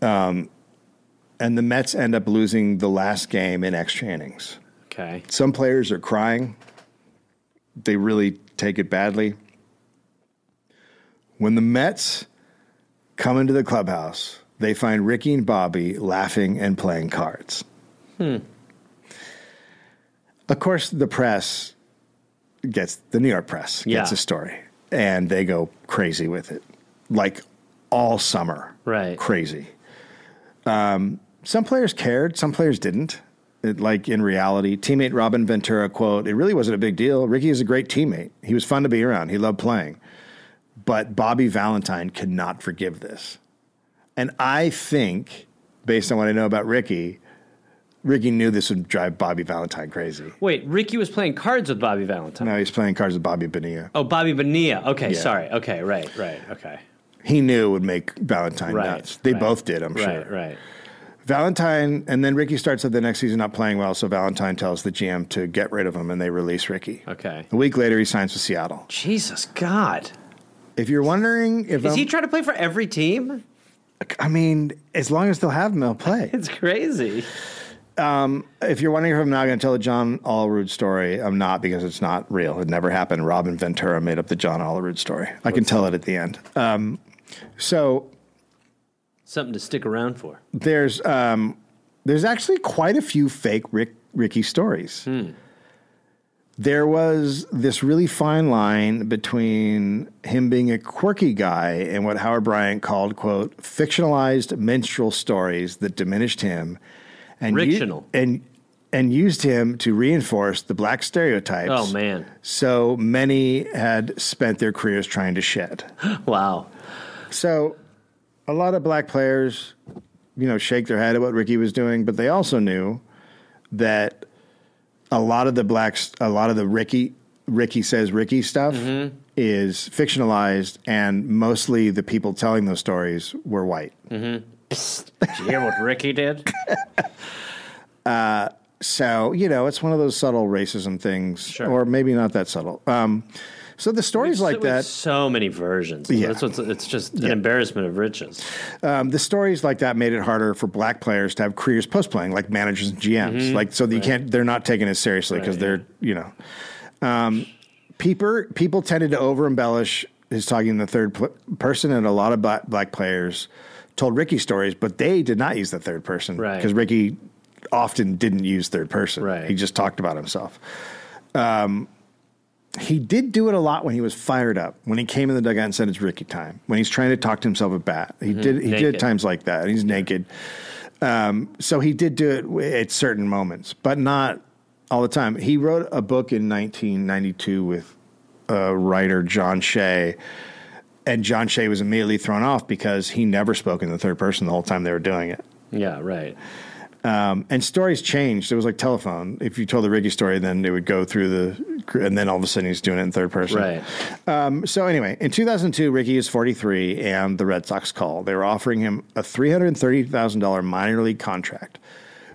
Speaker 2: Um, and the Mets end up losing the last game in extra innings.
Speaker 1: Okay.
Speaker 2: Some players are crying. They really take it badly. When the Mets come into the clubhouse, they find Ricky and Bobby laughing and playing cards. Of course, the press gets the New York press
Speaker 1: Yeah.
Speaker 2: gets a story, and they go crazy with it, like all summer,
Speaker 1: Right.
Speaker 2: Crazy. Um, some players cared, some players didn't. It, like in reality, teammate Robin Ventura quote: "It really wasn't a big deal. Ricky is a great teammate. He was fun to be around. He loved playing." But Bobby Valentine could not forgive this. And I think, based on what I know about Ricky, Ricky knew this would drive Bobby Valentine crazy.
Speaker 1: Wait, Ricky was playing cards with Bobby Valentine.
Speaker 2: Now he's playing cards with Bobby Bonilla.
Speaker 1: Oh, Bobby Bonilla. Okay, sorry. Okay, right, right, okay.
Speaker 2: He knew it would make Valentine
Speaker 1: Right,
Speaker 2: nuts. They
Speaker 1: right.
Speaker 2: both did, I'm sure.
Speaker 1: Right, right.
Speaker 2: Valentine, and then Ricky starts up the next season not playing well, so Valentine tells the GM to get rid of him, and they release Ricky.
Speaker 1: Okay.
Speaker 2: A week later, he signs with Seattle.
Speaker 1: Jesus God.
Speaker 2: If you're wondering if
Speaker 1: Is
Speaker 2: I'm-
Speaker 1: he trying to play for every team?
Speaker 2: (laughs) I mean, as long as they'll have him,
Speaker 1: (laughs)
Speaker 2: they'll play.
Speaker 1: It's crazy.
Speaker 2: if you're wondering if I'm not going to tell the John Allrood story, I'm not because it's not real. It never happened. Robin Ventura made up the John Allrood story. I can tell it at the end. Um, so
Speaker 1: Something to stick around for.
Speaker 2: there's um, there's actually quite a few fake Rick, Ricky stories.
Speaker 1: Hmm.
Speaker 2: There was this really fine line between him being a quirky guy and what Howard Bryant called "quote fictionalized minstrel stories that diminished him and u-
Speaker 1: Rictional.
Speaker 2: and and used him to reinforce the black stereotypes.
Speaker 1: Oh, man.
Speaker 2: So many had spent their careers trying to shed.
Speaker 1: Wow.
Speaker 2: So, a lot of black players, you know, shake their head at what Ricky was doing, but they also knew that a lot of the blacks, a lot of the Ricky, Ricky says Ricky stuff
Speaker 1: Mm-hmm.
Speaker 2: is fictionalized, and mostly the people telling those stories were white.
Speaker 1: Mm. Did you hear what Ricky
Speaker 2: (laughs)
Speaker 1: did?
Speaker 2: So, you know, it's one of those subtle racism things,
Speaker 1: Sure.
Speaker 2: or maybe not that subtle. Um, so the stories like
Speaker 1: so,
Speaker 2: that.
Speaker 1: So many versions.
Speaker 2: Yeah.
Speaker 1: That's what's, it's just an embarrassment of riches.
Speaker 2: um, the stories like that made it harder for black players to have careers post playing, like managers and GMs. Like, so that you can't, they're not taken as seriously because
Speaker 1: Mm-hmm. Right,
Speaker 2: they're, you know, um, people, people tended to over embellish his talking in the third pl- person, and a lot of black, black players told Ricky stories, but they did not use the third person
Speaker 1: Right.
Speaker 2: because Ricky often didn't use third person.
Speaker 1: Right.
Speaker 2: He just talked about himself. He did do it a lot when he was fired up. When he came in the dugout and said it's Ricky time. When he's trying to talk to himself at bat, he did he
Speaker 1: Mm-hmm. Naked.
Speaker 2: did times like that. He's naked. Um, so he did do it w- at certain moments, but not all the time. He wrote a book in 1992 with uh, writer John Shea, and John Shea was immediately thrown off because he never spoke in the third person the whole time they were doing it.
Speaker 1: Yeah, right.
Speaker 2: And stories changed. It was like telephone. If you told the Ricky story, then it would go through the, and then all of a sudden he's doing it in third person.
Speaker 1: Right.
Speaker 2: Um, So anyway, in 2002, Ricky is 43, and the Red Sox call. They were offering him a $330,000 minor league contract,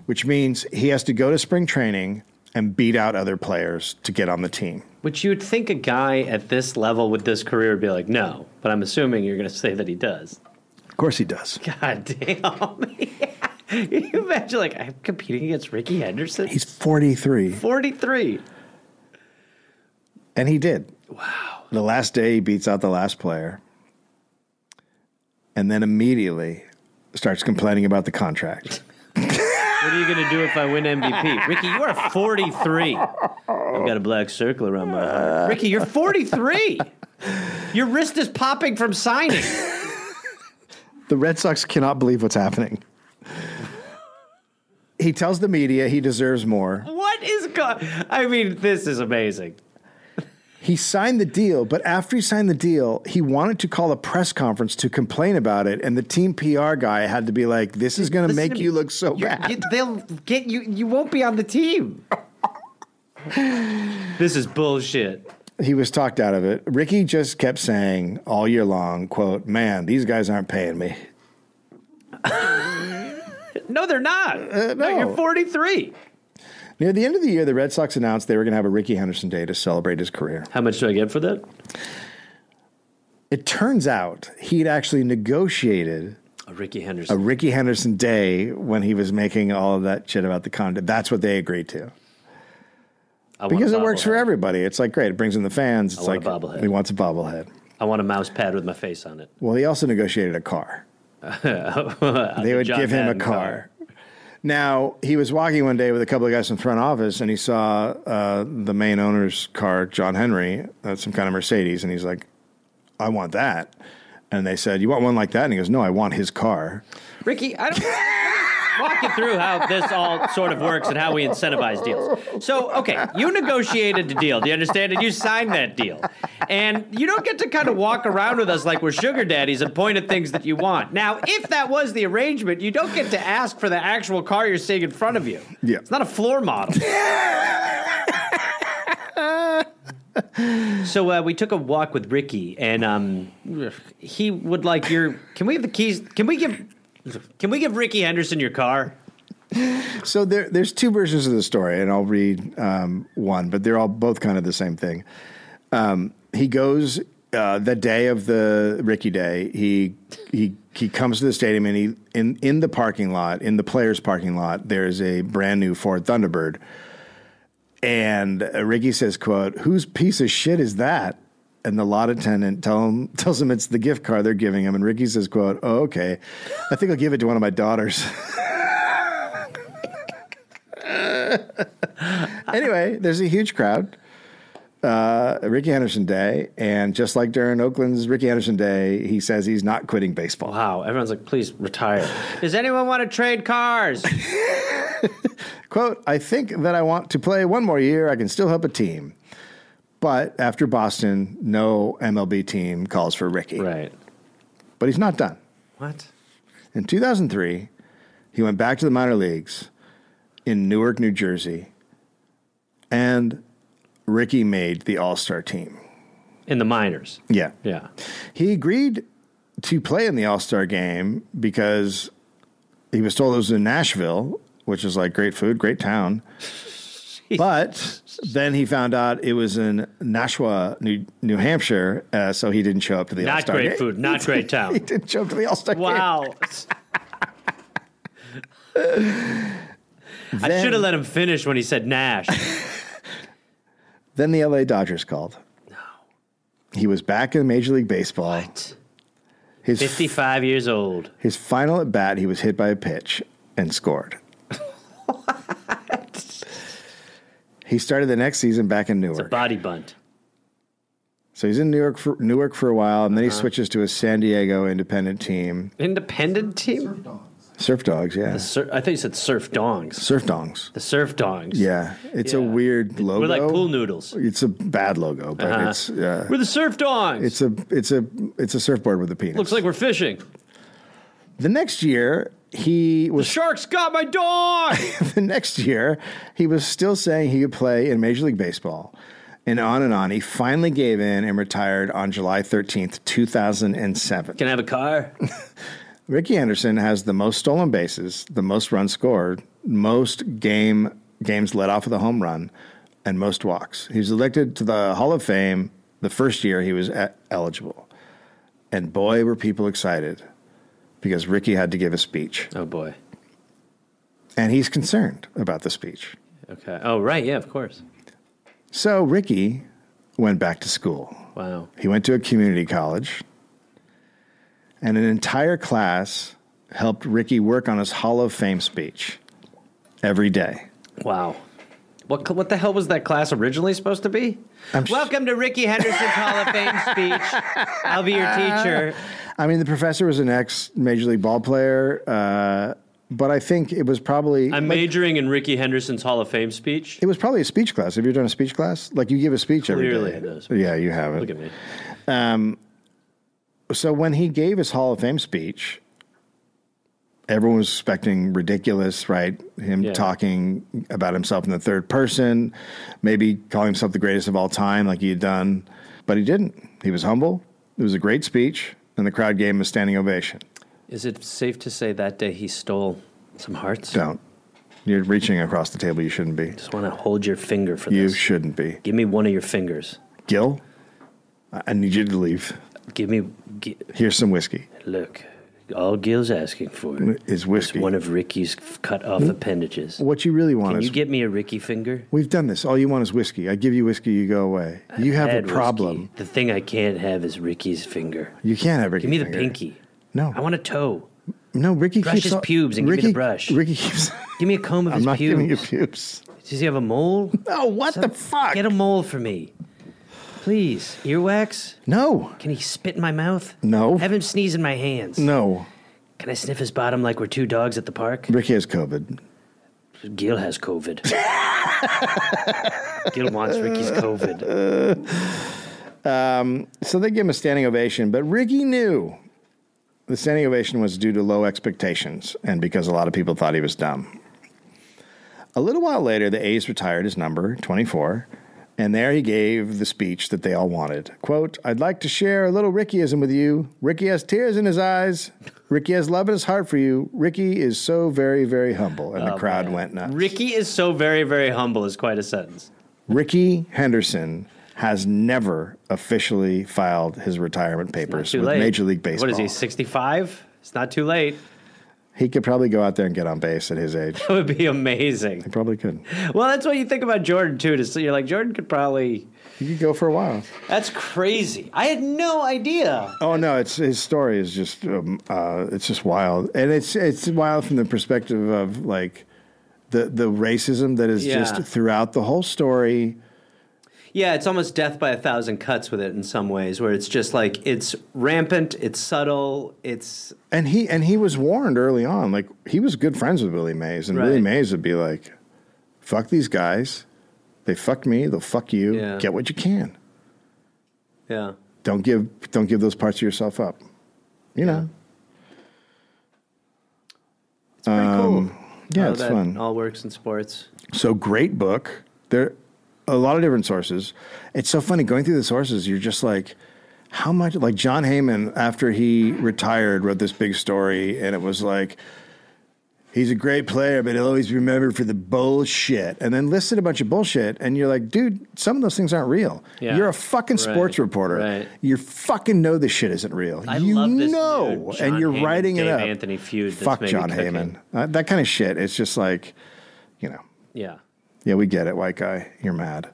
Speaker 2: which means he has to go to spring training and beat out other players to get on the team.
Speaker 1: Which you would think a guy at this level with this career would be like, no, but I'm assuming you're going to say that he does. (laughs)
Speaker 2: Of course, he does.
Speaker 1: God damn. (laughs) Can you imagine, like, I'm competing against Ricky Henderson?
Speaker 2: He's 43,
Speaker 1: 43.
Speaker 2: and he did. Wow. The last day, he beats out the last player, and then immediately starts complaining about the contract.
Speaker 1: What are you going to do if I win (laughs) MVP? Ricky, you are 43. I've got a black circle around my heart. Ricky, you're 43. Your wrist is popping from signing.
Speaker 2: The Red Sox cannot believe what's happening. He tells the media he deserves more.
Speaker 1: What is going I mean, this is amazing.
Speaker 2: He signed the deal, but after he signed the deal, he wanted to call a press conference to complain about it, and the team PR guy had to be like, "This is going to
Speaker 1: Listen
Speaker 2: make
Speaker 1: to me.
Speaker 2: you look so
Speaker 1: You're-
Speaker 2: bad." (laughs)
Speaker 1: you- they'll get you. You won't be on the team. this is bullshit.
Speaker 2: he was talked out of it. Ricky just kept saying all year long, "quote Man, these guys aren't paying me."
Speaker 1: No, they're not. no.
Speaker 2: Uh, no.
Speaker 1: you're 43.
Speaker 2: Near the end of the year, the Red Sox announced they were going to have a Ricky Henderson Day to celebrate his career.
Speaker 1: How much do I get for that?
Speaker 2: It turns out he'd actually negotiated
Speaker 1: A Oh, Ricky
Speaker 2: a
Speaker 1: Henderson.
Speaker 2: Ricky Henderson Day when he was making all of that shit about the contract. That's what they agreed to.
Speaker 1: I want a
Speaker 2: because it works for
Speaker 1: bobblehead.
Speaker 2: everybody. It's like great. It brings in the fans. It's
Speaker 1: want a
Speaker 2: like
Speaker 1: bobblehead.
Speaker 2: he wants a bobblehead.
Speaker 1: I want a mouse pad with my face on it. (laughs)
Speaker 2: Well, he also negotiated a car. They would
Speaker 1: John
Speaker 2: give him a
Speaker 1: Madden
Speaker 2: car. Now, he was walking one day with a couple of guys from front office and he saw uh, the main owner's car, John Henry, uh, some kind of Mercedes. And he's like, I want that. And they said, You want one like that? And he goes, No, I want his car.
Speaker 1: Ricky, I don't walk you through how this all sort of works and how we incentivize deals. So, okay, you negotiated the deal. Do you understand it? You signed that deal. And you don't get to kind of walk around with us like we're sugar daddies and point at things that you want. Now, if that was the arrangement, you don't get to ask for the actual car you're seeing in front of you.
Speaker 2: Yeah.
Speaker 1: It's not a floor model. So uh, we took a walk with Ricky, and um, he would like your. Can we have the keys? Can we give? Can we give Ricky Henderson your car?
Speaker 2: So there, there's two versions of the story, and I'll read um, one, but they're all both kind of the same thing. Um, he goes uh, the day of the Ricky Day. He he he comes to the stadium, and he in in the parking lot, in the players' parking lot, there's a brand new Ford Thunderbird, and uh, Ricky says, "quote Whose piece of shit is that?" And the lot attendant tell him, tells him it's the gift card they're giving him, and Ricky says, "quote Oh, okay, I think I'll give it to one of my daughters." (laughs) anyway, there's a huge crowd. Uh, Ricky Henderson Day, and just like during Oakland's Ricky Henderson Day, he says he's not quitting baseball.
Speaker 1: Wow! Everyone's like, please retire. Does anyone want to trade cars?
Speaker 2: Quote, I think that I want to play one more year. I can still help a team. But after Boston, no MLB team calls for Ricky.
Speaker 1: right.
Speaker 2: But he's not done.
Speaker 1: What?
Speaker 2: In 2003, he went back to the minor leagues in Newark, New Jersey, and Ricky made the All Star team.
Speaker 1: In the minors.
Speaker 2: Yeah.
Speaker 1: Yeah.
Speaker 2: He agreed to play in the All Star game because he was told it was in Nashville, which is like great food,
Speaker 1: (laughs)
Speaker 2: great town. but then he found out it was in Nashua, New, New Hampshire, uh, so he didn't show up to the All
Speaker 1: Not
Speaker 2: Star
Speaker 1: great
Speaker 2: game.
Speaker 1: food. (laughs) Not great
Speaker 2: (laughs) He
Speaker 1: town.
Speaker 2: didn't show up to the All Star
Speaker 1: (laughs)
Speaker 2: game.
Speaker 1: Wow. I should have let him finish when he said Nash.
Speaker 2: Then the LA Dodgers called. No. He was back in Major League Baseball. His
Speaker 1: Fifty-five years old.
Speaker 2: His final at bat, he was hit by a pitch
Speaker 1: (laughs)
Speaker 2: and scored. He started the next season back in Newark.
Speaker 1: Body bunt.
Speaker 2: so he's in Newark for, Newark for a while, and then
Speaker 1: Uh-huh.
Speaker 2: he switches to a San Diego independent team,
Speaker 1: Independent team.
Speaker 2: Surf Dogs. Yeah,
Speaker 1: Sur- I thought you said surf dongs.
Speaker 2: Surf Dongs.
Speaker 1: The surf dongs.
Speaker 2: Yeah, it's a
Speaker 1: Yeah.
Speaker 2: weird logo.
Speaker 1: We're like pool noodles.
Speaker 2: It's a bad logo, but it's uh,
Speaker 1: We're the surf dongs.
Speaker 2: it's a it's a it's a surfboard with a penis.
Speaker 1: Looks like we're fishing.
Speaker 2: the next year he was
Speaker 1: Sharks got my dog.
Speaker 2: the next year, he was still saying he could play in Major League Baseball. And on and on. He finally gave in and retired on July 13th, 2007.
Speaker 1: (laughs) Can I have a car?
Speaker 2: Ricky Anderson has the most stolen bases, the most runs scored, most game games let off with a home run, and most walks. He was elected to the Hall of Fame the first year he was e- eligible. And boy, were people excited because Ricky had to give a speech.
Speaker 1: Oh boy.
Speaker 2: And he's concerned about the speech.
Speaker 1: Okay. Oh right. Yeah. Of course.
Speaker 2: So Ricky went back to school.
Speaker 1: Wow.
Speaker 2: He went to a community college, and an entire class helped Ricky work on his Hall of Fame speech every day.
Speaker 1: Wow. What, cl- what the hell was that class originally supposed to be?
Speaker 2: I'm sh-
Speaker 1: Welcome to Ricky Henderson's Hall of Fame speech. I'll be your teacher.
Speaker 2: I mean, the professor was an ex major league ball player, uh, but I think it was
Speaker 1: (laughs)
Speaker 2: probably
Speaker 1: I'm majoring in Ricky Henderson's Hall of Fame speech.
Speaker 2: it was probably a speech class. Have you done a speech class? Like you give a speech
Speaker 1: Clearly I
Speaker 2: every day.
Speaker 1: know.
Speaker 2: Yeah, you have it.
Speaker 1: Look at me.
Speaker 2: so when he gave his Hall of Fame speech, everyone was expecting ridiculous, right? Him
Speaker 1: Yeah.
Speaker 2: talking about himself in the third person, maybe calling himself the greatest of all time, like he had done. But he didn't. He was humble. It was a great speech, and the crowd gave him a standing ovation.
Speaker 1: Is it safe to say that day he stole some hearts?
Speaker 2: Don't. You're reaching across the table. You shouldn't be.
Speaker 1: Just want to hold your finger for
Speaker 2: You
Speaker 1: this.
Speaker 2: shouldn't be.
Speaker 1: Give me one of your fingers.
Speaker 2: Gil, I I need you to leave.
Speaker 1: Give me. Gi-
Speaker 2: Here's some whiskey.
Speaker 1: Look, all Gil's asking for
Speaker 2: Is
Speaker 1: is
Speaker 2: whiskey.
Speaker 1: one of Ricky's cut off appendages.
Speaker 2: what you really want
Speaker 1: Can
Speaker 2: is
Speaker 1: you get me a Ricky finger?
Speaker 2: We've done this. All you want is whiskey. I give you whiskey, you go away. You have
Speaker 1: Bad
Speaker 2: a
Speaker 1: whiskey.
Speaker 2: problem.
Speaker 1: The thing I can't have is Ricky's finger.
Speaker 2: You can't have Ricky.
Speaker 1: Give me the
Speaker 2: finger.
Speaker 1: pinky.
Speaker 2: No.
Speaker 1: I want a toe.
Speaker 2: No, Ricky
Speaker 1: Brush
Speaker 2: keeps
Speaker 1: his pubes and give me
Speaker 2: Ricky,
Speaker 1: the brush.
Speaker 2: Ricky keeps.
Speaker 1: Give me a comb of
Speaker 2: I'm
Speaker 1: his
Speaker 2: not
Speaker 1: pubes.
Speaker 2: giving you pubes.
Speaker 1: Does he have a
Speaker 2: (laughs)
Speaker 1: mole?
Speaker 2: No, what the fuck?
Speaker 1: Get a mole for me. Please. Earwax?
Speaker 2: No,
Speaker 1: Can he spit in my mouth?
Speaker 2: No.
Speaker 1: Have him sneeze in my hands.
Speaker 2: no.
Speaker 1: Can I sniff his bottom like we're two dogs at the
Speaker 2: (laughs)
Speaker 1: park?
Speaker 2: Ricky has COVID.
Speaker 1: Gil has COVID. Gil wants Ricky's
Speaker 2: (laughs)
Speaker 1: COVID.
Speaker 2: So they give him a standing ovation, but Ricky knew the standing ovation was due to low expectations and because a lot of people thought he was dumb. A little while later, the A's retired his number, 24, and there he gave the speech that they all wanted. Quote, I'd like to share a little Rickyism with you. Ricky has tears in his eyes. Ricky has love in his heart for you. Ricky is so very, very humble. And the crowd went nuts.
Speaker 1: Ricky is so very, very humble, is quite a sentence.
Speaker 2: Ricky Henderson has never officially filed his retirement papers
Speaker 1: Too
Speaker 2: with
Speaker 1: late.
Speaker 2: Major League Baseball.
Speaker 1: What is he, 65? It's not too late. (laughs)
Speaker 2: He could probably go out there and get on base at his age.
Speaker 1: That would be amazing.
Speaker 2: He probably could.
Speaker 1: Well, that's what you think about Jordan, too. To see, you're like, Jordan could probably.
Speaker 2: He could go for a while.
Speaker 1: That's crazy. I had no idea.
Speaker 2: Oh no, it's his story is just um, uh, it's just wild, and it's it's wild from the perspective of like the the racism that is
Speaker 1: Yeah.
Speaker 2: just throughout the whole story.
Speaker 1: Yeah, it's almost death by a thousand cuts with it in some ways, where it's just like it's rampant, it's subtle, it's
Speaker 2: And he and he was warned early on, like he was good friends with Willie Mays, and
Speaker 1: Right.
Speaker 2: Willie Mays would be like, "Fuck these guys, they fucked me, they'll fuck you.
Speaker 1: Yeah.
Speaker 2: Get what you can.
Speaker 1: yeah.
Speaker 2: Don't give don't give those parts of yourself up. You know,
Speaker 1: It's pretty cool.
Speaker 2: Um, yeah,
Speaker 1: how
Speaker 2: it's
Speaker 1: that
Speaker 2: fun.
Speaker 1: All works in sports.
Speaker 2: So great book. There a lot of different sources. It's so funny going through the sources, you're just like, how much like John Heyman after he retired wrote this big story and it was like he's a great player, but he'll always be remembered for the bullshit. And then listed a bunch of bullshit and you're like, dude, some of those things aren't real.
Speaker 1: Yeah.
Speaker 2: You're a fucking
Speaker 1: Right.
Speaker 2: sports reporter.
Speaker 1: Right.
Speaker 2: You fucking know this shit isn't real.
Speaker 1: I
Speaker 2: you
Speaker 1: love this
Speaker 2: know,
Speaker 1: new
Speaker 2: and
Speaker 1: John
Speaker 2: you're
Speaker 1: Heyman,
Speaker 2: writing it
Speaker 1: Dave
Speaker 2: up.
Speaker 1: Anthony feud that's
Speaker 2: Fuck
Speaker 1: maybe
Speaker 2: John
Speaker 1: cooking.
Speaker 2: Heyman. Uh, that kind of shit. It's just like, you know.
Speaker 1: Yeah.
Speaker 2: Yeah, we get it, white guy. You're mad.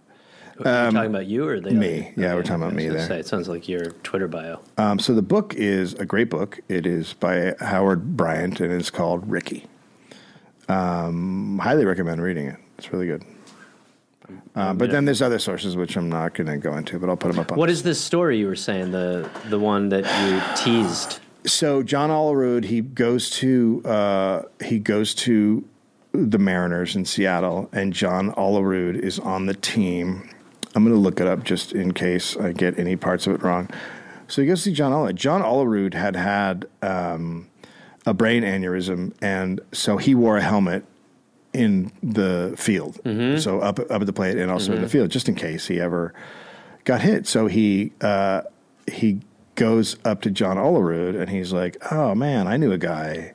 Speaker 1: Are you talking about you or they
Speaker 2: Um, me. Yeah, we're talking about
Speaker 1: I was
Speaker 2: me
Speaker 1: gonna
Speaker 2: there.
Speaker 1: say, it sounds like your Twitter bio.
Speaker 2: Um, so the book is a great book. It is by Howard Bryant, and it's called Ricky. Um, highly recommend reading it. It's really good. Uh, but then there's other sources which I'm not going to go into, but I'll put them up on.
Speaker 1: What is this story you were saying? The the one that you teased.
Speaker 2: so John Olerud he goes to uh, he goes to the Mariners in Seattle, and John Olerud is on the team. I'm going to look it up just in case I get any parts of it wrong. So he goes to see John Olerud. John Olerud had had um, a brain aneurysm, and so he wore a helmet in the field, so up up at the plate and also in the field, just in case he ever got hit. So he uh, he goes up to John Olerud and he's like, "Oh man, I knew a guy.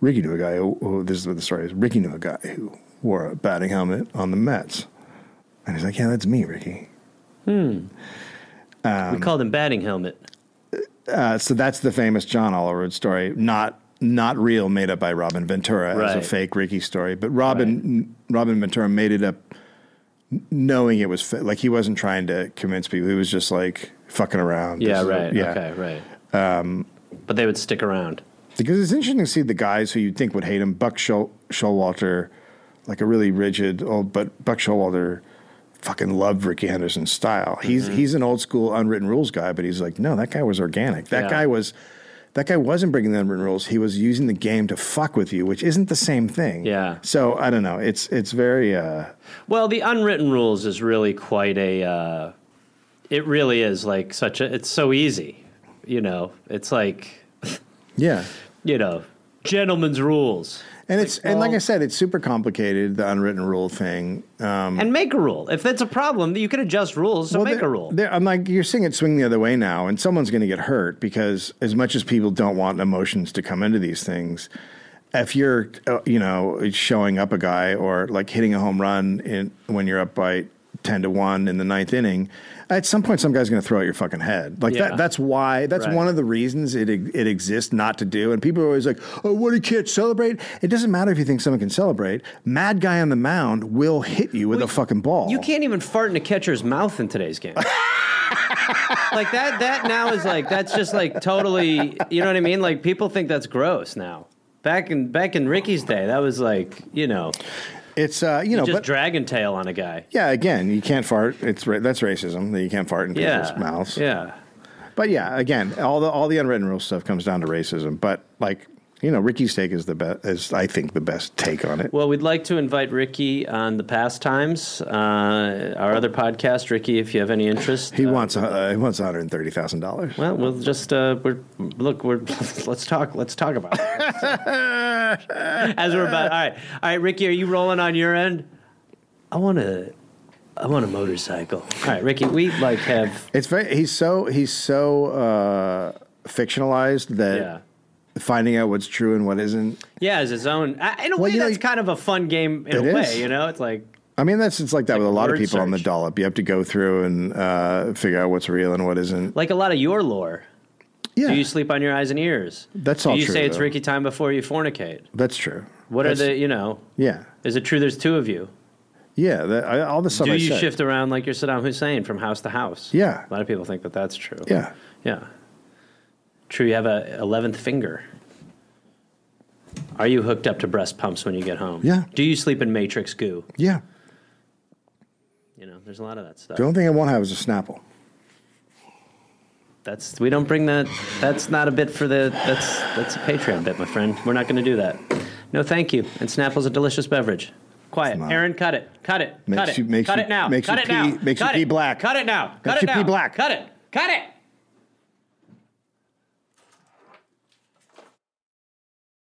Speaker 2: Ricky knew a guy. Who, who, this is what the story is. Ricky knew a guy who wore a batting helmet on the Mets." And he's like, "Yeah, that's me, Ricky." Um,
Speaker 1: we called him batting helmet.
Speaker 2: Uh, so that's the famous John Olerud story, not not real, made up by Robin Ventura
Speaker 1: Right.
Speaker 2: as a fake Ricky story. But Robin Robin Ventura made it up, n- knowing it was fa- like he wasn't trying to convince people. He was just like fucking around. This
Speaker 1: Yeah,
Speaker 2: is a- Um,
Speaker 1: right. Okay, right. but they would stick around.
Speaker 2: Because it's interesting to see the guys who you'd think would hate him. Buck Schul- Showalter, like a really rigid old, but Buck Showalter fucking loved Ricky Henderson's style. He's
Speaker 1: Mm-hmm.
Speaker 2: he's an old school unwritten rules guy, but he's like, no, that guy was organic. That
Speaker 1: Yeah.
Speaker 2: guy was. That guy wasn't breaking the unwritten rules. He was using the game to fuck with you, which isn't the same thing.
Speaker 1: Yeah.
Speaker 2: So I don't know. It's it's very uh,
Speaker 1: Well, the unwritten rules is really quite a. Uh, it really is like such a. It's so easy, you know. It's like
Speaker 2: yeah,
Speaker 1: you know, gentlemen's rules
Speaker 2: and it's and like
Speaker 1: well-
Speaker 2: I said, it's super complicated the unwritten rule thing.
Speaker 1: and make a rule. If that's a problem, you can adjust rules to
Speaker 2: Um, Well,
Speaker 1: make
Speaker 2: they're-
Speaker 1: a rule.
Speaker 2: they're- I'm like, you're seeing it swing the other way now, and someone's going to get hurt because as much as people don't want emotions to come into these things, if you're, uh, you know, showing up a guy or like hitting a home run in when you're up by ten to one in the ninth inning, at some point some guy's going to throw out your fucking head. Like
Speaker 1: Yeah.
Speaker 2: that. That's why. That's
Speaker 1: Right.
Speaker 2: one of the reasons it e, it exists not to do. And people are always like, "Oh, what do kids celebrate?" It doesn't matter if you think someone can celebrate. Mad guy on the mound will hit you with a fucking ball.
Speaker 1: You can't even fart in a catcher's mouth in today's game. like that that now is like that's just like totally you know what I mean? Like people think that's gross now. Back in back in Ricky's day, that was like, you know,
Speaker 2: It's uh, you know,
Speaker 1: just
Speaker 2: but
Speaker 1: dragon tail on a guy.
Speaker 2: yeah, again, you can't fart. It's ra- that's racism that you can't fart in
Speaker 1: Yeah.
Speaker 2: people's mouths.
Speaker 1: Yeah.
Speaker 2: But yeah, again, all the all the unwritten rule stuff comes down to racism. But like, you know, Ricky's take is the best. Is I think the best take on it.
Speaker 1: Well, we'd like to invite Ricky on the pastimes, uh, our other podcast. Ricky, if you have any interest,
Speaker 2: he
Speaker 1: uh,
Speaker 2: wants uh, he wants one hundred thirty thousand dollars.
Speaker 1: Well, we'll just uh, we're look. We're (laughs) let's talk. Let's talk about it. As we're about. All right, all right, Ricky, are you rolling on your end? I want to. I want a motorcycle. All right, Ricky, we like have.
Speaker 2: It's very he's so he's so uh, fictionalized that
Speaker 1: Yeah.
Speaker 2: finding out what's true and what isn't.
Speaker 1: Yeah, as his own. I- In a
Speaker 2: Well,
Speaker 1: way,
Speaker 2: you know,
Speaker 1: that's kind of a fun game. In a
Speaker 2: It
Speaker 1: way,
Speaker 2: is.
Speaker 1: you know, it's like
Speaker 2: I mean, that's it's like that with a lot of
Speaker 1: word
Speaker 2: people on the
Speaker 1: search.
Speaker 2: dollop. You have to go through and uh, figure out what's real and what isn't.
Speaker 1: like a lot of your lore.
Speaker 2: Yeah,
Speaker 1: Do you sleep on your eyes and ears?
Speaker 2: That's
Speaker 1: Do
Speaker 2: all
Speaker 1: you
Speaker 2: true,
Speaker 1: say it's
Speaker 2: though.
Speaker 1: Ricky time before you fornicate?
Speaker 2: that's true.
Speaker 1: What
Speaker 2: That's-
Speaker 1: are the you know?
Speaker 2: Yeah,
Speaker 1: Is it true there's two of you?
Speaker 2: yeah. That, I, all the stuff
Speaker 1: Do
Speaker 2: I
Speaker 1: you
Speaker 2: said.
Speaker 1: shift around like you're Saddam Hussein from house to house?
Speaker 2: Yeah.
Speaker 1: A lot of people think that that's true.
Speaker 2: Yeah.
Speaker 1: Yeah. True, you have a 11th finger. Are you hooked up to breast pumps when you get home?
Speaker 2: Yeah.
Speaker 1: Do you sleep in matrix goo?
Speaker 2: Yeah.
Speaker 1: You know, there's a lot of that stuff.
Speaker 2: The only thing I won't have is a Snapple.
Speaker 1: That's we don't bring that. That's not a bit for the. That's that's a Patreon bit, my friend. We're not going to do that. No, thank you. And Snapple's a delicious beverage. Quiet,
Speaker 2: not.
Speaker 1: Aaron. Cut it. Cut it.
Speaker 2: Makes
Speaker 1: cut it.
Speaker 2: you- makes
Speaker 1: cut
Speaker 2: you-
Speaker 1: it now.
Speaker 2: makes
Speaker 1: cut
Speaker 2: you
Speaker 1: it now.
Speaker 2: pee- makes you
Speaker 1: cut
Speaker 2: pee
Speaker 1: it.
Speaker 2: black.
Speaker 1: Cut it now. Cut
Speaker 2: Makes
Speaker 1: it
Speaker 2: you
Speaker 1: now.
Speaker 2: pee black.
Speaker 1: Cut it. Cut it.